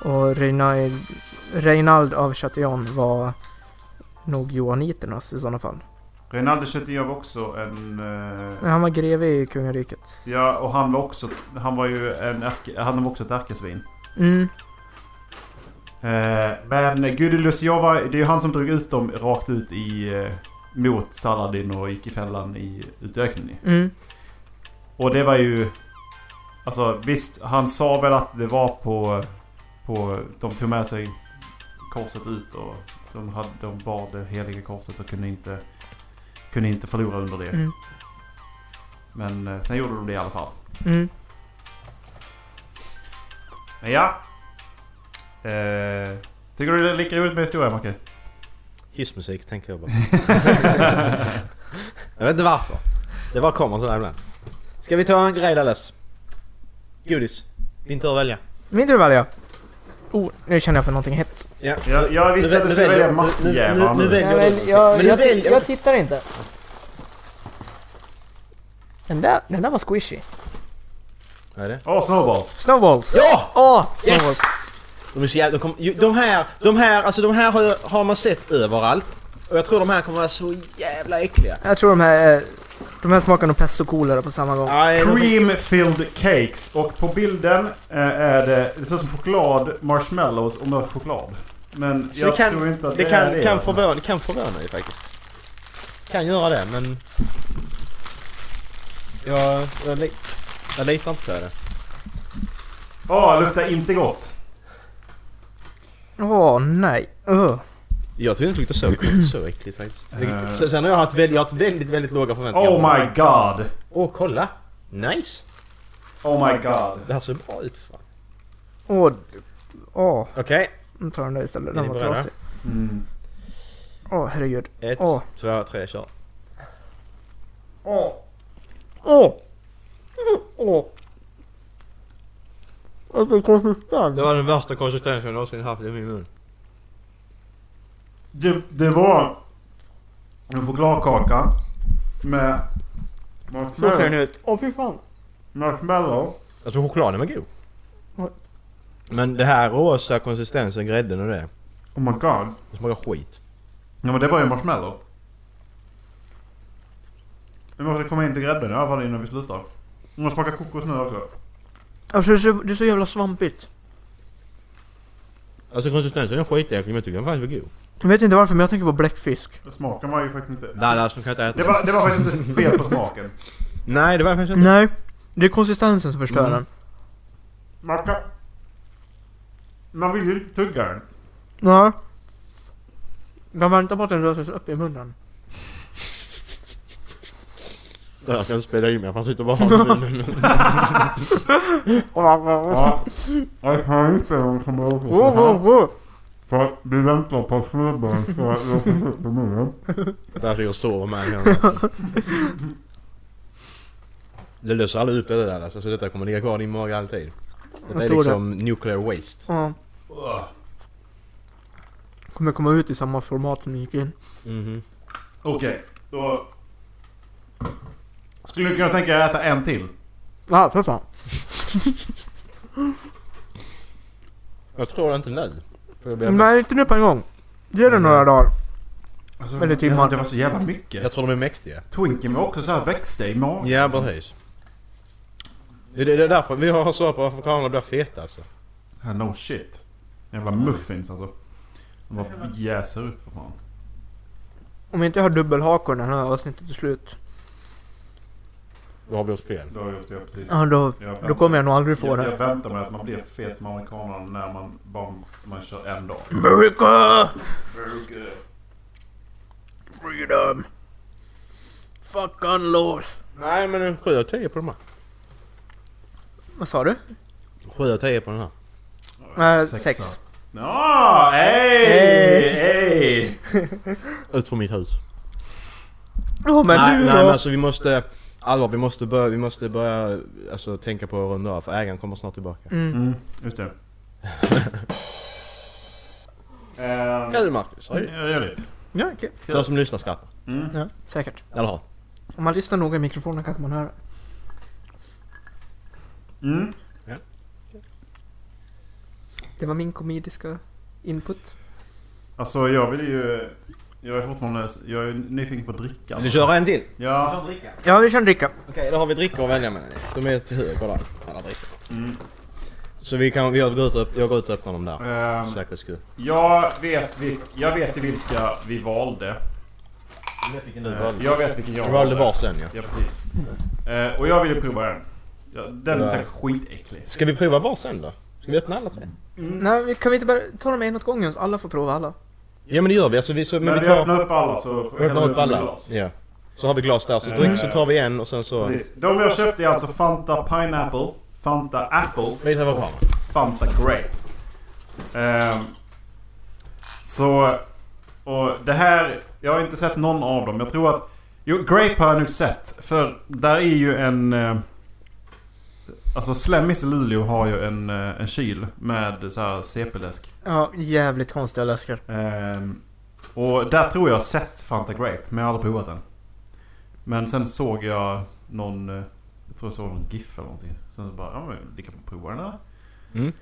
[SPEAKER 3] Och Reinald, Reinald av Chatillon var nog johaniternas i sådana fall.
[SPEAKER 1] Rinaldo Chetillon var också en... eh,
[SPEAKER 3] Men han var greve i kungariket.
[SPEAKER 1] Ja, och han var också... Han var ju en ärke, Han var också ett ärkesvin.
[SPEAKER 3] Mm,
[SPEAKER 1] Eh, Men Gudulus, jag var, det är ju han som drog ut dem rakt ut i... eh, Mot Saladin och gick i fällan i utökningen ju.
[SPEAKER 3] mm,
[SPEAKER 1] Och det var ju... Alltså visst, han sa väl att det var på... på de tog med sig korset ut och De, hade, de bad det heliga korset och kunde inte, kunde inte förlora under det.
[SPEAKER 3] Mm.
[SPEAKER 1] Men eh, sen gjorde de det i alla fall.
[SPEAKER 3] Mm.
[SPEAKER 1] Men ja. Eh, tycker du det är lika roligt med historia Macke?
[SPEAKER 2] Hissmusik tänker
[SPEAKER 3] [laughs]
[SPEAKER 2] jag bara. jag vet inte varför. Det bara kommer sådär ibland. Ska vi ta en grej Dallas? Godis. Din tur att välja.
[SPEAKER 3] Min tur att välja. Oh, nu känner jag för någonting hett.
[SPEAKER 2] Ja.
[SPEAKER 1] Jag, jag visste
[SPEAKER 2] Nu
[SPEAKER 1] att du
[SPEAKER 2] väl-
[SPEAKER 1] skulle
[SPEAKER 2] nu
[SPEAKER 1] välja
[SPEAKER 2] väljer- nu- nu-
[SPEAKER 1] maskjävlar
[SPEAKER 2] nu
[SPEAKER 1] nu.
[SPEAKER 2] väljer-
[SPEAKER 1] nu.
[SPEAKER 2] Nej, men jag-
[SPEAKER 3] jag,
[SPEAKER 2] Men jag du väljer- jag
[SPEAKER 3] tittar inte. Den där, den där var squishy.
[SPEAKER 2] Vad är det?
[SPEAKER 1] Åh, snowballs!
[SPEAKER 3] Snowballs!
[SPEAKER 2] Ja!
[SPEAKER 3] Åh! snowballs!
[SPEAKER 2] Yes! De är så jävla... De, kom, ju- de här, de här, alltså de här har, jag- har man sett överallt. Och jag tror de här kommer vara så jävla äckliga.
[SPEAKER 3] Jag tror de här, eh, de här smakar nog pest och kolera på samma gång.
[SPEAKER 2] Nej, de-
[SPEAKER 1] Cream-filled cakes. Och på bilden eh, är det... Det ser ut som choklad, marshmallows och mörk choklad. Men
[SPEAKER 2] Så
[SPEAKER 1] jag
[SPEAKER 2] det kan-
[SPEAKER 1] tror inte att det,
[SPEAKER 2] Det kan,
[SPEAKER 1] är det.
[SPEAKER 2] kan, förvåna, det kan förvåna ju faktiskt. Kan göra det men... Jag, jag, li, jag litar inte på det.
[SPEAKER 1] Åh, Ah, luktar inte gott.
[SPEAKER 3] Åh nej. Ugh.
[SPEAKER 2] Jag tyckte inte det luktade så gott, så äckligt faktiskt.
[SPEAKER 1] Eh.
[SPEAKER 2] Så, sen har jag haft väldigt, jag har haft väldigt, väldigt låga förväntningar. på
[SPEAKER 1] Oh
[SPEAKER 2] det.
[SPEAKER 1] my god!
[SPEAKER 2] Åh kolla! Nice!
[SPEAKER 1] Oh my god.
[SPEAKER 2] Det här ser bra ut fan.
[SPEAKER 3] Åh. Åh.
[SPEAKER 2] Okej,
[SPEAKER 3] Nu tar jag den där istället.
[SPEAKER 2] Är
[SPEAKER 3] Den
[SPEAKER 2] ni
[SPEAKER 3] var
[SPEAKER 2] beredda?
[SPEAKER 3] trasig.
[SPEAKER 1] Mm.
[SPEAKER 3] Åh herregud.
[SPEAKER 2] ett,
[SPEAKER 3] Åh.
[SPEAKER 2] två, tre, kör.
[SPEAKER 3] Åh. Åh. Åh. Vilken konsistens.
[SPEAKER 2] Det var den värsta konsistensen jag någonsin haft i min mun.
[SPEAKER 1] Det, det var en chokladkaka med
[SPEAKER 3] Så ser den
[SPEAKER 1] marshmallow,
[SPEAKER 3] ut. Åh fy fan.
[SPEAKER 1] marshmallow.
[SPEAKER 2] Alltså chokladen var god.
[SPEAKER 3] Oj.
[SPEAKER 2] Men det här rosa konsistensen, grädden och det.
[SPEAKER 1] Oh my god.
[SPEAKER 2] Det smakar skit.
[SPEAKER 1] Ja men det var ju marshmallow. Vi måste komma in till grädden i alla fall innan vi slutar. Vi måste smaka kokos nu också.
[SPEAKER 3] Alltså det är så, det är så jävla svampigt.
[SPEAKER 2] Alltså konsistensen är skitäcklig men jag tycker den faktiskt var god.
[SPEAKER 3] Jag vet inte varför men jag tänker på bläckfisk.
[SPEAKER 1] Det smakar man ju faktiskt inte.
[SPEAKER 2] Dallas, de kan inte äta.
[SPEAKER 1] Det var, det var faktiskt inte fel på smaken.
[SPEAKER 2] Nej, det var faktiskt inte.
[SPEAKER 3] Nej. Det är konsistensen som förstör den.
[SPEAKER 1] Man, kan, man vill ju tugga den.
[SPEAKER 3] Ja. Jag väntar på att den rör sig upp i munnen.
[SPEAKER 2] Jag kan inte spela in mig, jag sitter bara
[SPEAKER 1] [laughs]
[SPEAKER 2] har
[SPEAKER 1] Ja. Jag kan inte om som jag
[SPEAKER 3] Åh, åh, åh.
[SPEAKER 1] För att vi väntar på att snubben ska låta upp i munnen.
[SPEAKER 2] Där jag sover med henne. Det löser aldrig upp det där Dallas, alltså detta kommer ligga kvar i din mage alltid. Detta är
[SPEAKER 3] Jag tror
[SPEAKER 2] liksom nuclear waste.
[SPEAKER 3] Ja. Kommer komma ut i samma format som gick in.
[SPEAKER 2] Mhm.
[SPEAKER 1] Okej, då... Skulle du kunna tänka dig att äta en till?
[SPEAKER 3] Ja, för fan.
[SPEAKER 2] Jag tror inte nu. För jag, blir-
[SPEAKER 3] Nej, inte nu på en gång. Ge det några dagar.
[SPEAKER 1] Alltså,
[SPEAKER 3] Eller typ timmar.
[SPEAKER 1] Det var så jävla mycket.
[SPEAKER 2] jag tror de är mäktiga.
[SPEAKER 1] Twinkie var också så här växte i magen.
[SPEAKER 2] Ja, precis. Det, det, det är därför vi har svar på varför kamerorna blir feta alltså.
[SPEAKER 1] Ja, No shit. Jävla muffins alltså. De bara jäser upp för fan.
[SPEAKER 3] Om inte jag har dubbelhakor när det här avsnittet är slut.
[SPEAKER 2] Då har vi gjort fel.
[SPEAKER 1] Då har jag gjort det precis.
[SPEAKER 3] Ja, då,
[SPEAKER 1] Jag
[SPEAKER 3] då kommer jag nog aldrig få
[SPEAKER 1] jag,
[SPEAKER 3] det.
[SPEAKER 1] jag väntar mig att man blir fet som amerikanerna när man bara man kör en dag.
[SPEAKER 3] America! Freedom! Fuck gun laws!
[SPEAKER 2] Nej, men en 7 av 10 på de här.
[SPEAKER 3] Vad sa du?
[SPEAKER 2] 7 av 10 på den här.
[SPEAKER 3] Eh,
[SPEAKER 1] Sexa.
[SPEAKER 3] sex.
[SPEAKER 1] [laughs] Ja, hej!
[SPEAKER 3] Hej!
[SPEAKER 1] Hej!
[SPEAKER 2] Ut från mitt hus.
[SPEAKER 3] Ja, men
[SPEAKER 2] nej,
[SPEAKER 3] du
[SPEAKER 2] nej
[SPEAKER 3] då?
[SPEAKER 2] men alltså vi måste... Allvar, vi måste börja, vi måste börja alltså, tänka på att runda av för ägaren kommer snart tillbaka.
[SPEAKER 3] mm.
[SPEAKER 1] Mm, just det. [laughs] Ehm,
[SPEAKER 2] Kul Marcus! Oj.
[SPEAKER 1] Ja, roligt.
[SPEAKER 3] Ja, okej.
[SPEAKER 2] De som lyssnar skrattar.
[SPEAKER 1] Mm.
[SPEAKER 3] Ja, säkert.
[SPEAKER 2] Eller hur?
[SPEAKER 3] Om man lyssnar noga i mikrofonen kanske man hör det.
[SPEAKER 1] Mm.
[SPEAKER 3] Det var min komediska input.
[SPEAKER 1] Alltså jag vill ju... Jag är fortfarande... Jag är nyfiken på drickan.
[SPEAKER 2] Vill du köra en till?
[SPEAKER 1] Ja.
[SPEAKER 3] Ja, vi kör en dricka.
[SPEAKER 2] Okej, då har vi drickor att välja mellan. De är till höger där. Alla drickor.
[SPEAKER 1] Mm.
[SPEAKER 2] Så vi kan, vi går ut och, jag går ut och öppnar dem där.
[SPEAKER 1] Ehm,
[SPEAKER 2] För säkerhets skull.
[SPEAKER 1] jag, vet vil, jag vet vilka vi valde. Eh, Jag vet vilken jag
[SPEAKER 2] Du valde varsin ja.
[SPEAKER 1] Ja, precis. Eh, Och jag ville prova den. Ja, Den är
[SPEAKER 2] Nej.
[SPEAKER 1] säkert skitäcklig.
[SPEAKER 2] Ska vi prova varsin då? Ska vi öppna alla tre?
[SPEAKER 3] Mm. Nej, vi- kan vi inte bara ta dem en åt gången så alla får prova alla?
[SPEAKER 2] Ja men det gör vi. Alltså, vi så, men
[SPEAKER 6] Men
[SPEAKER 2] vi
[SPEAKER 6] vi
[SPEAKER 2] tar...
[SPEAKER 6] öppnar upp alla så får vi
[SPEAKER 2] Öppna
[SPEAKER 6] hälla
[SPEAKER 2] upp
[SPEAKER 6] upp alla
[SPEAKER 2] alla.
[SPEAKER 6] glas.
[SPEAKER 2] Ja. Så har vi glas där. Så dryck så tar vi en och sen så...
[SPEAKER 6] Precis. De jag köpte är alltså Fanta Pineapple, Fanta Apple,
[SPEAKER 2] Vi tar vår kamera.
[SPEAKER 6] Fanta Grape. Ehm, så... Och det här... Jag har inte sett någon av dem. Jag tror att... Jo, Grape har jag nog sett. För där är ju en... eh, Alltså Slemmis i Luleå har ju en, eh, en kyl med så här CP-läsk.
[SPEAKER 3] Ja, jävligt konstiga läskar.
[SPEAKER 6] Ehm, och där tror jag sett Fanta Grape, men jag har aldrig provat den. Men sen såg jag någon... eh, Jag tror jag såg någon GIF eller någonting. Sen bara, ja men vi kan prova den här.
[SPEAKER 2] Mm.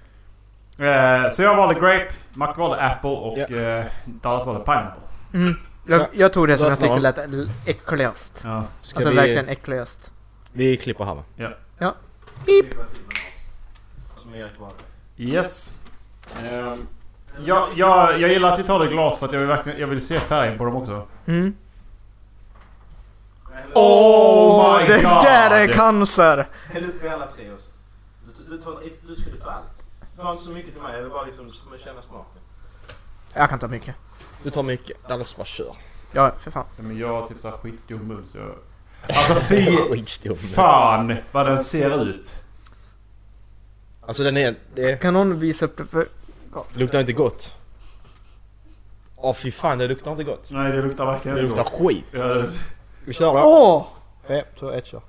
[SPEAKER 6] Eh, så jag valde Grape, Mac valde Apple och
[SPEAKER 2] Ja.
[SPEAKER 6] eh, Dallas valde Pineapple.
[SPEAKER 3] Mm. Jag, jag tog det som jag tyckte
[SPEAKER 2] Vattnar.
[SPEAKER 3] lät l- äckligast.
[SPEAKER 6] Ja.
[SPEAKER 2] Ska
[SPEAKER 3] Alltså
[SPEAKER 2] vi,
[SPEAKER 3] verkligen äckligast.
[SPEAKER 2] Vi klipper här va?
[SPEAKER 6] Yes. Ehm, jag, jag, jag gillar att vi tar det i glas för att jag vill, verkligen, jag vill se färgen på dem också.
[SPEAKER 3] Mm.
[SPEAKER 6] Oh my
[SPEAKER 3] det
[SPEAKER 6] god!
[SPEAKER 3] där är cancer!
[SPEAKER 7] Häll upp i alla tre också. Du, du, tar, du skulle ta allt. Ta inte så mycket till mig, jag vill bara liksom känna smaken.
[SPEAKER 3] Jag kan ta mycket.
[SPEAKER 2] Du tar mycket. Dallas bara kör.
[SPEAKER 3] Ja, för fan.
[SPEAKER 6] Men jag har typ såhär skitstor mun så jag... Alltså
[SPEAKER 2] [laughs]
[SPEAKER 6] fy
[SPEAKER 2] Skitstor.
[SPEAKER 6] fan vad den ser ut!
[SPEAKER 2] Alltså den är... Det
[SPEAKER 3] Kan någon visa upp det för...
[SPEAKER 2] luktar inte gott. Åh fy fan, det luktar inte gott.
[SPEAKER 6] Nej det luktar verkligen
[SPEAKER 2] Det luktar skit.
[SPEAKER 6] Ja, det-
[SPEAKER 2] Vi kör då.
[SPEAKER 3] Åh!
[SPEAKER 2] Fem, två, ett, kör.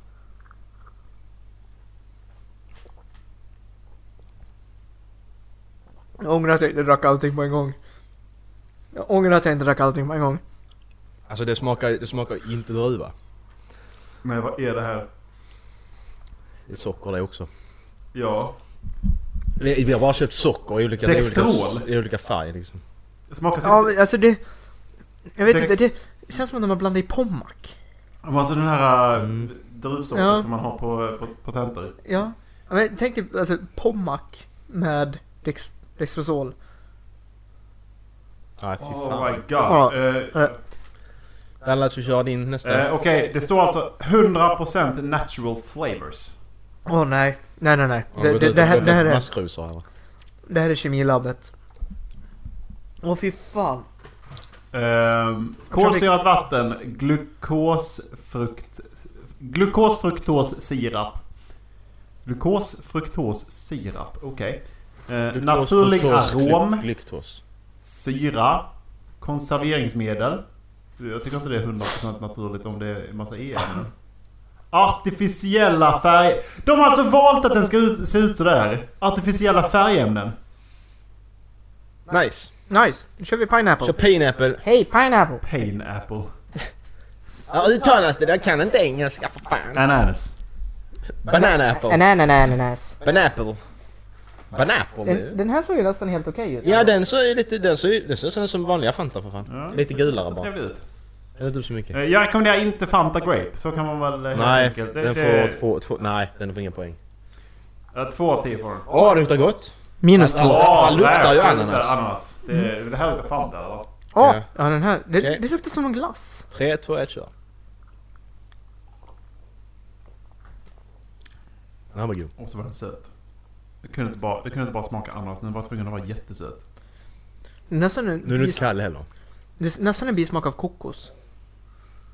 [SPEAKER 3] Jag ångrar att jag inte drack allting på en gång. Jag ångrar att jag inte drack allting på en gång.
[SPEAKER 2] Alltså det smakar, det smakar inte druva.
[SPEAKER 6] Men vad är det här?
[SPEAKER 2] Det är socker det också.
[SPEAKER 6] Ja.
[SPEAKER 2] Vi, vi har bara köpt socker i olika, i olika,
[SPEAKER 6] Dextrol.
[SPEAKER 2] i olika färger liksom.
[SPEAKER 6] Det smakar typ...
[SPEAKER 3] Ja, men alltså det... Jag vet
[SPEAKER 6] Det-
[SPEAKER 3] inte, det känns som att man blandar i pommack.
[SPEAKER 6] Men Alltså den här äh,
[SPEAKER 2] Mm.
[SPEAKER 6] druvsorten
[SPEAKER 3] Ja.
[SPEAKER 6] som man har på, på, på tentor.
[SPEAKER 3] Ja. Ja, Men tänk dig alltså pommack med Dex- Dextrosol.
[SPEAKER 2] Nej fy
[SPEAKER 6] Oh my
[SPEAKER 2] fan.
[SPEAKER 6] god.
[SPEAKER 3] Ja.
[SPEAKER 6] Eh,
[SPEAKER 3] Eh.
[SPEAKER 2] Dallas vi kör din nästa.
[SPEAKER 6] eh, Okej, det står alltså 100% natural flavors.
[SPEAKER 3] Åh nej. Nej nej nej.
[SPEAKER 2] Har du
[SPEAKER 3] Det,
[SPEAKER 2] gått
[SPEAKER 3] det,
[SPEAKER 2] ut
[SPEAKER 3] det,
[SPEAKER 2] och
[SPEAKER 3] här,
[SPEAKER 2] köpt
[SPEAKER 3] det, här är,
[SPEAKER 2] Maskrosor eller?
[SPEAKER 3] det här är kemilabbet. Åh fy fan.
[SPEAKER 6] Ehm, kolsyrat vatten, glukosfrukt... Glukosfruktossirap. Glukosfruktossirap, okej. Eh, naturlig
[SPEAKER 2] Gluktos, fruktos,
[SPEAKER 6] arom,
[SPEAKER 2] glyk- Glyktos.
[SPEAKER 6] syra, konserveringsmedel. Jag tycker inte det är 100% naturligt om det är en massa e-ämnen. Artificiella färg... De har alltså valt att den ska ut, se ut sådär. Artificiella färgämnen.
[SPEAKER 2] Nice.
[SPEAKER 3] Nice. Nu kör vi pineapple.
[SPEAKER 2] Kör pineapple.
[SPEAKER 3] Hej pineapple.
[SPEAKER 6] Pineapple.
[SPEAKER 2] Ja, uttalas det? Jag kan inte engelska för fan.
[SPEAKER 6] Eh. Ananas.
[SPEAKER 2] Bananapple.
[SPEAKER 3] Anananas.
[SPEAKER 2] Banapple. Banapple?
[SPEAKER 3] den här såg ju nästan helt okej ut.
[SPEAKER 2] Ja den ser ju lite, den ser ju, den ser ut som vanliga Fanta för fan. lite gulare
[SPEAKER 6] Så
[SPEAKER 2] bara.
[SPEAKER 6] trevligt ut.
[SPEAKER 2] Eller typ så mycket.
[SPEAKER 6] Eh, Jag rekommenderar inte Fanta Grape, så kan man väl eh, helt
[SPEAKER 2] Nej,
[SPEAKER 6] enkelt.
[SPEAKER 2] den
[SPEAKER 6] det-
[SPEAKER 2] får två, två, nej den får inga poäng.
[SPEAKER 6] Ja, två av tio får den.
[SPEAKER 2] Åh, det luktar gott!
[SPEAKER 3] Minus två.
[SPEAKER 2] Ja, han luktar
[SPEAKER 6] verkligen
[SPEAKER 2] ju ananas.
[SPEAKER 6] ananas.
[SPEAKER 3] Mm.
[SPEAKER 6] Det, det här luktar Fanta eller? vad?
[SPEAKER 3] Åh!
[SPEAKER 2] Ja.
[SPEAKER 3] ja, den här. Det,
[SPEAKER 2] Okej.
[SPEAKER 3] det luktar som en glass.
[SPEAKER 2] Tre, två, ett, kör. Den här var god.
[SPEAKER 6] Och så var den söt. Det kunde inte bara, det kunde inte bara smaka ananas, den var tvungen att vara jättesöt.
[SPEAKER 3] Nästan en,
[SPEAKER 2] Nu är den
[SPEAKER 3] bis,
[SPEAKER 2] inte kall heller.
[SPEAKER 3] det är nästan en bismak av kokos.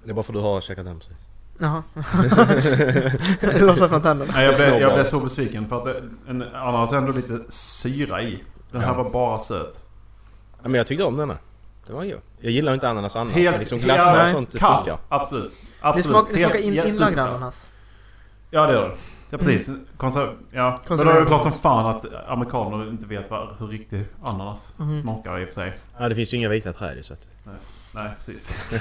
[SPEAKER 2] Det är bara för att du har käkat den precis.
[SPEAKER 3] Jaha. [laughs] Det Lossar från tänderna.
[SPEAKER 6] Nej, jag, blev, jag
[SPEAKER 2] Snowball.
[SPEAKER 6] blev så besviken för att det, en ananas är ändå lite syra i. Den här
[SPEAKER 2] Ja.
[SPEAKER 6] var bara söt.
[SPEAKER 2] Ja, men jag tyckte om denna. Det var god. Jag gillar ju inte ananas annars. men liksom
[SPEAKER 6] ja,
[SPEAKER 2] glassar och
[SPEAKER 6] nej,
[SPEAKER 2] sånt det
[SPEAKER 6] kall.
[SPEAKER 2] funkar.
[SPEAKER 6] Absolut.
[SPEAKER 3] Det,
[SPEAKER 6] Absolut.
[SPEAKER 3] smak, det
[SPEAKER 6] Helt-
[SPEAKER 3] smakar in,
[SPEAKER 6] ja,
[SPEAKER 3] inlagd
[SPEAKER 6] superbra.
[SPEAKER 3] ananas.
[SPEAKER 6] Ja det gör det. Ja precis. Konser- ja. Men då är det klart som fan att amerikaner inte vet vad, hur riktig ananas
[SPEAKER 3] Mhm.
[SPEAKER 6] smakar i och för sig.
[SPEAKER 2] Ja, det finns ju inga vita träd i så att...
[SPEAKER 6] Nej precis.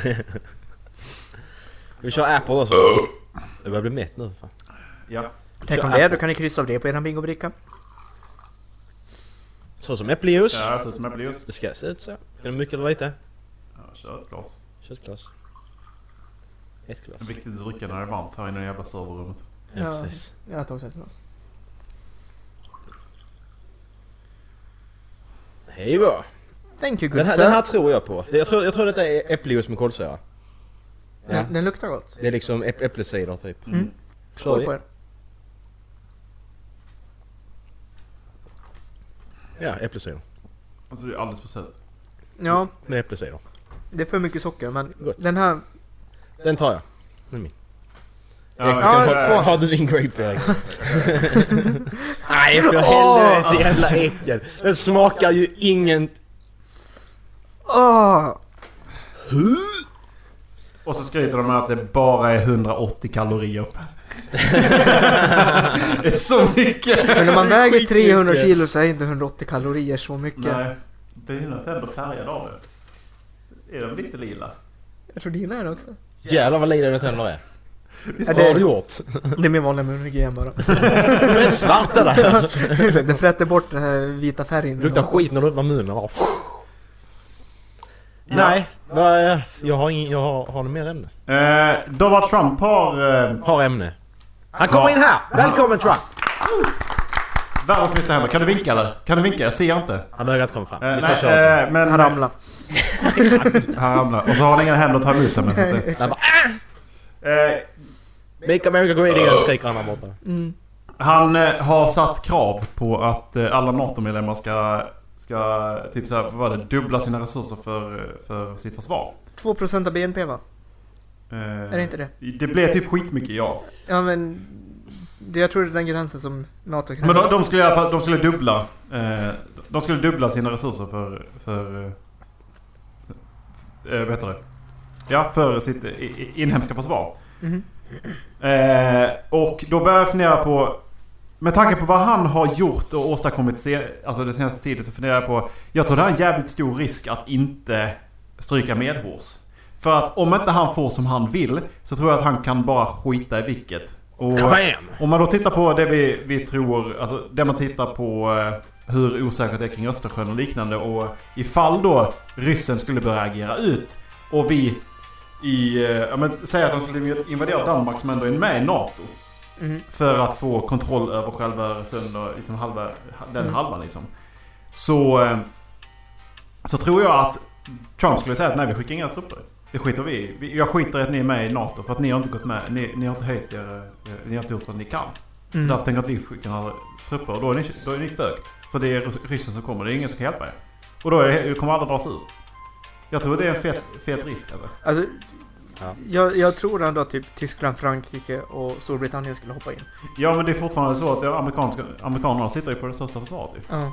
[SPEAKER 2] Vi kör apple också. Jag börjar bli mätt nu för fan.
[SPEAKER 6] Ja.
[SPEAKER 3] Tänk om
[SPEAKER 2] Kör
[SPEAKER 3] det, är,
[SPEAKER 2] apple.
[SPEAKER 3] då kan ni kryssa av det på eran bingobricka.
[SPEAKER 2] Så som äppeljuice.
[SPEAKER 6] Det här ser ut som äppeljuice.
[SPEAKER 2] Det ska se ut så. Ska det mycket eller lite?
[SPEAKER 6] Ja, kör ett glas.
[SPEAKER 2] Kör ett glas. Ett glas.
[SPEAKER 6] Det är viktigt att dricka när det är varmt här inne i det jävla serverrummet.
[SPEAKER 2] Ja,
[SPEAKER 3] Ja.
[SPEAKER 2] precis.
[SPEAKER 3] Jag tar också ett glas.
[SPEAKER 2] Hej då.
[SPEAKER 3] Thank you good
[SPEAKER 2] Den här,
[SPEAKER 3] sir.
[SPEAKER 2] den här tror jag på. Jag tror, jag tror detta är äppeljuice med kolsyra. Ja.
[SPEAKER 3] den, den luktar gott.
[SPEAKER 2] Det är liksom äpp- äppelcider typ.
[SPEAKER 6] Mm.
[SPEAKER 3] Mm.
[SPEAKER 2] Slår
[SPEAKER 3] Skål
[SPEAKER 2] vi?
[SPEAKER 3] på er.
[SPEAKER 2] Ja, äppelcider.
[SPEAKER 6] Alltså det är alldeles för sött.
[SPEAKER 3] Ja,
[SPEAKER 2] Med äppelcider.
[SPEAKER 3] det är för mycket socker men
[SPEAKER 2] Gott.
[SPEAKER 3] den här...
[SPEAKER 2] Den tar jag. Den är min.
[SPEAKER 6] Ja,
[SPEAKER 2] jag
[SPEAKER 3] ja,
[SPEAKER 2] kan
[SPEAKER 3] ja,
[SPEAKER 2] ha,
[SPEAKER 3] ja.
[SPEAKER 2] ha du din grape Erik? Nej för
[SPEAKER 3] Åh!
[SPEAKER 2] helvete jävla äckel. Den smakar ju inget...
[SPEAKER 3] Åh!
[SPEAKER 6] Och så skryter de med att det bara är 180 kalorier per. det är så mycket!
[SPEAKER 3] Men när man väger
[SPEAKER 2] Skitmycket.
[SPEAKER 3] 300 kilo så är inte 180 kalorier så mycket.
[SPEAKER 6] Nej, blir hyllan tänd och färgad av det? Är de lite lila?
[SPEAKER 3] Jag tror dina är det också.
[SPEAKER 2] Jävlar vad lila dina tänder är.
[SPEAKER 3] Ja,
[SPEAKER 2] Vad har du
[SPEAKER 3] det,
[SPEAKER 2] gjort?
[SPEAKER 3] det är min vanliga munhygien bara.
[SPEAKER 2] De är svarta där alltså.
[SPEAKER 3] [laughs] det fräter bort den här vita färgen.
[SPEAKER 2] Det [laughs] luktar skit när du öppnar munnen. Bara. Nej, vad- jag har ingen, jag har, har ni mer ämne?
[SPEAKER 6] Eh, Donald Trump har eh,
[SPEAKER 2] Har ämne. Han kommer in här! Välkommen Trump!
[SPEAKER 6] världens mesta händer. Kan du vinka eller? Kan du vinka? Jag ser inte. Eh,
[SPEAKER 2] Han vägrar inte komma fram. Vi får
[SPEAKER 6] nej,
[SPEAKER 2] köra.
[SPEAKER 6] eh, men
[SPEAKER 3] Han ramlar.
[SPEAKER 6] Han ramlar. Och så har han inga händer att ta emot sig med. så att det-
[SPEAKER 2] Han bara,
[SPEAKER 6] Eh,
[SPEAKER 2] Make America Great Again skriker han där borta.
[SPEAKER 3] Mm.
[SPEAKER 6] Han eh, har satt krav på att eh, alla NATO-medlemmar ska, ska typ så här, vad var det, dubbla sina resurser för, eh, för sitt försvar.
[SPEAKER 3] 2% av BNP va?
[SPEAKER 6] Eh,
[SPEAKER 3] Är det inte det?
[SPEAKER 6] Det blev typ skitmycket, ja.
[SPEAKER 3] Ja men... Det, jag tror det är den gränsen som NATO kan...
[SPEAKER 6] Men de, de skulle i alla fall, de skulle dubbla. eh, De skulle dubbla sina resurser för... för eh, eh, vad heter det? Ja, för sitt i- i- inhemska försvar.
[SPEAKER 3] Mhm.
[SPEAKER 6] Eh, och då börjar jag fundera på... Med tanke på vad han har gjort och åstadkommit se, alltså den senaste tiden så funderar jag på... Jag tror det är en jävligt stor risk att inte stryka medhårs. För att om inte han får som han vill så tror jag att han kan bara skita i vilket. Och,
[SPEAKER 2] Kabam!
[SPEAKER 6] om man då tittar på det vi, vi tror, alltså det man tittar på eh, hur osäkert det är kring Östersjön och liknande och ifall då ryssen skulle börja agera ut och vi i, eh, ja men säg att de skulle invadera Danmark som ändå är med i NATO
[SPEAKER 3] Mhm.
[SPEAKER 6] för att få kontroll över själva Öresund och liksom halva, den
[SPEAKER 3] Mm.
[SPEAKER 6] halvan liksom. Så, eh, så tror jag att Trump skulle säga att nej vi skickar inga trupper. Det skiter vi i. Vi- Jag skiter i att ni är med i NATO för att ni har inte gått med. Ni, ni har inte höjt er, eh, ni har inte gjort vad ni kan.
[SPEAKER 3] Mm.
[SPEAKER 6] Så därför tänker jag att vi skickar några trupper och då är ni, då är ni fögt. För det är rys- ryssen som kommer, det är ingen som kan hjälpa er. Och då är, kommer alla dras ur. Jag tror det är en fet, fet risk eller?
[SPEAKER 3] Alltså,
[SPEAKER 2] Ja.
[SPEAKER 3] jag, jag tror ändå att typ Tyskland, Frankrike och Storbritannien skulle hoppa in.
[SPEAKER 6] Ja men det är fortfarande så att det är amerikanska, amerikanerna sitter ju på det största försvaret ju.
[SPEAKER 3] Ja.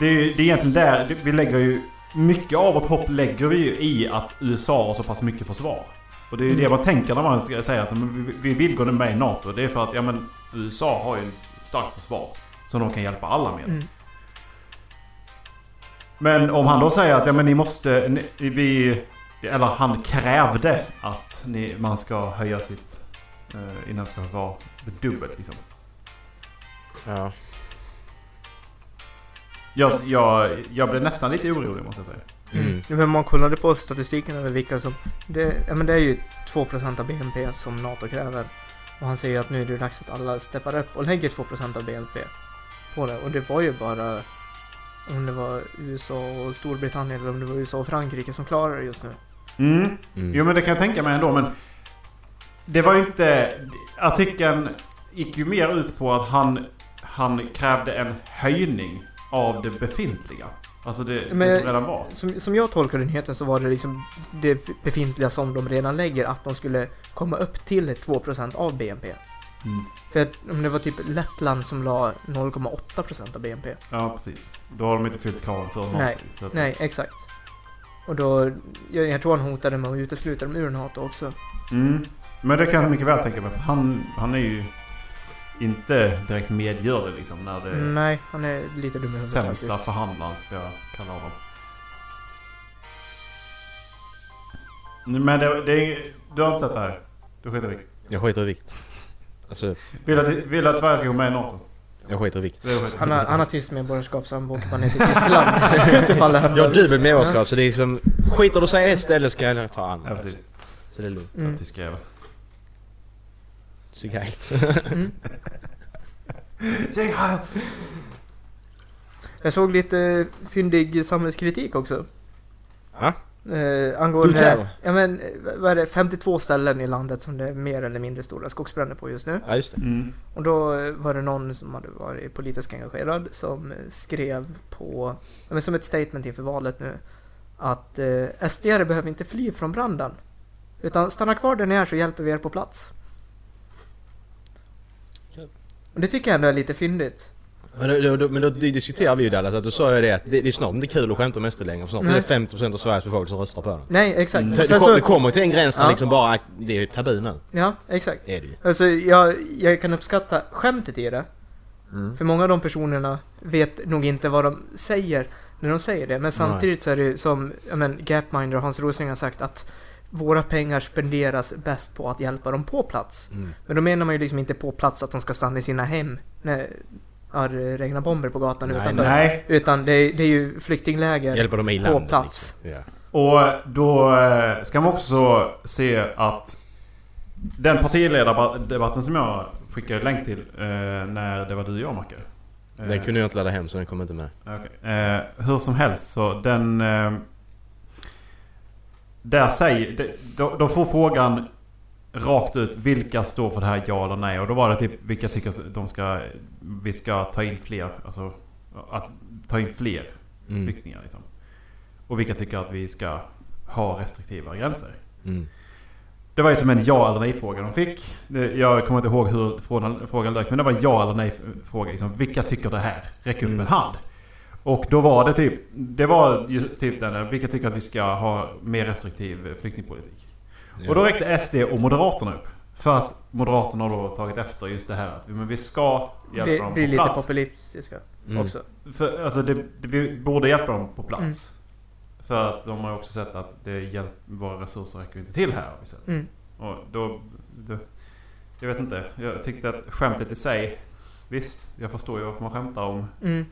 [SPEAKER 6] Det är, ju- det är egentligen där det- vi lägger ju... Mycket av vårt hopp lägger vi ju i att USA har så pass mycket försvar. Och det är ju det man tänker när man ska säga att men, vi, vi vill gå med i NATO. Det är för att ja, men, USA har ju ett starkt försvar. Som de kan hjälpa alla med.
[SPEAKER 3] Mm.
[SPEAKER 6] Men om han då säger att ja, men ni måste... Ni, vi, eller han krävde att ni, man ska höja sitt eh, inhemska försvar dubbelt liksom.
[SPEAKER 2] Ja.
[SPEAKER 6] Jag, jag, jag blev nästan lite orolig måste jag säga.
[SPEAKER 2] Mm.
[SPEAKER 3] Men om man kollade på statistiken över vilka som... Det, ja, men det är ju 2% av BNP som NATO kräver. Och han säger ju att nu är det dags att alla steppar upp och lägger 2% av BNP på det. Och det var ju bara om det var USA och Storbritannien eller om det var USA och Frankrike som klarar det just nu.
[SPEAKER 6] Mm. Jo
[SPEAKER 2] Mm.
[SPEAKER 6] men det kan jag tänka mig ändå men Det var ju inte Artikeln gick ju mer ut på att han Han krävde en höjning Av det befintliga Alltså det,
[SPEAKER 3] Men-
[SPEAKER 6] det som redan var
[SPEAKER 3] Som, som jag tolkade nyheten så var det liksom det befintliga som de redan lägger att de skulle komma upp till 2% av BNP.
[SPEAKER 6] Mm.
[SPEAKER 3] För att om det var typ Lettland som la 0,8% av BNP.
[SPEAKER 6] Ja precis Då har de inte fyllt kraven för någonting.
[SPEAKER 3] Nej,
[SPEAKER 6] Så att-
[SPEAKER 3] Nej, exakt. Och då, jag, jag tror han hotade med att utesluta dem ur NATO också.
[SPEAKER 6] mm. Men det kan jag mycket väl tänka mig för han, han är ju Inte direkt medgörlig liksom när det
[SPEAKER 3] Mm, Nej, han är lite dum i huvudet
[SPEAKER 6] Sämsta
[SPEAKER 3] faktiskt.
[SPEAKER 6] förhandlaren skulle jag kalla honom. Men det, det, du har inte sett det här? Du skiter i det.
[SPEAKER 2] Jag skiter i vikt. Alltså,
[SPEAKER 6] Vill att, vill att Sverige ska gå med i NATO?
[SPEAKER 2] jag skiter i vikt.
[SPEAKER 6] Det skiter
[SPEAKER 3] Han har, han har tyst medborgarskap så han åker bara ner
[SPEAKER 2] [laughs]
[SPEAKER 3] till Tyskland. Utifall det händer.
[SPEAKER 2] Jag har dubbelt medborgarskap så det är liksom... Skiter du sig ett ställe ska jag ta andra.
[SPEAKER 6] Ja, precis.
[SPEAKER 2] Så det är lugnt.
[SPEAKER 6] Mm.
[SPEAKER 3] Mm.
[SPEAKER 6] Tyska jävel.
[SPEAKER 2] Så gejl.
[SPEAKER 3] Jag såg lite fyndig samhällskritik också.
[SPEAKER 2] Va? Du
[SPEAKER 3] Eh,
[SPEAKER 2] tell.
[SPEAKER 3] angående, ja, men, eh, vad är det, 52 ställen i landet som det är mer eller mindre stora skogsbränder på just nu.
[SPEAKER 2] Ja just det.
[SPEAKER 6] Mm.
[SPEAKER 3] Och då eh, var det någon som hade varit politiskt engagerad som eh, skrev på, ja, men som ett statement inför valet nu. att eh, SDR behöver inte fly från branden. Utan stanna kvar där ni är så hjälper vi er på plats.
[SPEAKER 2] Kul.
[SPEAKER 3] Och det tycker jag ändå är lite fyndigt.
[SPEAKER 2] Men då, då, då, men då diskuterar vi ju Dallas, att du sa ju det att det, det är snart inte kul att skämta om SD längre, för snart
[SPEAKER 3] Nej.
[SPEAKER 2] är det 50% av Sveriges befolkning som röstar på den.
[SPEAKER 3] Nej, exakt.
[SPEAKER 2] Så Mm. det,
[SPEAKER 3] Sen
[SPEAKER 2] kom,
[SPEAKER 3] så-
[SPEAKER 2] det kommer till en gräns där
[SPEAKER 3] Ja.
[SPEAKER 2] liksom bara, det är ju tabu nu.
[SPEAKER 3] Ja, exakt.
[SPEAKER 2] Är det ju.
[SPEAKER 3] Alltså jag, jag kan uppskatta skämtet i det.
[SPEAKER 2] Mm.
[SPEAKER 3] För många av de personerna vet nog inte vad de säger när de säger det. Men samtidigt så är det ju som ja, men, Gapminder och Hans Rosling har sagt att våra pengar spenderas bäst på att hjälpa dem på plats.
[SPEAKER 2] Mm.
[SPEAKER 3] Men då menar man ju liksom inte på plats att de ska stanna i sina hem när ja, det regnar bomber på gatan
[SPEAKER 2] Nej,
[SPEAKER 3] utanför.
[SPEAKER 6] Nej.
[SPEAKER 3] Utan det är, det är ju flyktingläger.
[SPEAKER 2] Hjälper dem i
[SPEAKER 3] På
[SPEAKER 2] landet.
[SPEAKER 3] plats.
[SPEAKER 2] Liksom. Ja.
[SPEAKER 6] Och då eh, ska man också se att den partiledardebatten som jag skickade länk till eh, när det var du och jag Macke. Eh,
[SPEAKER 2] Den kunde jag inte ladda hem så den kom inte med.
[SPEAKER 6] Okej. Eh, hur som helst så den... Eh, där säger... De, de, de får frågan rakt ut. Vilka står för det här ja eller nej? Och då var det typ vilka tycker de ska... Vi ska ta in fler. Alltså att ta in fler
[SPEAKER 2] Mm.
[SPEAKER 6] flyktingar liksom. Och vilka tycker att vi ska ha restriktiva gränser.
[SPEAKER 2] Mm.
[SPEAKER 6] Det var ju som en ja eller nej fråga de fick. Det- Jag kommer inte ihåg hur frågan, frågan lök men det var en ja eller nej fråga. Liksom, vilka tycker det här? Räck upp
[SPEAKER 3] Mm.
[SPEAKER 6] en hand. Och då var det typ, det var ju typ den där, vilka tycker att vi ska ha mer restriktiv flyktingpolitik? Och då räckte SD och Moderaterna upp. För att Moderaterna då tagit efter just det här att men vi ska liksom. hjälpa
[SPEAKER 3] Det
[SPEAKER 6] dem
[SPEAKER 3] blir
[SPEAKER 6] på
[SPEAKER 3] lite
[SPEAKER 6] plats.
[SPEAKER 3] populistiska
[SPEAKER 2] Mm.
[SPEAKER 3] också.
[SPEAKER 6] För, alltså det, det, vi borde hjälpa dem på
[SPEAKER 3] Mm.
[SPEAKER 6] plats. För att de har ju också sett att det hjälp, våra resurser räcker ju inte till här. Har vi sett.
[SPEAKER 3] Mm.
[SPEAKER 6] Och då, då, jag vet inte. Jag tyckte att skämtet i sig. Visst, jag förstår ju varför man skämtar om.
[SPEAKER 3] Mm.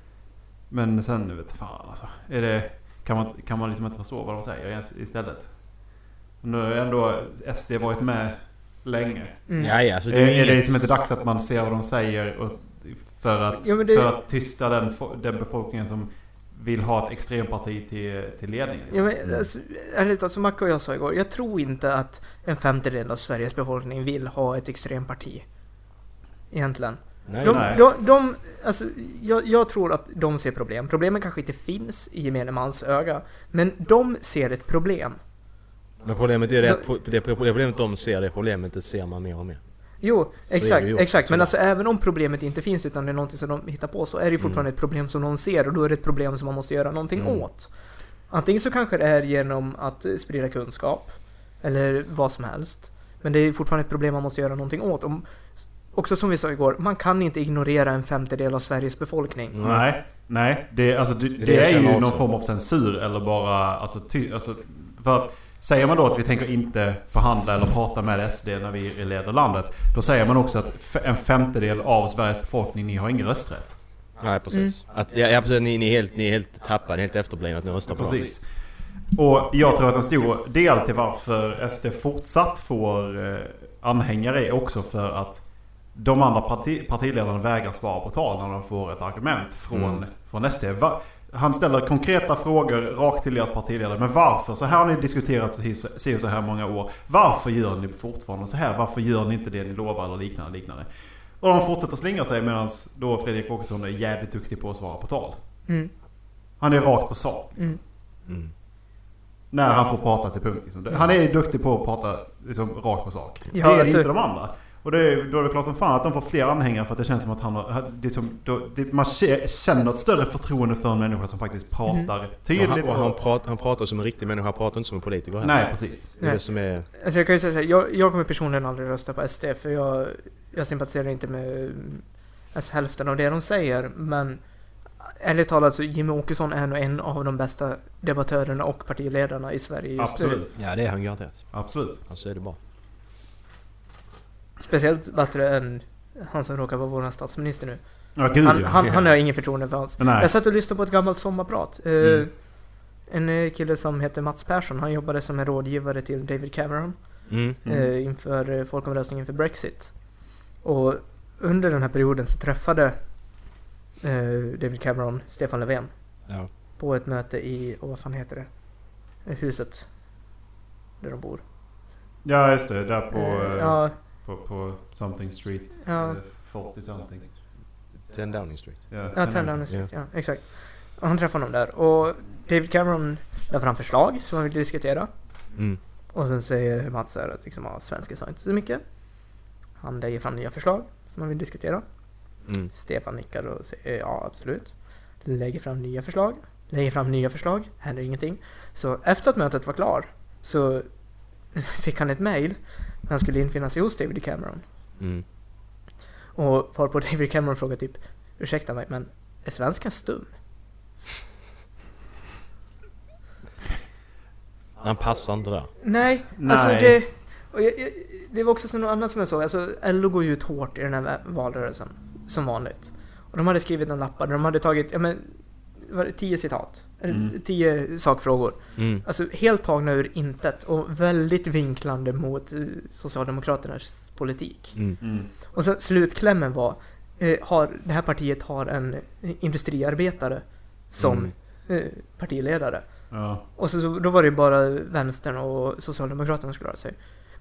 [SPEAKER 6] Men sen nu vet fan alltså. Är det, kan, man, kan man liksom inte förstå vad de säger ens istället? Nu har ändå SD varit med länge.
[SPEAKER 3] Mm.
[SPEAKER 2] Ja, ja, så
[SPEAKER 6] Är,
[SPEAKER 2] det är, ju
[SPEAKER 6] är det
[SPEAKER 2] inget-
[SPEAKER 6] liksom inte dags att man ser vad de säger och för, att,
[SPEAKER 3] Jo, men det-
[SPEAKER 6] för att tysta den, fo- den befolkningen som vill ha ett extremparti till, till ledningen?
[SPEAKER 3] Ja, men, alltså, ärligt talat, som Macke och jag sa igår, jag tror inte att en femtedel av Sveriges befolkning vill ha ett extremparti. Egentligen.
[SPEAKER 2] Nej,
[SPEAKER 3] De,
[SPEAKER 6] nej.
[SPEAKER 3] de, de, alltså, jag, jag tror att de ser problem. Problemen kanske inte finns i gemene mans öga, men de ser ett problem.
[SPEAKER 2] Men problemet är det att po- det det problemet de ser, det problemet det ser man mer och mer.
[SPEAKER 3] Jo,
[SPEAKER 2] det
[SPEAKER 3] exakt,
[SPEAKER 2] ju också,
[SPEAKER 3] exakt. Men
[SPEAKER 2] så.
[SPEAKER 3] alltså även om problemet inte finns utan det är någonting som de hittar på så är det ju fortfarande ett problem som de ser och då är det ett problem som man måste göra någonting
[SPEAKER 2] Mm.
[SPEAKER 3] åt. Antingen så kanske det är genom att eh, sprida kunskap eller vad som helst. Men det är ju fortfarande ett problem man måste göra någonting åt. Och också som vi sa igår, man kan inte ignorera en femtedel av Sveriges befolkning.
[SPEAKER 2] Mm.
[SPEAKER 6] Nej, nej. Det, alltså, det, det,
[SPEAKER 2] Det
[SPEAKER 6] är ju
[SPEAKER 2] känner jag
[SPEAKER 6] någon
[SPEAKER 2] också.
[SPEAKER 6] form av censur eller bara... Alltså, ty, alltså, för att, säger man då att vi tänker inte förhandla eller prata med SD när vi leder landet. Då säger man också att f- en femtedel av Sveriges befolkning, ni har ingen rösträtt.
[SPEAKER 2] Nej, precis.
[SPEAKER 6] Mm.
[SPEAKER 2] Att, ja, ja, precis ni, ni, är helt, ni är helt tappade, ni är helt efterblivna att ni röstar på dem.
[SPEAKER 6] Precis. Och jag tror att en stor del till varför SD fortsatt får eh, anhängare är också för att de andra parti- partiledarna vägrar svara på tal när de får ett argument från,
[SPEAKER 2] Mm.
[SPEAKER 6] från SD. Va- han ställer konkreta frågor rakt till deras partiledare. Men varför? Så här har ni diskuterat i så- si och så här många år. Varför gör ni fortfarande så här? Varför gör ni inte det ni lovar eller liknande? liknande? Och de fortsätter slingra sig medan då Fredrik Åkesson är jävligt duktig på att svara på tal.
[SPEAKER 3] Mm.
[SPEAKER 6] Han är rakt på sak. liksom.
[SPEAKER 2] Mm.
[SPEAKER 6] När han får prata till punkt. Liksom. Han är ju duktig på att prata liksom, rakt på sak.
[SPEAKER 3] Ja,
[SPEAKER 6] det är
[SPEAKER 3] alltså-
[SPEAKER 6] inte de andra. Och det är, då är det klart som fan att de får fler anhängare för att det känns som att han har... Det är som, då, det, man k- känner ett större förtroende för en människa som faktiskt pratar
[SPEAKER 3] Mm.
[SPEAKER 2] Och
[SPEAKER 6] tydligt.
[SPEAKER 2] han, och han, pratar, han pratar som en riktig människa, han pratar inte som en politiker heller.
[SPEAKER 6] Nej, precis.
[SPEAKER 2] Det är det som är...
[SPEAKER 3] Alltså jag kan ju säga så här, jag, jag kommer personligen aldrig rösta på SD för jag, jag sympatiserar inte med mm, ens hälften av det de säger men ärligt talat så Jimmy Åkesson är nog en av de bästa debattörerna och partiledarna i Sverige just nu.
[SPEAKER 6] Absolut.
[SPEAKER 2] Ja, det är han garanterat.
[SPEAKER 6] Absolut.
[SPEAKER 2] Alltså är det bra.
[SPEAKER 3] Speciellt bättre än han som råkar vara vår statsminister nu.
[SPEAKER 6] Ja, gud
[SPEAKER 3] Han,
[SPEAKER 6] ja.
[SPEAKER 3] han, Alltså- han har jag ingen förtroende för alls.
[SPEAKER 6] Nej.
[SPEAKER 3] Jag satt och lyssnade på ett gammalt sommarprat. Eh,
[SPEAKER 2] Mm.
[SPEAKER 3] En eh, kille som heter Mats Persson, han jobbade som en rådgivare till David Cameron.
[SPEAKER 2] Mm.
[SPEAKER 6] Mm.
[SPEAKER 3] eh, inför eh, folkomröstningen för Brexit. Och under den här perioden så träffade eh, David Cameron Stefan Löfven
[SPEAKER 2] Ja.
[SPEAKER 3] på ett möte i, och vad fan heter det? Eh, Huset där de bor.
[SPEAKER 6] Ja, just det. Där på,
[SPEAKER 3] Eh,
[SPEAKER 6] eh,
[SPEAKER 3] ja,
[SPEAKER 6] på, på something street.
[SPEAKER 3] Ja.
[SPEAKER 6] eh, 40 something.
[SPEAKER 2] Ten Downing Street.
[SPEAKER 6] Ja,
[SPEAKER 3] ja, Tendern, ja, exakt. Och han träffade honom där och David Cameron la fram förslag som han ville diskutera.
[SPEAKER 2] Mm.
[SPEAKER 3] Och sen säger Mats så här att liksom, ja, svensken sa inte så mycket. Han lägger fram nya förslag som han vill diskutera.
[SPEAKER 2] Mm.
[SPEAKER 3] Stefan nickar och säger "Eh, ja, absolut. Lägger fram nya förslag. Lägger fram nya förslag. Händer ingenting. Så efter att mötet var klar så [laughs] fick han ett mail när han skulle infinna sig hos David Cameron.
[SPEAKER 2] Mm.
[SPEAKER 3] Och varpå David Cameron frågar typ Ursäkta mig, men är svenskan stum?
[SPEAKER 2] Han passar inte där.
[SPEAKER 3] Nej,
[SPEAKER 6] Nej.
[SPEAKER 3] alltså det... Och jag, jag, det var också så något annat som jag såg, alltså LO går ju ut hårt i den här va- valrörelsen. Som vanligt. Och de hade skrivit några lappar där de hade tagit, ja men... Var det tio citat? Eller
[SPEAKER 6] Mm.
[SPEAKER 3] tio sakfrågor.
[SPEAKER 2] Mm.
[SPEAKER 3] Alltså helt tagna ur intet och väldigt vinklande mot eh, Socialdemokraternas politik.
[SPEAKER 2] Mm.
[SPEAKER 6] Mm.
[SPEAKER 3] Och sen slutklämmen var, eh, har, det här partiet har en eh, industriarbetare
[SPEAKER 2] Mm.
[SPEAKER 3] som eh, partiledare.
[SPEAKER 6] Ja.
[SPEAKER 3] Och så, så, då var det ju bara vänstern och socialdemokraterna som skulle röra sig.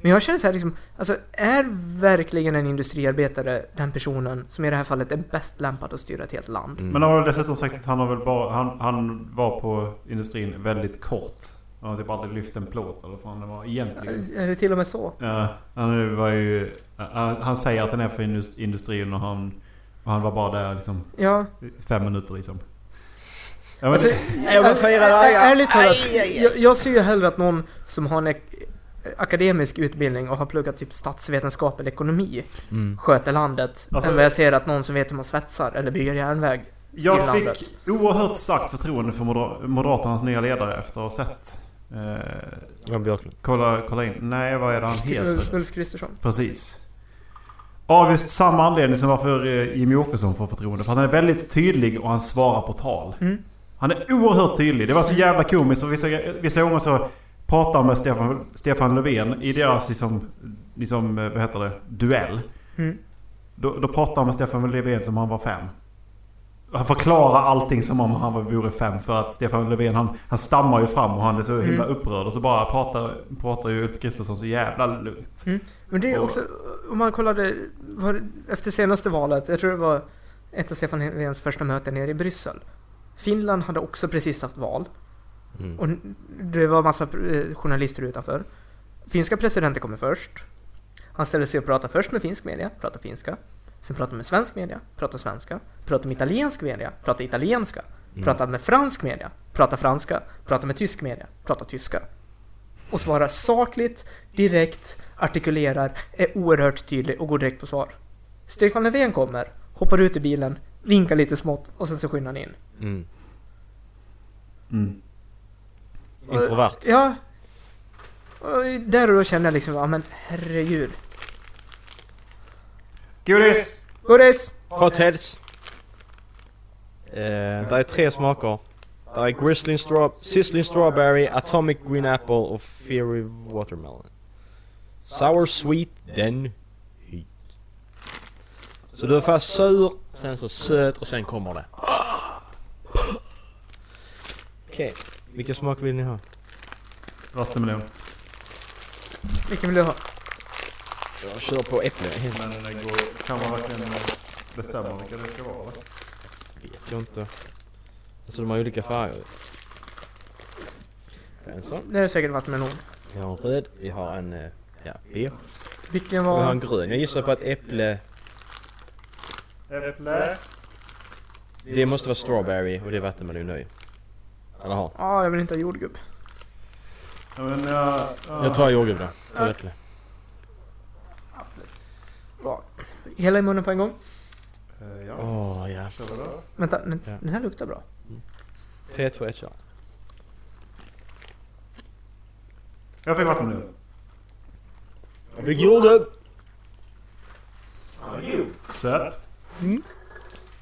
[SPEAKER 3] Men jag känner så här liksom, alltså är verkligen en industriarbetare den personen som i det här fallet är bäst lämpad att styra ett helt land?
[SPEAKER 2] Mm.
[SPEAKER 6] Men han har väl dessutom sagt att han har väl bara... Han, han var på industrin väldigt kort. Han har typ aldrig lyft en plåt eller vad fan det var egentligen.
[SPEAKER 3] Är det till och med så?
[SPEAKER 6] Ja, han var ju... Han, han säger att den är för indus- industrin och han... Och han var bara där liksom
[SPEAKER 3] Ja.
[SPEAKER 6] fem minuter liksom. Ja, men,
[SPEAKER 3] Alltså,
[SPEAKER 2] Jag vill fira det här, ja.
[SPEAKER 3] Ä- Ärligt talat, jag, jag ser ju hellre att någon som har en ek- akademisk utbildning och har pluggat typ statsvetenskap eller ekonomi
[SPEAKER 2] Mm.
[SPEAKER 3] sköter landet
[SPEAKER 6] Alltså-
[SPEAKER 3] än vad jag ser att någon som vet hur man svetsar eller bygger järnväg styr
[SPEAKER 6] jag
[SPEAKER 3] landet.
[SPEAKER 6] fick oerhört starkt förtroende för Moder- Moderaternas nya ledare efter att ha sett... Eh,
[SPEAKER 2] Jan Björklund.
[SPEAKER 6] kolla, kolla in. Nej, vad är det han
[SPEAKER 3] Ulf-
[SPEAKER 6] heter?
[SPEAKER 3] Ulf Kristersson.
[SPEAKER 6] Precis. Av just samma anledning som varför eh, Jimmy Åkesson får förtroende. För att han är väldigt tydlig och han svarar på tal.
[SPEAKER 3] Mm.
[SPEAKER 6] Han är oerhört tydlig. Det var så jävla komiskt. Och vissa, vissa gånger så pratar han med Stefan, Stefan Löfven i deras liksom, liksom, eh, vad heter det, duell.
[SPEAKER 3] Mm.
[SPEAKER 6] Då, då pratar han med Stefan Löfven som om han var fem. Han förklarar allting som om han vore fem. För att Stefan Löfven han, han stammar ju fram och han är så
[SPEAKER 3] Mm.
[SPEAKER 6] himla upprörd. Och så bara pratar, pratar ju Ulf Kristersson så jävla lugnt.
[SPEAKER 3] Men det är
[SPEAKER 6] Och-
[SPEAKER 3] också, om man kollade, var, efter senaste valet, jag tror det var ett av Stefan Löfvens första möten nere i Bryssel. Finland hade också precis haft val.
[SPEAKER 2] Mm.
[SPEAKER 3] Och det var massa eh, journalister utanför. Finska presidenten kommer först. Han ställer sig och pratar först med finsk media, pratar finska. Sen pratar med svensk media, pratar svenska. Pratar med italiensk media, pratar italienska. Pratar med fransk media, pratar franska. Pratar med tysk media, pratar tyska. Och svarar sakligt, direkt, artikulerar, är oerhört tydlig och går direkt på svar. Stefan Löfven kommer, hoppar ut i bilen, vinkar lite smått och sen så skyndar han in.
[SPEAKER 2] Mm.
[SPEAKER 6] Mm.
[SPEAKER 2] Introvert.
[SPEAKER 3] Ja. Och där och då kände jag liksom, ja men herregud.
[SPEAKER 6] Godis!
[SPEAKER 3] Godis!
[SPEAKER 2] Hotels. Eh, där är tre smaker. Där är Grizzling straw- Sizzling Strawberry, Atomic Green Apple och Fiery Watermelon. Sour Sweet, then heat. Så du är först sur, sen så söt och sen kommer det. Okej, vilken smak vill ni ha?
[SPEAKER 6] Vattenmelon.
[SPEAKER 3] Vilken vill du ha?
[SPEAKER 2] Jag kör på äpple, helt
[SPEAKER 6] Men det går, kan man verkligen eh, bestämma vilka det ska vara?
[SPEAKER 2] vet jag inte. Alltså de har olika färger. En sån.
[SPEAKER 3] Det är säkert vattenmelon.
[SPEAKER 2] Vi har en röd, vi har en eh, ja, beige och
[SPEAKER 3] Vilken
[SPEAKER 2] vi har en
[SPEAKER 3] var...
[SPEAKER 2] grön. Jag gissar på att äpple,
[SPEAKER 6] Äpple.
[SPEAKER 2] det måste vara strawberry och det är vattenmelon nu. Eller har.
[SPEAKER 3] Ja, jag vill inte ha jordgubb.
[SPEAKER 6] Ja, men jag... ja.
[SPEAKER 2] Jag tar jordgubb då. För äpple.
[SPEAKER 3] Ja. Hela i munnen på en gång.
[SPEAKER 6] Eh,
[SPEAKER 2] Åh
[SPEAKER 6] Ja,
[SPEAKER 2] ja.
[SPEAKER 6] kör vi då.
[SPEAKER 3] Vänta, den,
[SPEAKER 2] Ja.
[SPEAKER 3] den här luktar bra.
[SPEAKER 2] 3, 2, 1 kör.
[SPEAKER 6] Jag fick vattenmelon.
[SPEAKER 2] Jag fick jordgubb!
[SPEAKER 6] Sött.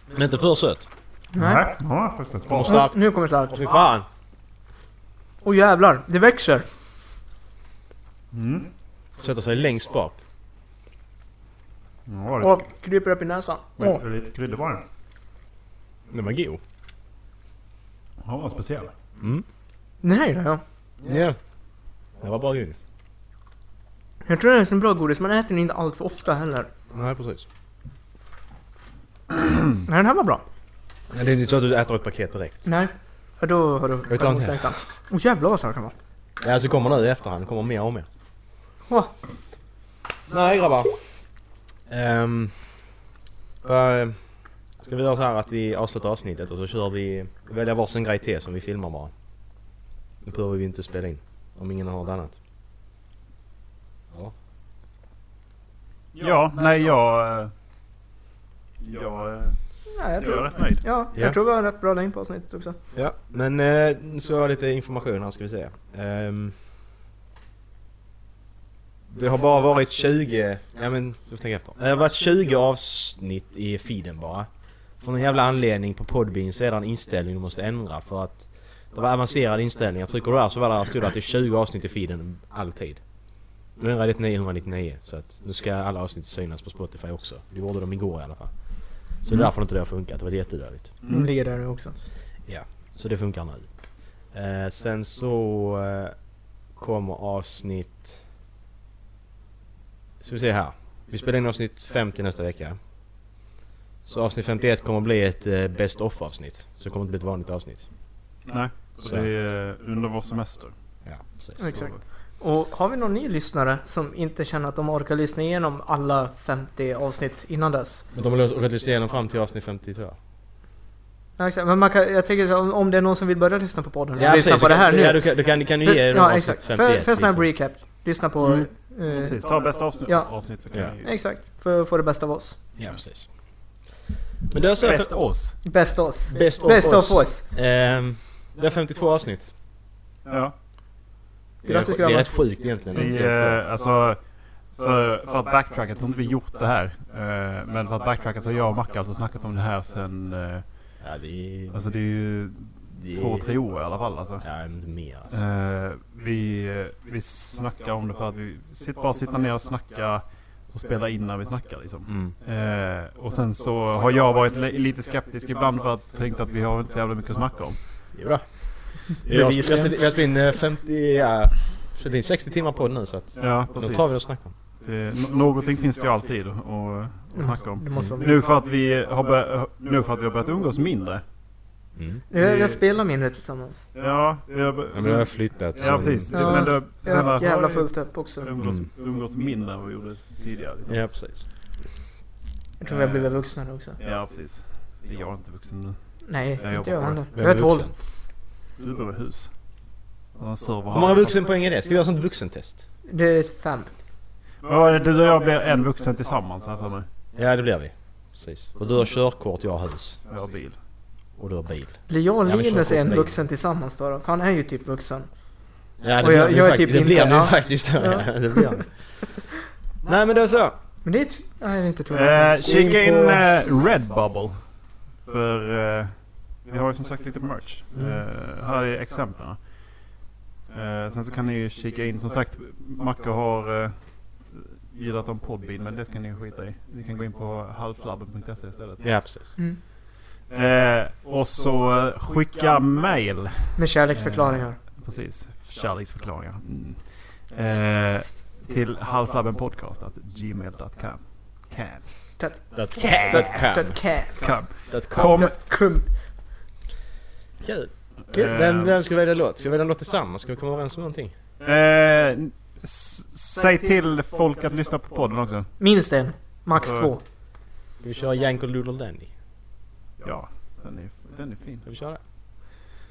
[SPEAKER 2] Men inte för sött.
[SPEAKER 3] Nej.
[SPEAKER 6] Ja, faktiskt.
[SPEAKER 2] Kommer
[SPEAKER 6] Bra.
[SPEAKER 2] starkt.
[SPEAKER 3] Nu kommer
[SPEAKER 2] Åh
[SPEAKER 3] slarvet.
[SPEAKER 2] fy fan!
[SPEAKER 3] Åh jävlar, det växer!
[SPEAKER 6] Mm.
[SPEAKER 2] Sätter sig längst bak.
[SPEAKER 6] Ja, det
[SPEAKER 3] Och kryper upp i näsan.
[SPEAKER 6] var
[SPEAKER 3] Åh,
[SPEAKER 6] lite- lite kryddor var det.
[SPEAKER 2] Den var god.
[SPEAKER 6] Ja, vad speciell.
[SPEAKER 3] den här gillar jag.
[SPEAKER 2] Ja. Det var bara god.
[SPEAKER 3] Jag tror det är en bra godis, man äter den inte allt Mm. för ofta heller.
[SPEAKER 2] Nej precis.
[SPEAKER 3] Nej, den här var bra.
[SPEAKER 2] Men det är inte så att du äter ett paket direkt.
[SPEAKER 3] Nej. Ja, då har du
[SPEAKER 2] vi ta en till?
[SPEAKER 3] längtan. Åh jävlar vad söt han var.
[SPEAKER 2] Ja, alltså kommer nu i efterhand. Kommer mer och mer.
[SPEAKER 3] Åh,
[SPEAKER 2] Nej grabbar. Ehm, vad- ska vi göra så här att vi avslutar avsnittet och så kör vi... Välja varsin grej till som vi filmar bara. Nu behöver vi inte spela in. Om ingen har något annat.
[SPEAKER 6] Ja, nej jag... eh, Jag eh,
[SPEAKER 3] Nej, jag
[SPEAKER 6] jag är
[SPEAKER 3] tror...
[SPEAKER 6] rätt nöjd.
[SPEAKER 3] Ja,
[SPEAKER 2] Ja.
[SPEAKER 3] jag tror vi har en rätt bra längd på avsnittet också.
[SPEAKER 2] Ja, men eh, så har jag lite information här ska vi se. Ehm, det har bara varit 20... Ja men, jag tänker efter. Det har varit 20 avsnitt i feeden bara. För någon jävla anledning på Podbean så är det en inställning du måste ändra för att det var avancerade inställningar. Trycker du där så var det, stod det att det är 20 avsnitt i feeden alltid. Nu ändrade jag det till 999 så att nu ska alla avsnitt synas på Spotify också. Det gjorde de igår i alla fall. Så det är därför inte det har funkat. Det var jättedåligt.
[SPEAKER 3] De ligger där nu också.
[SPEAKER 2] Så det funkar nu. Eh, sen så eh, kommer avsnitt... Ska vi se här. Vi spelar in avsnitt 50 nästa vecka. Så avsnitt 51 kommer bli ett eh, best of avsnitt. Så det kommer inte bli ett vanligt avsnitt.
[SPEAKER 6] Nej.
[SPEAKER 2] Så
[SPEAKER 6] Det är eh, under vår semester.
[SPEAKER 2] Ja, precis.
[SPEAKER 3] Exakt. Och har vi någon ny lyssnare som inte känner att de orkar lyssna igenom alla 50 avsnitt innan dess?
[SPEAKER 2] Men de har löst- orkat lyssna igenom fram till avsnitt 52.
[SPEAKER 3] Ja, exakt. Men man kan, jag tänker så, om, om det är någon som vill börja lyssna på podden och lyssna
[SPEAKER 2] precis.
[SPEAKER 3] på det här
[SPEAKER 2] Du
[SPEAKER 3] nu.
[SPEAKER 2] kan- Ja, du kan, du kan, du kan ju
[SPEAKER 3] För-
[SPEAKER 2] ge dem
[SPEAKER 3] ja,
[SPEAKER 2] avsnitt
[SPEAKER 3] exakt. För,
[SPEAKER 2] 51.
[SPEAKER 3] för en sån här
[SPEAKER 2] liksom.
[SPEAKER 3] recap, lyssna på...
[SPEAKER 6] Mm.
[SPEAKER 3] eh,
[SPEAKER 6] Precis, ta bästa avsnitt,
[SPEAKER 3] Ja.
[SPEAKER 6] avsnitt så kan
[SPEAKER 2] Ja.
[SPEAKER 6] ni...
[SPEAKER 3] Exakt, för att få det bästa av oss.
[SPEAKER 2] Ja, precis. Men det är så här-
[SPEAKER 6] Bäst oss.
[SPEAKER 3] Bäst av oss.
[SPEAKER 2] Best of
[SPEAKER 3] Bäst
[SPEAKER 2] oss.
[SPEAKER 3] av oss.
[SPEAKER 2] Ehm, det är 52 avsnitt.
[SPEAKER 6] Ja.
[SPEAKER 2] Det är,
[SPEAKER 3] Grattis,
[SPEAKER 2] det är
[SPEAKER 3] grabbar.
[SPEAKER 2] rätt sjukt egentligen.
[SPEAKER 6] Vi, eh, alltså, för, för att backtracka, jag tror inte vi gjort det här. Eh, men för att backtracka så har jag och Macke alltså snackat om det här sen... Eh,
[SPEAKER 2] Ja, det är...
[SPEAKER 6] alltså det är ju
[SPEAKER 2] det är-
[SPEAKER 6] två, tre år i alla fall alltså.
[SPEAKER 2] Ja, inte mer alltså.
[SPEAKER 6] Eh, vi, eh, vi snackar om det för att vi sitter, bara sitter ner och snackar och spelar in när vi snackar liksom.
[SPEAKER 2] Mm.
[SPEAKER 6] Eh, och sen så har jag varit li- lite skeptisk ibland för att jag tänkte att vi har inte så jävla mycket att snacka om.
[SPEAKER 2] Jodå. Vi har vi har spelat vi har spelat in eh, 50... Ja, spelat in 60 timmar på den nu så att...
[SPEAKER 6] Ja,
[SPEAKER 2] Nu
[SPEAKER 6] precis.
[SPEAKER 2] tar vi och snackar om.
[SPEAKER 6] Det, eh, nå- någonting finns det ju alltid att- att snacka om.
[SPEAKER 3] Det måste vara med.
[SPEAKER 6] Nu för att vi har, bör- nu för att vi har börjat umgås mindre.
[SPEAKER 2] Mm.
[SPEAKER 3] Jag, jag spelar mindre tillsammans.
[SPEAKER 6] Ja, vi har,
[SPEAKER 2] Ja, men det har flyttat.
[SPEAKER 6] ja precis.
[SPEAKER 3] Ja,
[SPEAKER 6] men det,
[SPEAKER 3] Jag har haft
[SPEAKER 6] sen
[SPEAKER 3] jävla
[SPEAKER 6] har vi
[SPEAKER 3] fullt upp också.
[SPEAKER 6] Umgås,
[SPEAKER 2] Mm.
[SPEAKER 6] umgås mindre än vad vi gjorde tidigare. Liksom.
[SPEAKER 2] Ja, precis.
[SPEAKER 3] Jag tror vi har blivit vuxnare också.
[SPEAKER 6] Ja, precis. Jag är inte vuxen nu.
[SPEAKER 3] Nej,
[SPEAKER 6] Jag
[SPEAKER 3] inte
[SPEAKER 6] jobbar
[SPEAKER 3] jag
[SPEAKER 6] på
[SPEAKER 3] heller.
[SPEAKER 2] Vem
[SPEAKER 3] Jag är 12.
[SPEAKER 2] vuxen?
[SPEAKER 6] Du behöver hus. Och en server
[SPEAKER 2] Hur många vuxenpoäng är det? Ska vi göra sånt vuxentest?
[SPEAKER 3] Det är fem.
[SPEAKER 6] Men vad är det? Du och jag blir en vuxen tillsammans här för mig.
[SPEAKER 2] Ja, det blir vi. Precis. Och du har körkort, jag har hus.
[SPEAKER 6] Jag har bil.
[SPEAKER 2] Och du har bil.
[SPEAKER 3] Blir jag och
[SPEAKER 2] Ja, men
[SPEAKER 3] Linus
[SPEAKER 2] kör på
[SPEAKER 3] en
[SPEAKER 2] mig.
[SPEAKER 3] vuxen tillsammans då? då? För han är ju typ vuxen.
[SPEAKER 2] Ja, det
[SPEAKER 3] Och
[SPEAKER 2] blir
[SPEAKER 3] jag-
[SPEAKER 2] vi
[SPEAKER 3] jag är
[SPEAKER 2] faktiskt.
[SPEAKER 3] typ
[SPEAKER 2] det blir
[SPEAKER 3] inte-
[SPEAKER 2] vi
[SPEAKER 3] ja.
[SPEAKER 2] faktiskt. [laughs] Ja. det blir vi. Nej, men då så.
[SPEAKER 3] Men det är... t- Nej, det är inte
[SPEAKER 6] Eh,
[SPEAKER 3] troligt.
[SPEAKER 6] kika in
[SPEAKER 3] på-
[SPEAKER 6] eh, Redbubble. För eh, vi har ju som sagt lite merch. Eh, här är exemplen. Eh, sen så kan ni ju kika in. Som sagt, Macke har eh, gillat om podbean men det ska ni skita i. Ni kan gå in på halvflabben.se istället.
[SPEAKER 2] Ja, precis.
[SPEAKER 3] Mm.
[SPEAKER 6] Eh, och så eh, skicka mail.
[SPEAKER 3] Med kärleksförklaringar.
[SPEAKER 2] Mm.
[SPEAKER 6] Precis, kärleksförklaringar. Mm. Eh, till halvflabbenpodcast.gmail.com. Can.
[SPEAKER 2] That,
[SPEAKER 3] Dot cam.
[SPEAKER 6] Come.
[SPEAKER 2] That com.
[SPEAKER 6] Kom.
[SPEAKER 3] Dot cum.
[SPEAKER 2] Kul.
[SPEAKER 6] Eh,
[SPEAKER 2] Vem, vem ska välja låt? Ska vi välja låt tillsammans? Ska vi komma överens om någonting?
[SPEAKER 6] Eh, s- säg till folk att lyssna på podden också.
[SPEAKER 3] Minst en. Max
[SPEAKER 6] Så-
[SPEAKER 3] två.
[SPEAKER 2] Ska vi köra Janko Doodle Dandy?
[SPEAKER 6] Ja, den är, den är fin.
[SPEAKER 2] Ska vi köra det?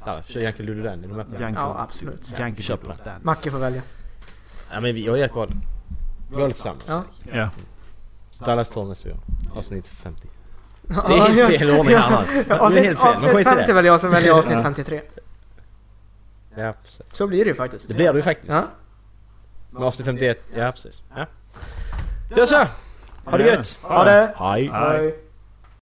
[SPEAKER 2] Ja, kör Janko Doodle Dandy. De öppnar.
[SPEAKER 6] Janko.
[SPEAKER 3] Ja, absolut.
[SPEAKER 6] Janko
[SPEAKER 2] Kör på den.
[SPEAKER 6] Doodle Dan.
[SPEAKER 3] Macke får välja.
[SPEAKER 2] Ja men vi, jag och Erik valde. Vi valde tillsammans.
[SPEAKER 3] Ja.
[SPEAKER 6] Ja.
[SPEAKER 2] Så Dallas tar nästa gång. Avsnitt 50.
[SPEAKER 3] Det
[SPEAKER 2] Det är helt fel ordning här nu. Det är
[SPEAKER 3] Avsnitt,
[SPEAKER 2] helt fel. Men
[SPEAKER 3] avsnitt
[SPEAKER 2] skit i
[SPEAKER 3] 50
[SPEAKER 2] det.
[SPEAKER 3] väljer jag, sen väljer jag avsnitt
[SPEAKER 2] Ja.
[SPEAKER 3] 53.
[SPEAKER 2] Ja, precis.
[SPEAKER 3] Så blir det ju faktiskt.
[SPEAKER 2] Det blir det ju faktiskt.
[SPEAKER 3] Ja.
[SPEAKER 2] Men avsnitt 51. Ja, precis. Ja. Då så! Ha det gött!
[SPEAKER 3] Ha det!
[SPEAKER 2] Hej!
[SPEAKER 6] Hej.
[SPEAKER 3] Hej.